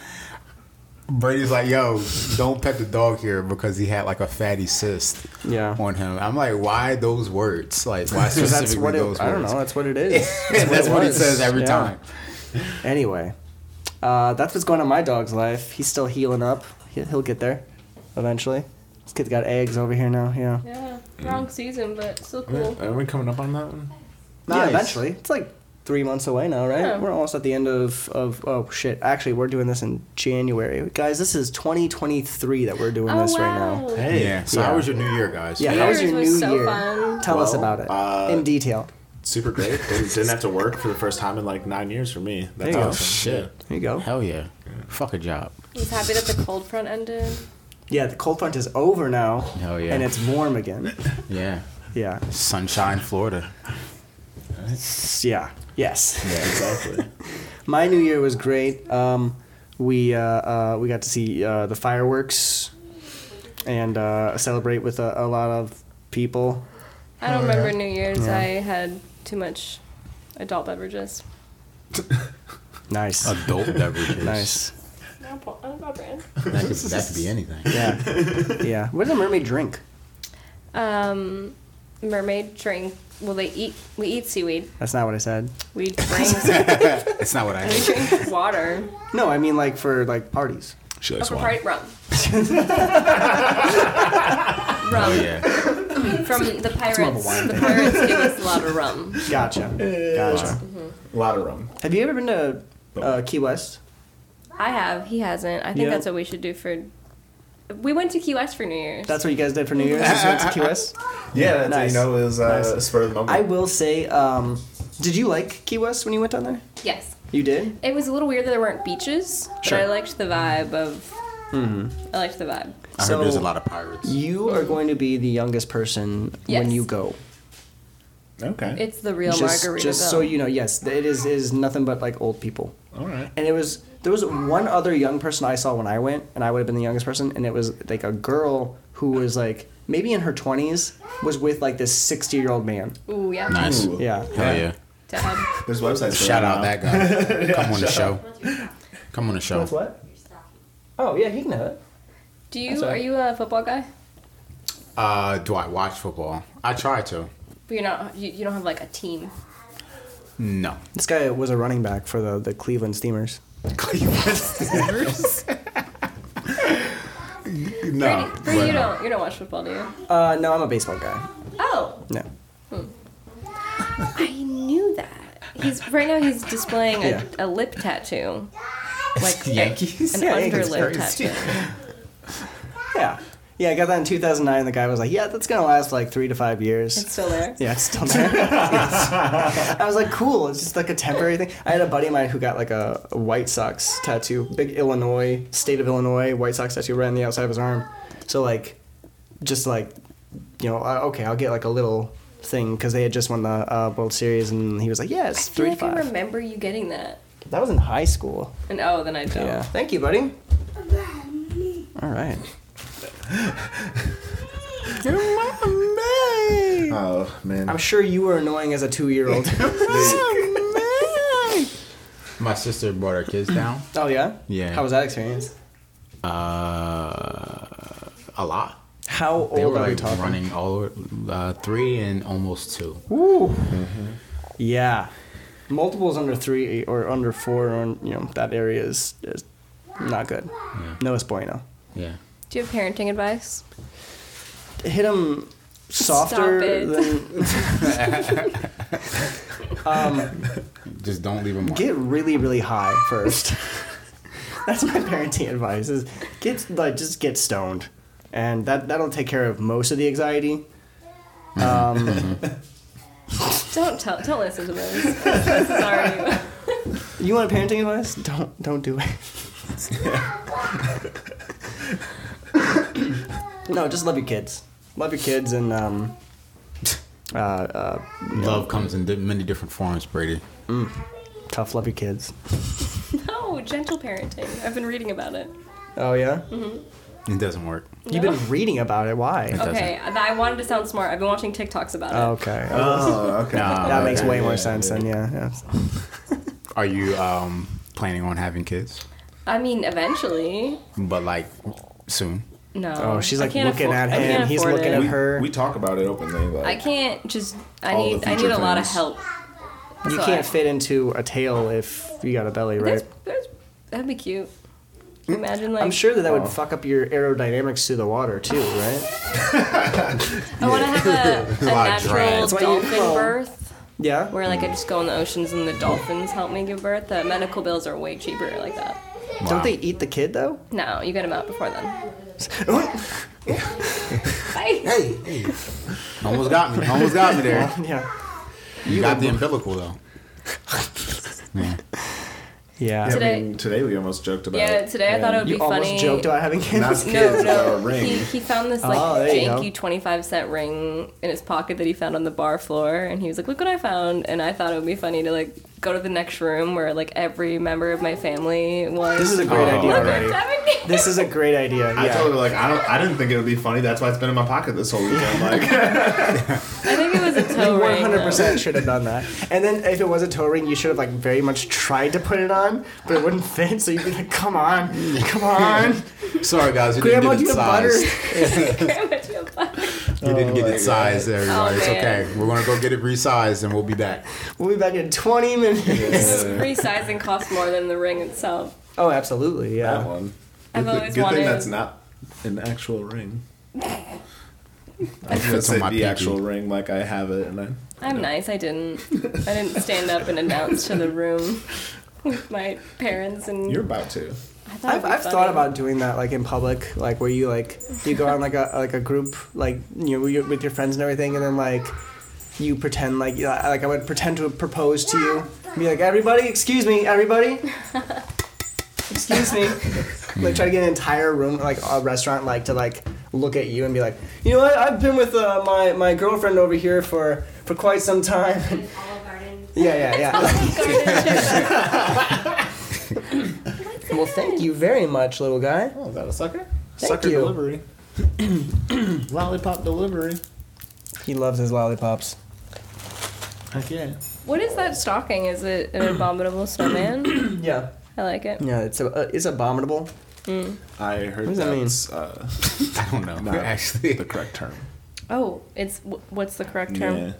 [SPEAKER 3] Brady's like, "Yo, don't pet the dog here because he had like a fatty cyst
[SPEAKER 2] Yeah.
[SPEAKER 3] on him." I'm like, "Why those words? Like, why
[SPEAKER 2] Because
[SPEAKER 3] specifically
[SPEAKER 2] that's what it,
[SPEAKER 3] those
[SPEAKER 2] I don't
[SPEAKER 3] words?"
[SPEAKER 2] know. That's what it is.
[SPEAKER 3] That's,
[SPEAKER 2] it
[SPEAKER 3] what he
[SPEAKER 2] was.
[SPEAKER 3] says every
[SPEAKER 2] Yeah.
[SPEAKER 3] time.
[SPEAKER 2] Anyway, uh, that's what's going on in my dog's life. He's still healing up. He- He'll get there eventually. This kid's got eggs over here now. Yeah.
[SPEAKER 4] yeah, wrong season, but still cool.
[SPEAKER 5] Are we coming up on that one?
[SPEAKER 2] Yeah,
[SPEAKER 3] Nice.
[SPEAKER 2] eventually. It's like three months away now, right?
[SPEAKER 4] Yeah.
[SPEAKER 2] We're almost at the end of, of oh shit. Actually, we're doing this in January, guys. This is 2023 that we're doing
[SPEAKER 4] Oh
[SPEAKER 2] this
[SPEAKER 4] wow!
[SPEAKER 2] right now.
[SPEAKER 3] Hey, yeah. So
[SPEAKER 2] Yeah.
[SPEAKER 3] how was your New Year, guys?
[SPEAKER 2] Yeah, how was your
[SPEAKER 4] Yours
[SPEAKER 2] new
[SPEAKER 4] was so
[SPEAKER 2] year?
[SPEAKER 4] fun.
[SPEAKER 2] Tell us
[SPEAKER 6] Well,
[SPEAKER 2] about it
[SPEAKER 6] uh,
[SPEAKER 2] in detail.
[SPEAKER 6] Super great. Didn't, didn't have to work for the first time in like nine years for me.
[SPEAKER 2] There you
[SPEAKER 6] That's
[SPEAKER 2] go.
[SPEAKER 6] awesome. Yeah.
[SPEAKER 2] There you go.
[SPEAKER 3] Hell yeah. Fuck a job.
[SPEAKER 4] I was happy that the cold front ended.
[SPEAKER 2] Yeah, the cold front is over now.
[SPEAKER 3] Hell yeah.
[SPEAKER 2] And it's warm again.
[SPEAKER 3] Yeah.
[SPEAKER 2] Yeah.
[SPEAKER 3] Sunshine, Florida.
[SPEAKER 2] S- Yeah. Yes.
[SPEAKER 3] Yeah, exactly.
[SPEAKER 2] My new year was great. Um, we uh, uh, we got to see uh, the fireworks and uh, celebrate with a, a lot of people. Oh,
[SPEAKER 4] I don't remember New Year's. I had too much adult beverages.
[SPEAKER 2] Nice.
[SPEAKER 3] Adult beverages.
[SPEAKER 2] nice.
[SPEAKER 3] That could, that could be anything.
[SPEAKER 2] Yeah. Yeah. What did the mermaid drink?
[SPEAKER 4] Um, mermaid drink. Well, they eat. We eat seaweed.
[SPEAKER 2] That's not what I said.
[SPEAKER 4] We drink.
[SPEAKER 3] That's not what I
[SPEAKER 4] we drink water.
[SPEAKER 2] No, I mean like for like parties.
[SPEAKER 5] She
[SPEAKER 4] Oh,
[SPEAKER 5] likes
[SPEAKER 4] for
[SPEAKER 5] wine.
[SPEAKER 4] party rum.
[SPEAKER 3] Oh,
[SPEAKER 4] rum
[SPEAKER 3] yeah.
[SPEAKER 4] from the
[SPEAKER 2] more of a
[SPEAKER 4] pirates.
[SPEAKER 2] wine
[SPEAKER 4] The pirates gave us a lot of rum.
[SPEAKER 2] Gotcha. Gotcha.
[SPEAKER 1] A lot of rum.
[SPEAKER 2] Have you ever been to uh, Key West?
[SPEAKER 4] I have. He hasn't. I think
[SPEAKER 2] Yeah.
[SPEAKER 4] that's what we should do for. We went to Key West for New Year's.
[SPEAKER 2] That's what you guys did for New Year's. You went to Key West.
[SPEAKER 1] Yeah, that's,
[SPEAKER 2] Nice.
[SPEAKER 1] you know, it was uh, spur of the moment.
[SPEAKER 2] I will say, um, did you like Key West when you went down there?
[SPEAKER 4] yes.
[SPEAKER 2] You did.
[SPEAKER 4] It was a little weird that there weren't beaches,
[SPEAKER 2] Sure. Mm-hmm.
[SPEAKER 4] but I liked the vibe of. I liked the vibe.
[SPEAKER 3] I
[SPEAKER 2] So-
[SPEAKER 3] heard there's a lot of pirates.
[SPEAKER 2] You are going to be the youngest person when
[SPEAKER 4] Hmm. Yes.
[SPEAKER 2] you go.
[SPEAKER 1] okay.
[SPEAKER 4] It's the real
[SPEAKER 2] just,
[SPEAKER 4] margarita.
[SPEAKER 2] just so you know, yes, it is it is nothing but like old people.
[SPEAKER 1] All right.
[SPEAKER 2] And it was there was one other young person I saw when I went, and I would have been the youngest person, and it was like a girl who was like maybe in her twenties was with like this sixty year old man.
[SPEAKER 4] Ooh yeah.
[SPEAKER 3] Nice.
[SPEAKER 1] Ooh.
[SPEAKER 2] Yeah.
[SPEAKER 3] Hell yeah.
[SPEAKER 4] Dad.
[SPEAKER 1] There's websites. for
[SPEAKER 3] Shout out
[SPEAKER 1] now.
[SPEAKER 3] that guy. Come on the show. Come on the show.
[SPEAKER 2] That's what? Oh yeah, he can have it.
[SPEAKER 4] Do you?
[SPEAKER 2] That's all
[SPEAKER 4] Are
[SPEAKER 2] right.
[SPEAKER 4] you a football guy?
[SPEAKER 3] Uh, do I watch football? I try to.
[SPEAKER 4] But you're not. You, you don't have like a team.
[SPEAKER 3] No.
[SPEAKER 2] This guy was a running back for the, the Cleveland Steamers. Oh,
[SPEAKER 3] no.
[SPEAKER 4] Brady, Brady, you don't. You don't watch football, do you?
[SPEAKER 2] Uh, no, I'm a baseball guy.
[SPEAKER 4] Oh,
[SPEAKER 2] No.
[SPEAKER 4] I knew that. He's right now. He's displaying a,
[SPEAKER 2] Yeah.
[SPEAKER 4] a lip tattoo, like
[SPEAKER 3] Yankees.
[SPEAKER 4] an
[SPEAKER 2] Yeah, yeah, it's
[SPEAKER 4] underlip
[SPEAKER 2] crazy.
[SPEAKER 4] tattoo.
[SPEAKER 2] Yeah. Yeah, I got that in 2009. and The guy was like, "Yeah, that's gonna last like three to five years."
[SPEAKER 4] It's still there.
[SPEAKER 2] Yeah, it's still there. Yes. I was like, cool. It's just like a temporary thing. I had a buddy of mine who got like a, a White Sox tattoo, big Illinois, state of Illinois, White Sox tattoo right on the outside of his arm. So like, just like, you know, uh, okay, I'll get like a little thing because they had just won the uh, World Series, and he was like, yeah,
[SPEAKER 4] I
[SPEAKER 2] it's
[SPEAKER 4] feel
[SPEAKER 2] three
[SPEAKER 4] like I
[SPEAKER 2] five.
[SPEAKER 4] remember you getting that.
[SPEAKER 2] That was in high school.
[SPEAKER 4] And oh, then I don't.
[SPEAKER 2] Yeah. Thank you, buddy. All right.
[SPEAKER 1] Oh man.
[SPEAKER 2] I'm sure you were annoying as a two year old.
[SPEAKER 3] My sister brought her kids down.
[SPEAKER 2] oh yeah.
[SPEAKER 3] Yeah.
[SPEAKER 2] How was that experience?
[SPEAKER 3] Uh, a lot.
[SPEAKER 2] How old
[SPEAKER 3] They were
[SPEAKER 2] are we
[SPEAKER 3] like
[SPEAKER 2] talking?
[SPEAKER 3] running all over, uh, three and almost two.
[SPEAKER 2] Ooh. Mm-hmm. Yeah. Multiples under three or under four, or you know that area is, is not good. No es bueno.
[SPEAKER 3] Yeah.
[SPEAKER 4] Do Do you have parenting advice?
[SPEAKER 2] hit them
[SPEAKER 4] Stop
[SPEAKER 2] softer
[SPEAKER 4] it.
[SPEAKER 2] than
[SPEAKER 3] Just don't leave them.
[SPEAKER 2] get really really high first that's my parenting advice is get like just get stoned and that that'll take care of most of the anxiety
[SPEAKER 3] Mm-hmm.
[SPEAKER 2] Um,
[SPEAKER 4] Don't tell. Don't listen to this. Sorry.
[SPEAKER 2] you want parenting advice don't don't do it no just love your kids love your kids and um uh, uh
[SPEAKER 3] Love comes in di- many different forms, Brady.
[SPEAKER 2] tough love your kids
[SPEAKER 4] No, gentle parenting. I've been reading about it.
[SPEAKER 2] oh yeah
[SPEAKER 3] It doesn't work.
[SPEAKER 2] you've been reading about it why Oh,
[SPEAKER 3] doesn't.
[SPEAKER 4] Okay, I I wanted to sound smart. I've been watching TikToks about it.
[SPEAKER 2] okay
[SPEAKER 1] Oh, okay.
[SPEAKER 2] that makes way
[SPEAKER 3] yeah,
[SPEAKER 2] more
[SPEAKER 3] yeah,
[SPEAKER 2] sense
[SPEAKER 3] yeah.
[SPEAKER 2] than yeah, yeah.
[SPEAKER 3] Are you um, planning on having kids?
[SPEAKER 4] I mean, eventually.
[SPEAKER 3] But like soon.
[SPEAKER 4] No.
[SPEAKER 2] Oh, she's
[SPEAKER 4] I
[SPEAKER 2] like
[SPEAKER 4] can't
[SPEAKER 2] looking
[SPEAKER 4] afford-
[SPEAKER 2] at
[SPEAKER 4] I can't
[SPEAKER 2] him. He's
[SPEAKER 4] afford
[SPEAKER 2] looking
[SPEAKER 4] it.
[SPEAKER 2] at
[SPEAKER 1] We,
[SPEAKER 2] her.
[SPEAKER 1] we talk about it openly. Like,
[SPEAKER 4] I can't just. I
[SPEAKER 1] All the
[SPEAKER 4] need. I need
[SPEAKER 1] future
[SPEAKER 4] a lot of
[SPEAKER 1] things.
[SPEAKER 4] help.
[SPEAKER 2] You
[SPEAKER 4] So I-
[SPEAKER 2] can't fit into a tail if you got a belly, right? Mm,
[SPEAKER 4] There's, there's, that'd be cute. Imagine like.
[SPEAKER 2] I'm Oh. sure that that would fuck up your aerodynamics through the water too, right?
[SPEAKER 4] I want to have a, a,
[SPEAKER 3] lot of drag.
[SPEAKER 4] natural
[SPEAKER 3] That's
[SPEAKER 2] why you
[SPEAKER 4] dolphin
[SPEAKER 2] call-
[SPEAKER 4] birth.
[SPEAKER 2] Yeah.
[SPEAKER 4] Where like I just go in the oceans and the dolphins help me give birth. The medical bills are way cheaper like that.
[SPEAKER 3] Wow.
[SPEAKER 2] Don't they eat the kid though?
[SPEAKER 4] No, you get them out before then.
[SPEAKER 3] Hey, hey. Almost got me. Almost got me there.
[SPEAKER 2] Yeah.
[SPEAKER 3] You got the umbilical though. Yeah.
[SPEAKER 2] Yeah.
[SPEAKER 1] I
[SPEAKER 4] Today-
[SPEAKER 1] mean, today we almost joked about.
[SPEAKER 4] Yeah, today I thought it would
[SPEAKER 2] you
[SPEAKER 4] be
[SPEAKER 2] almost
[SPEAKER 4] funny.
[SPEAKER 2] joked about having kids.
[SPEAKER 1] Not
[SPEAKER 4] no,
[SPEAKER 1] kids,
[SPEAKER 4] no.
[SPEAKER 1] uh, ring.
[SPEAKER 4] He, he found this like
[SPEAKER 2] Oh, there you go.
[SPEAKER 4] janky twenty five cent ring in his pocket that he found on the bar floor, and he was like, "Look what I found!" And I thought it would be funny to like go to the next room where like every member of my family was.
[SPEAKER 2] This is a great
[SPEAKER 1] Oh,
[SPEAKER 2] idea
[SPEAKER 1] alright.
[SPEAKER 2] already. This is a great idea.
[SPEAKER 1] I
[SPEAKER 2] Yeah.
[SPEAKER 1] told her like I don't. I didn't think it would be funny. That's why it's been in my pocket this whole weekend. Like,
[SPEAKER 4] I think it was a toe
[SPEAKER 2] One
[SPEAKER 4] ring.
[SPEAKER 2] hundred
[SPEAKER 4] though.
[SPEAKER 2] percent should have done that. And then if it was a toe ring, you should have like very much tried to put it on, but it wouldn't fit. So you'd be like, "Come on, come on,
[SPEAKER 3] Sorry guys, you
[SPEAKER 2] Grandma,
[SPEAKER 3] didn't
[SPEAKER 2] do
[SPEAKER 3] get it
[SPEAKER 2] you have butter?"
[SPEAKER 3] sized.
[SPEAKER 4] That's
[SPEAKER 3] You didn't get it sized, everybody.
[SPEAKER 4] Oh,
[SPEAKER 3] it's
[SPEAKER 4] man.
[SPEAKER 3] okay. We're gonna go get it resized and we'll be back.
[SPEAKER 2] We'll be back in twenty minutes.
[SPEAKER 4] Resizing costs more than the ring itself.
[SPEAKER 2] Oh, absolutely. Yeah.
[SPEAKER 1] that one.
[SPEAKER 4] I've
[SPEAKER 1] Good,
[SPEAKER 4] always
[SPEAKER 1] good
[SPEAKER 4] wanted-
[SPEAKER 1] thing that's not an actual ring. I
[SPEAKER 3] on
[SPEAKER 1] should say
[SPEAKER 3] my
[SPEAKER 1] the
[SPEAKER 3] pinky.
[SPEAKER 1] actual ring, like I have it, and I.
[SPEAKER 4] I'm nice. I didn't. I didn't stand up and announce to the room with my parents and.
[SPEAKER 1] You're about to.
[SPEAKER 4] I thought
[SPEAKER 2] I've,
[SPEAKER 4] it'd be
[SPEAKER 2] I've
[SPEAKER 4] funny.
[SPEAKER 2] thought about doing that like in public, like where you like you go on like a like a group like you know you- with your friends and everything, and then like you pretend like you know, like I would pretend to propose to you, be like everybody, excuse me, everybody, excuse me, like try to get an entire room like a restaurant like to like look at you and be like, you know what, I've been with uh, my my girlfriend over here for for quite some time.
[SPEAKER 7] Olive Garden.
[SPEAKER 2] yeah, yeah, yeah. well, thank you very much, little guy.
[SPEAKER 1] Oh, is that a sucker?
[SPEAKER 2] Thank
[SPEAKER 1] sucker
[SPEAKER 2] you.
[SPEAKER 1] delivery. Lollipop delivery.
[SPEAKER 2] He loves his lollipops.
[SPEAKER 1] Heck yeah.
[SPEAKER 4] What is that stocking? Is it an abominable snowman?
[SPEAKER 2] Yeah.
[SPEAKER 4] I like it.
[SPEAKER 2] Yeah, it's a, uh, it's abominable.
[SPEAKER 1] I heard
[SPEAKER 2] does that mean?
[SPEAKER 1] that's uh,
[SPEAKER 3] I don't know.
[SPEAKER 1] Nah.
[SPEAKER 3] Actually,
[SPEAKER 1] the correct term.
[SPEAKER 4] Oh, it's wh- what's the correct term?
[SPEAKER 1] Yeah.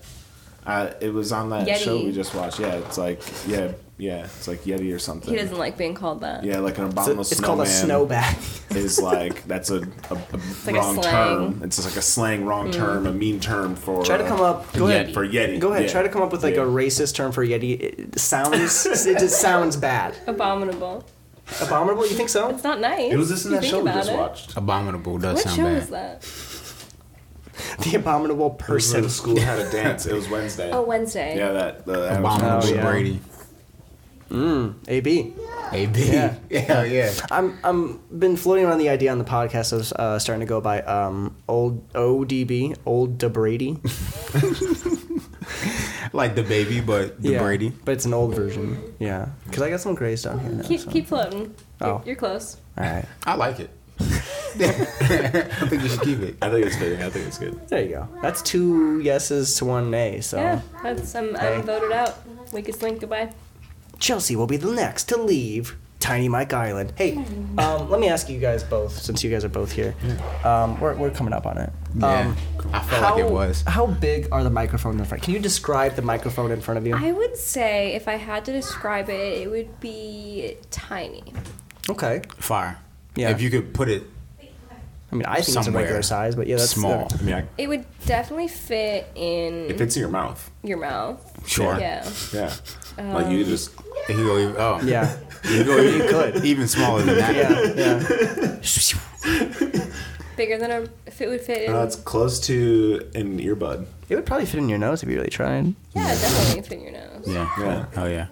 [SPEAKER 1] Uh, it was on that
[SPEAKER 4] Yeti.
[SPEAKER 1] show we just watched. Yeah, it's like yeah, yeah, it's like Yeti or something.
[SPEAKER 4] He doesn't like being called that.
[SPEAKER 1] Yeah, like an
[SPEAKER 2] It's, a-
[SPEAKER 1] abominable
[SPEAKER 2] it's called
[SPEAKER 1] snowman.
[SPEAKER 2] a snowback.
[SPEAKER 1] Is like that's a, a, a
[SPEAKER 4] like a
[SPEAKER 1] wrong
[SPEAKER 4] slang. Hmm.
[SPEAKER 1] term. It's just like a slang wrong term, a mean term for.
[SPEAKER 2] try to
[SPEAKER 1] uh,
[SPEAKER 2] come up. Go ahead.
[SPEAKER 1] for Yeti.
[SPEAKER 2] Go ahead.
[SPEAKER 1] yeah.
[SPEAKER 2] Try to come up with like
[SPEAKER 1] Yeah.
[SPEAKER 2] a racist term for yeti. It sounds it just sounds bad.
[SPEAKER 4] Abominable.
[SPEAKER 2] Abominable? You think so?
[SPEAKER 4] It's not nice.
[SPEAKER 1] It was this in
[SPEAKER 4] You
[SPEAKER 1] that
[SPEAKER 4] think
[SPEAKER 1] show we
[SPEAKER 4] about
[SPEAKER 1] just
[SPEAKER 4] it.
[SPEAKER 1] watched.
[SPEAKER 3] abominable does
[SPEAKER 4] What
[SPEAKER 3] sound
[SPEAKER 4] show
[SPEAKER 3] bad.
[SPEAKER 4] is that?
[SPEAKER 2] The abominable person.
[SPEAKER 1] The school had a dance. It was Wednesday.
[SPEAKER 4] Oh, Wednesday.
[SPEAKER 1] Yeah, that. The, that was-
[SPEAKER 3] Abominable
[SPEAKER 2] Oh, yeah.
[SPEAKER 3] Brady.
[SPEAKER 2] AB.
[SPEAKER 3] AB. Yeah, yeah.
[SPEAKER 2] I'm I'm been floating around the idea on the podcast of uh, starting to go by um old ODB old De Brady.
[SPEAKER 3] Like the baby, but the
[SPEAKER 2] Yeah,
[SPEAKER 3] Brady.
[SPEAKER 2] But it's an old version. Yeah. Because I got some gray stuff here. Now,
[SPEAKER 4] Keep,
[SPEAKER 2] so.
[SPEAKER 4] keep floating.
[SPEAKER 2] Oh.
[SPEAKER 4] You're, you're close.
[SPEAKER 2] All right.
[SPEAKER 3] I like it. I think you should keep it.
[SPEAKER 1] I think it's fitting. I think it's good.
[SPEAKER 2] There you go. That's two yeses to one nay. So.
[SPEAKER 4] Yeah, that's I'm,
[SPEAKER 2] Oh. Hey.
[SPEAKER 4] I'm voted out. We can slink goodbye.
[SPEAKER 2] Chelsea will be the next to leave Tiny Mike Island. Hey,
[SPEAKER 4] Hmm.
[SPEAKER 2] um, let me ask you guys both, since you guys are both here. Um, we're, we're coming up on it. Um,
[SPEAKER 3] I felt like it was.
[SPEAKER 2] How big are the microphones in front? Can you describe the microphone in front of you?
[SPEAKER 4] I would say if I had to describe it, it would be tiny.
[SPEAKER 2] okay.
[SPEAKER 3] Fire.
[SPEAKER 2] Yeah.
[SPEAKER 3] If you could put it
[SPEAKER 2] I mean, I think it's a
[SPEAKER 3] Somewhere.
[SPEAKER 2] regular size, but yeah, that's
[SPEAKER 3] Small.
[SPEAKER 6] I mean, I,
[SPEAKER 4] It would definitely fit in
[SPEAKER 6] it fits in your mouth.
[SPEAKER 4] your mouth.
[SPEAKER 3] Sure.
[SPEAKER 4] Yeah.
[SPEAKER 6] Yeah. like you just
[SPEAKER 4] Um,
[SPEAKER 3] You go even, oh.
[SPEAKER 2] Yeah,
[SPEAKER 3] You go even,
[SPEAKER 2] you could.
[SPEAKER 3] even smaller than that.
[SPEAKER 2] Yeah, yeah.
[SPEAKER 4] Bigger than a. If it would fit
[SPEAKER 1] "Oh,
[SPEAKER 4] in.
[SPEAKER 6] No, it's close to an earbud.
[SPEAKER 2] It would probably fit in your nose if you really tried.
[SPEAKER 4] yeah, definitely fit in your nose.
[SPEAKER 3] Yeah.
[SPEAKER 6] Yeah.
[SPEAKER 3] Oh yeah.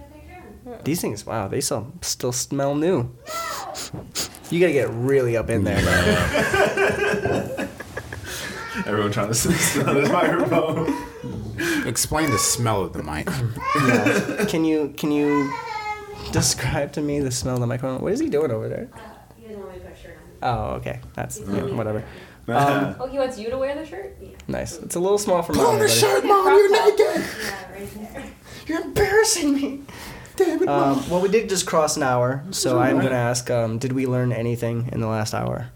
[SPEAKER 2] These things, wow, they still still smell new. You gotta get really up in there.
[SPEAKER 1] Everyone trying to smell this microphone.
[SPEAKER 3] Explain the smell of the mic.
[SPEAKER 2] Yeah. Can you can you describe to me the smell of the microphone? What is he doing over
[SPEAKER 7] Uh,
[SPEAKER 2] there?
[SPEAKER 7] He doesn't want me to put a shirt on.
[SPEAKER 2] Oh, okay, that's yeah, whatever.
[SPEAKER 1] Um,
[SPEAKER 4] Oh, he wants you to wear the shirt?
[SPEAKER 2] Nice. It's a little small for mom. buddy.
[SPEAKER 3] mom. You're naked.
[SPEAKER 7] Yeah, right there.
[SPEAKER 2] You're embarrassing me. David. Um, well, we did just cross an hour, so I'm going to ask um, did we learn anything in the last hour?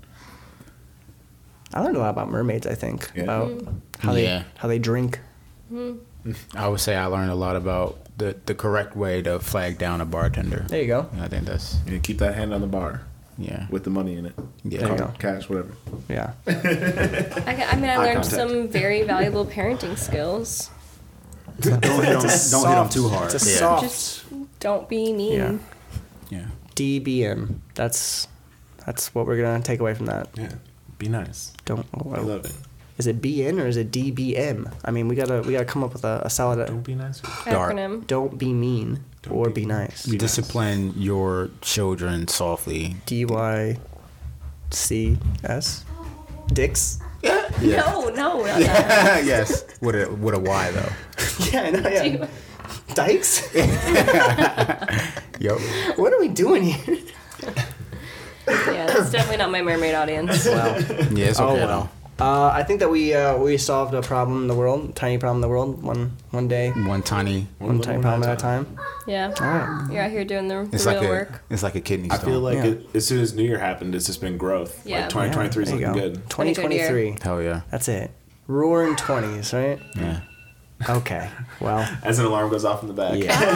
[SPEAKER 2] I learned a lot about mermaids, I think.
[SPEAKER 1] Yeah.
[SPEAKER 2] About how they
[SPEAKER 3] Yeah.
[SPEAKER 2] how they drink.
[SPEAKER 3] I would say I learned a lot about the the correct way to flag down a bartender.
[SPEAKER 2] There you go.
[SPEAKER 3] I think that's
[SPEAKER 1] Yeah, keep that hand on the bar
[SPEAKER 3] yeah.
[SPEAKER 1] with the money in it.
[SPEAKER 2] There you
[SPEAKER 3] Yeah.
[SPEAKER 2] go.
[SPEAKER 1] Cash, whatever.
[SPEAKER 2] Yeah.
[SPEAKER 4] I, I mean, I learned some very valuable parenting skills.
[SPEAKER 3] Don't hit 'em- don't hit 'em too hard.
[SPEAKER 2] It's a
[SPEAKER 3] yeah.
[SPEAKER 2] soft
[SPEAKER 4] Just don't be mean.
[SPEAKER 2] Yeah.
[SPEAKER 3] Yeah.
[SPEAKER 2] DBM. That's that's what we're going to take away from that.
[SPEAKER 6] Yeah. Be nice.
[SPEAKER 2] Don't
[SPEAKER 6] I love it.
[SPEAKER 2] Is it BN or is it DBM? I mean, we got to we got to come up with a, a solid
[SPEAKER 6] Don't be nice.
[SPEAKER 3] Dark.
[SPEAKER 4] Acronym.
[SPEAKER 2] don't be mean or be nice.
[SPEAKER 3] Discipline your children softly.
[SPEAKER 2] D Y C S. Dicks.
[SPEAKER 4] No, no, not that.
[SPEAKER 3] yes. With a with a Y though.
[SPEAKER 2] Yeah, I know.
[SPEAKER 4] Do you-
[SPEAKER 2] Yeah. Dykes.
[SPEAKER 3] Yep.
[SPEAKER 2] what are we doing here?
[SPEAKER 4] yeah, that's definitely not my mermaid audience.
[SPEAKER 2] Wow.
[SPEAKER 3] Yeah. It's
[SPEAKER 2] Oh
[SPEAKER 3] okay
[SPEAKER 2] well. Uh, I think that we uh, we solved a problem in the world, tiny problem in the world, one one day,
[SPEAKER 3] though. One tiny.
[SPEAKER 2] one tiny problem at a time.
[SPEAKER 4] Yeah. You're out here doing the, the
[SPEAKER 3] It's
[SPEAKER 4] real
[SPEAKER 3] like a
[SPEAKER 4] work.
[SPEAKER 3] it's like a kidney
[SPEAKER 6] I
[SPEAKER 3] stone.
[SPEAKER 6] feel like
[SPEAKER 2] Yeah.
[SPEAKER 6] it, as soon as New Year happened, it's just been growth.
[SPEAKER 4] Yeah.
[SPEAKER 6] Like 2023 is
[SPEAKER 2] There
[SPEAKER 6] looking
[SPEAKER 2] you go.
[SPEAKER 6] good.
[SPEAKER 2] Twenty
[SPEAKER 4] Been a good
[SPEAKER 2] twenty
[SPEAKER 4] year.
[SPEAKER 2] three.
[SPEAKER 3] Hell yeah.
[SPEAKER 2] That's it. Roaring twenties, right?
[SPEAKER 3] Yeah.
[SPEAKER 2] Okay. Well,
[SPEAKER 6] As an alarm goes off in the back.
[SPEAKER 2] yeah.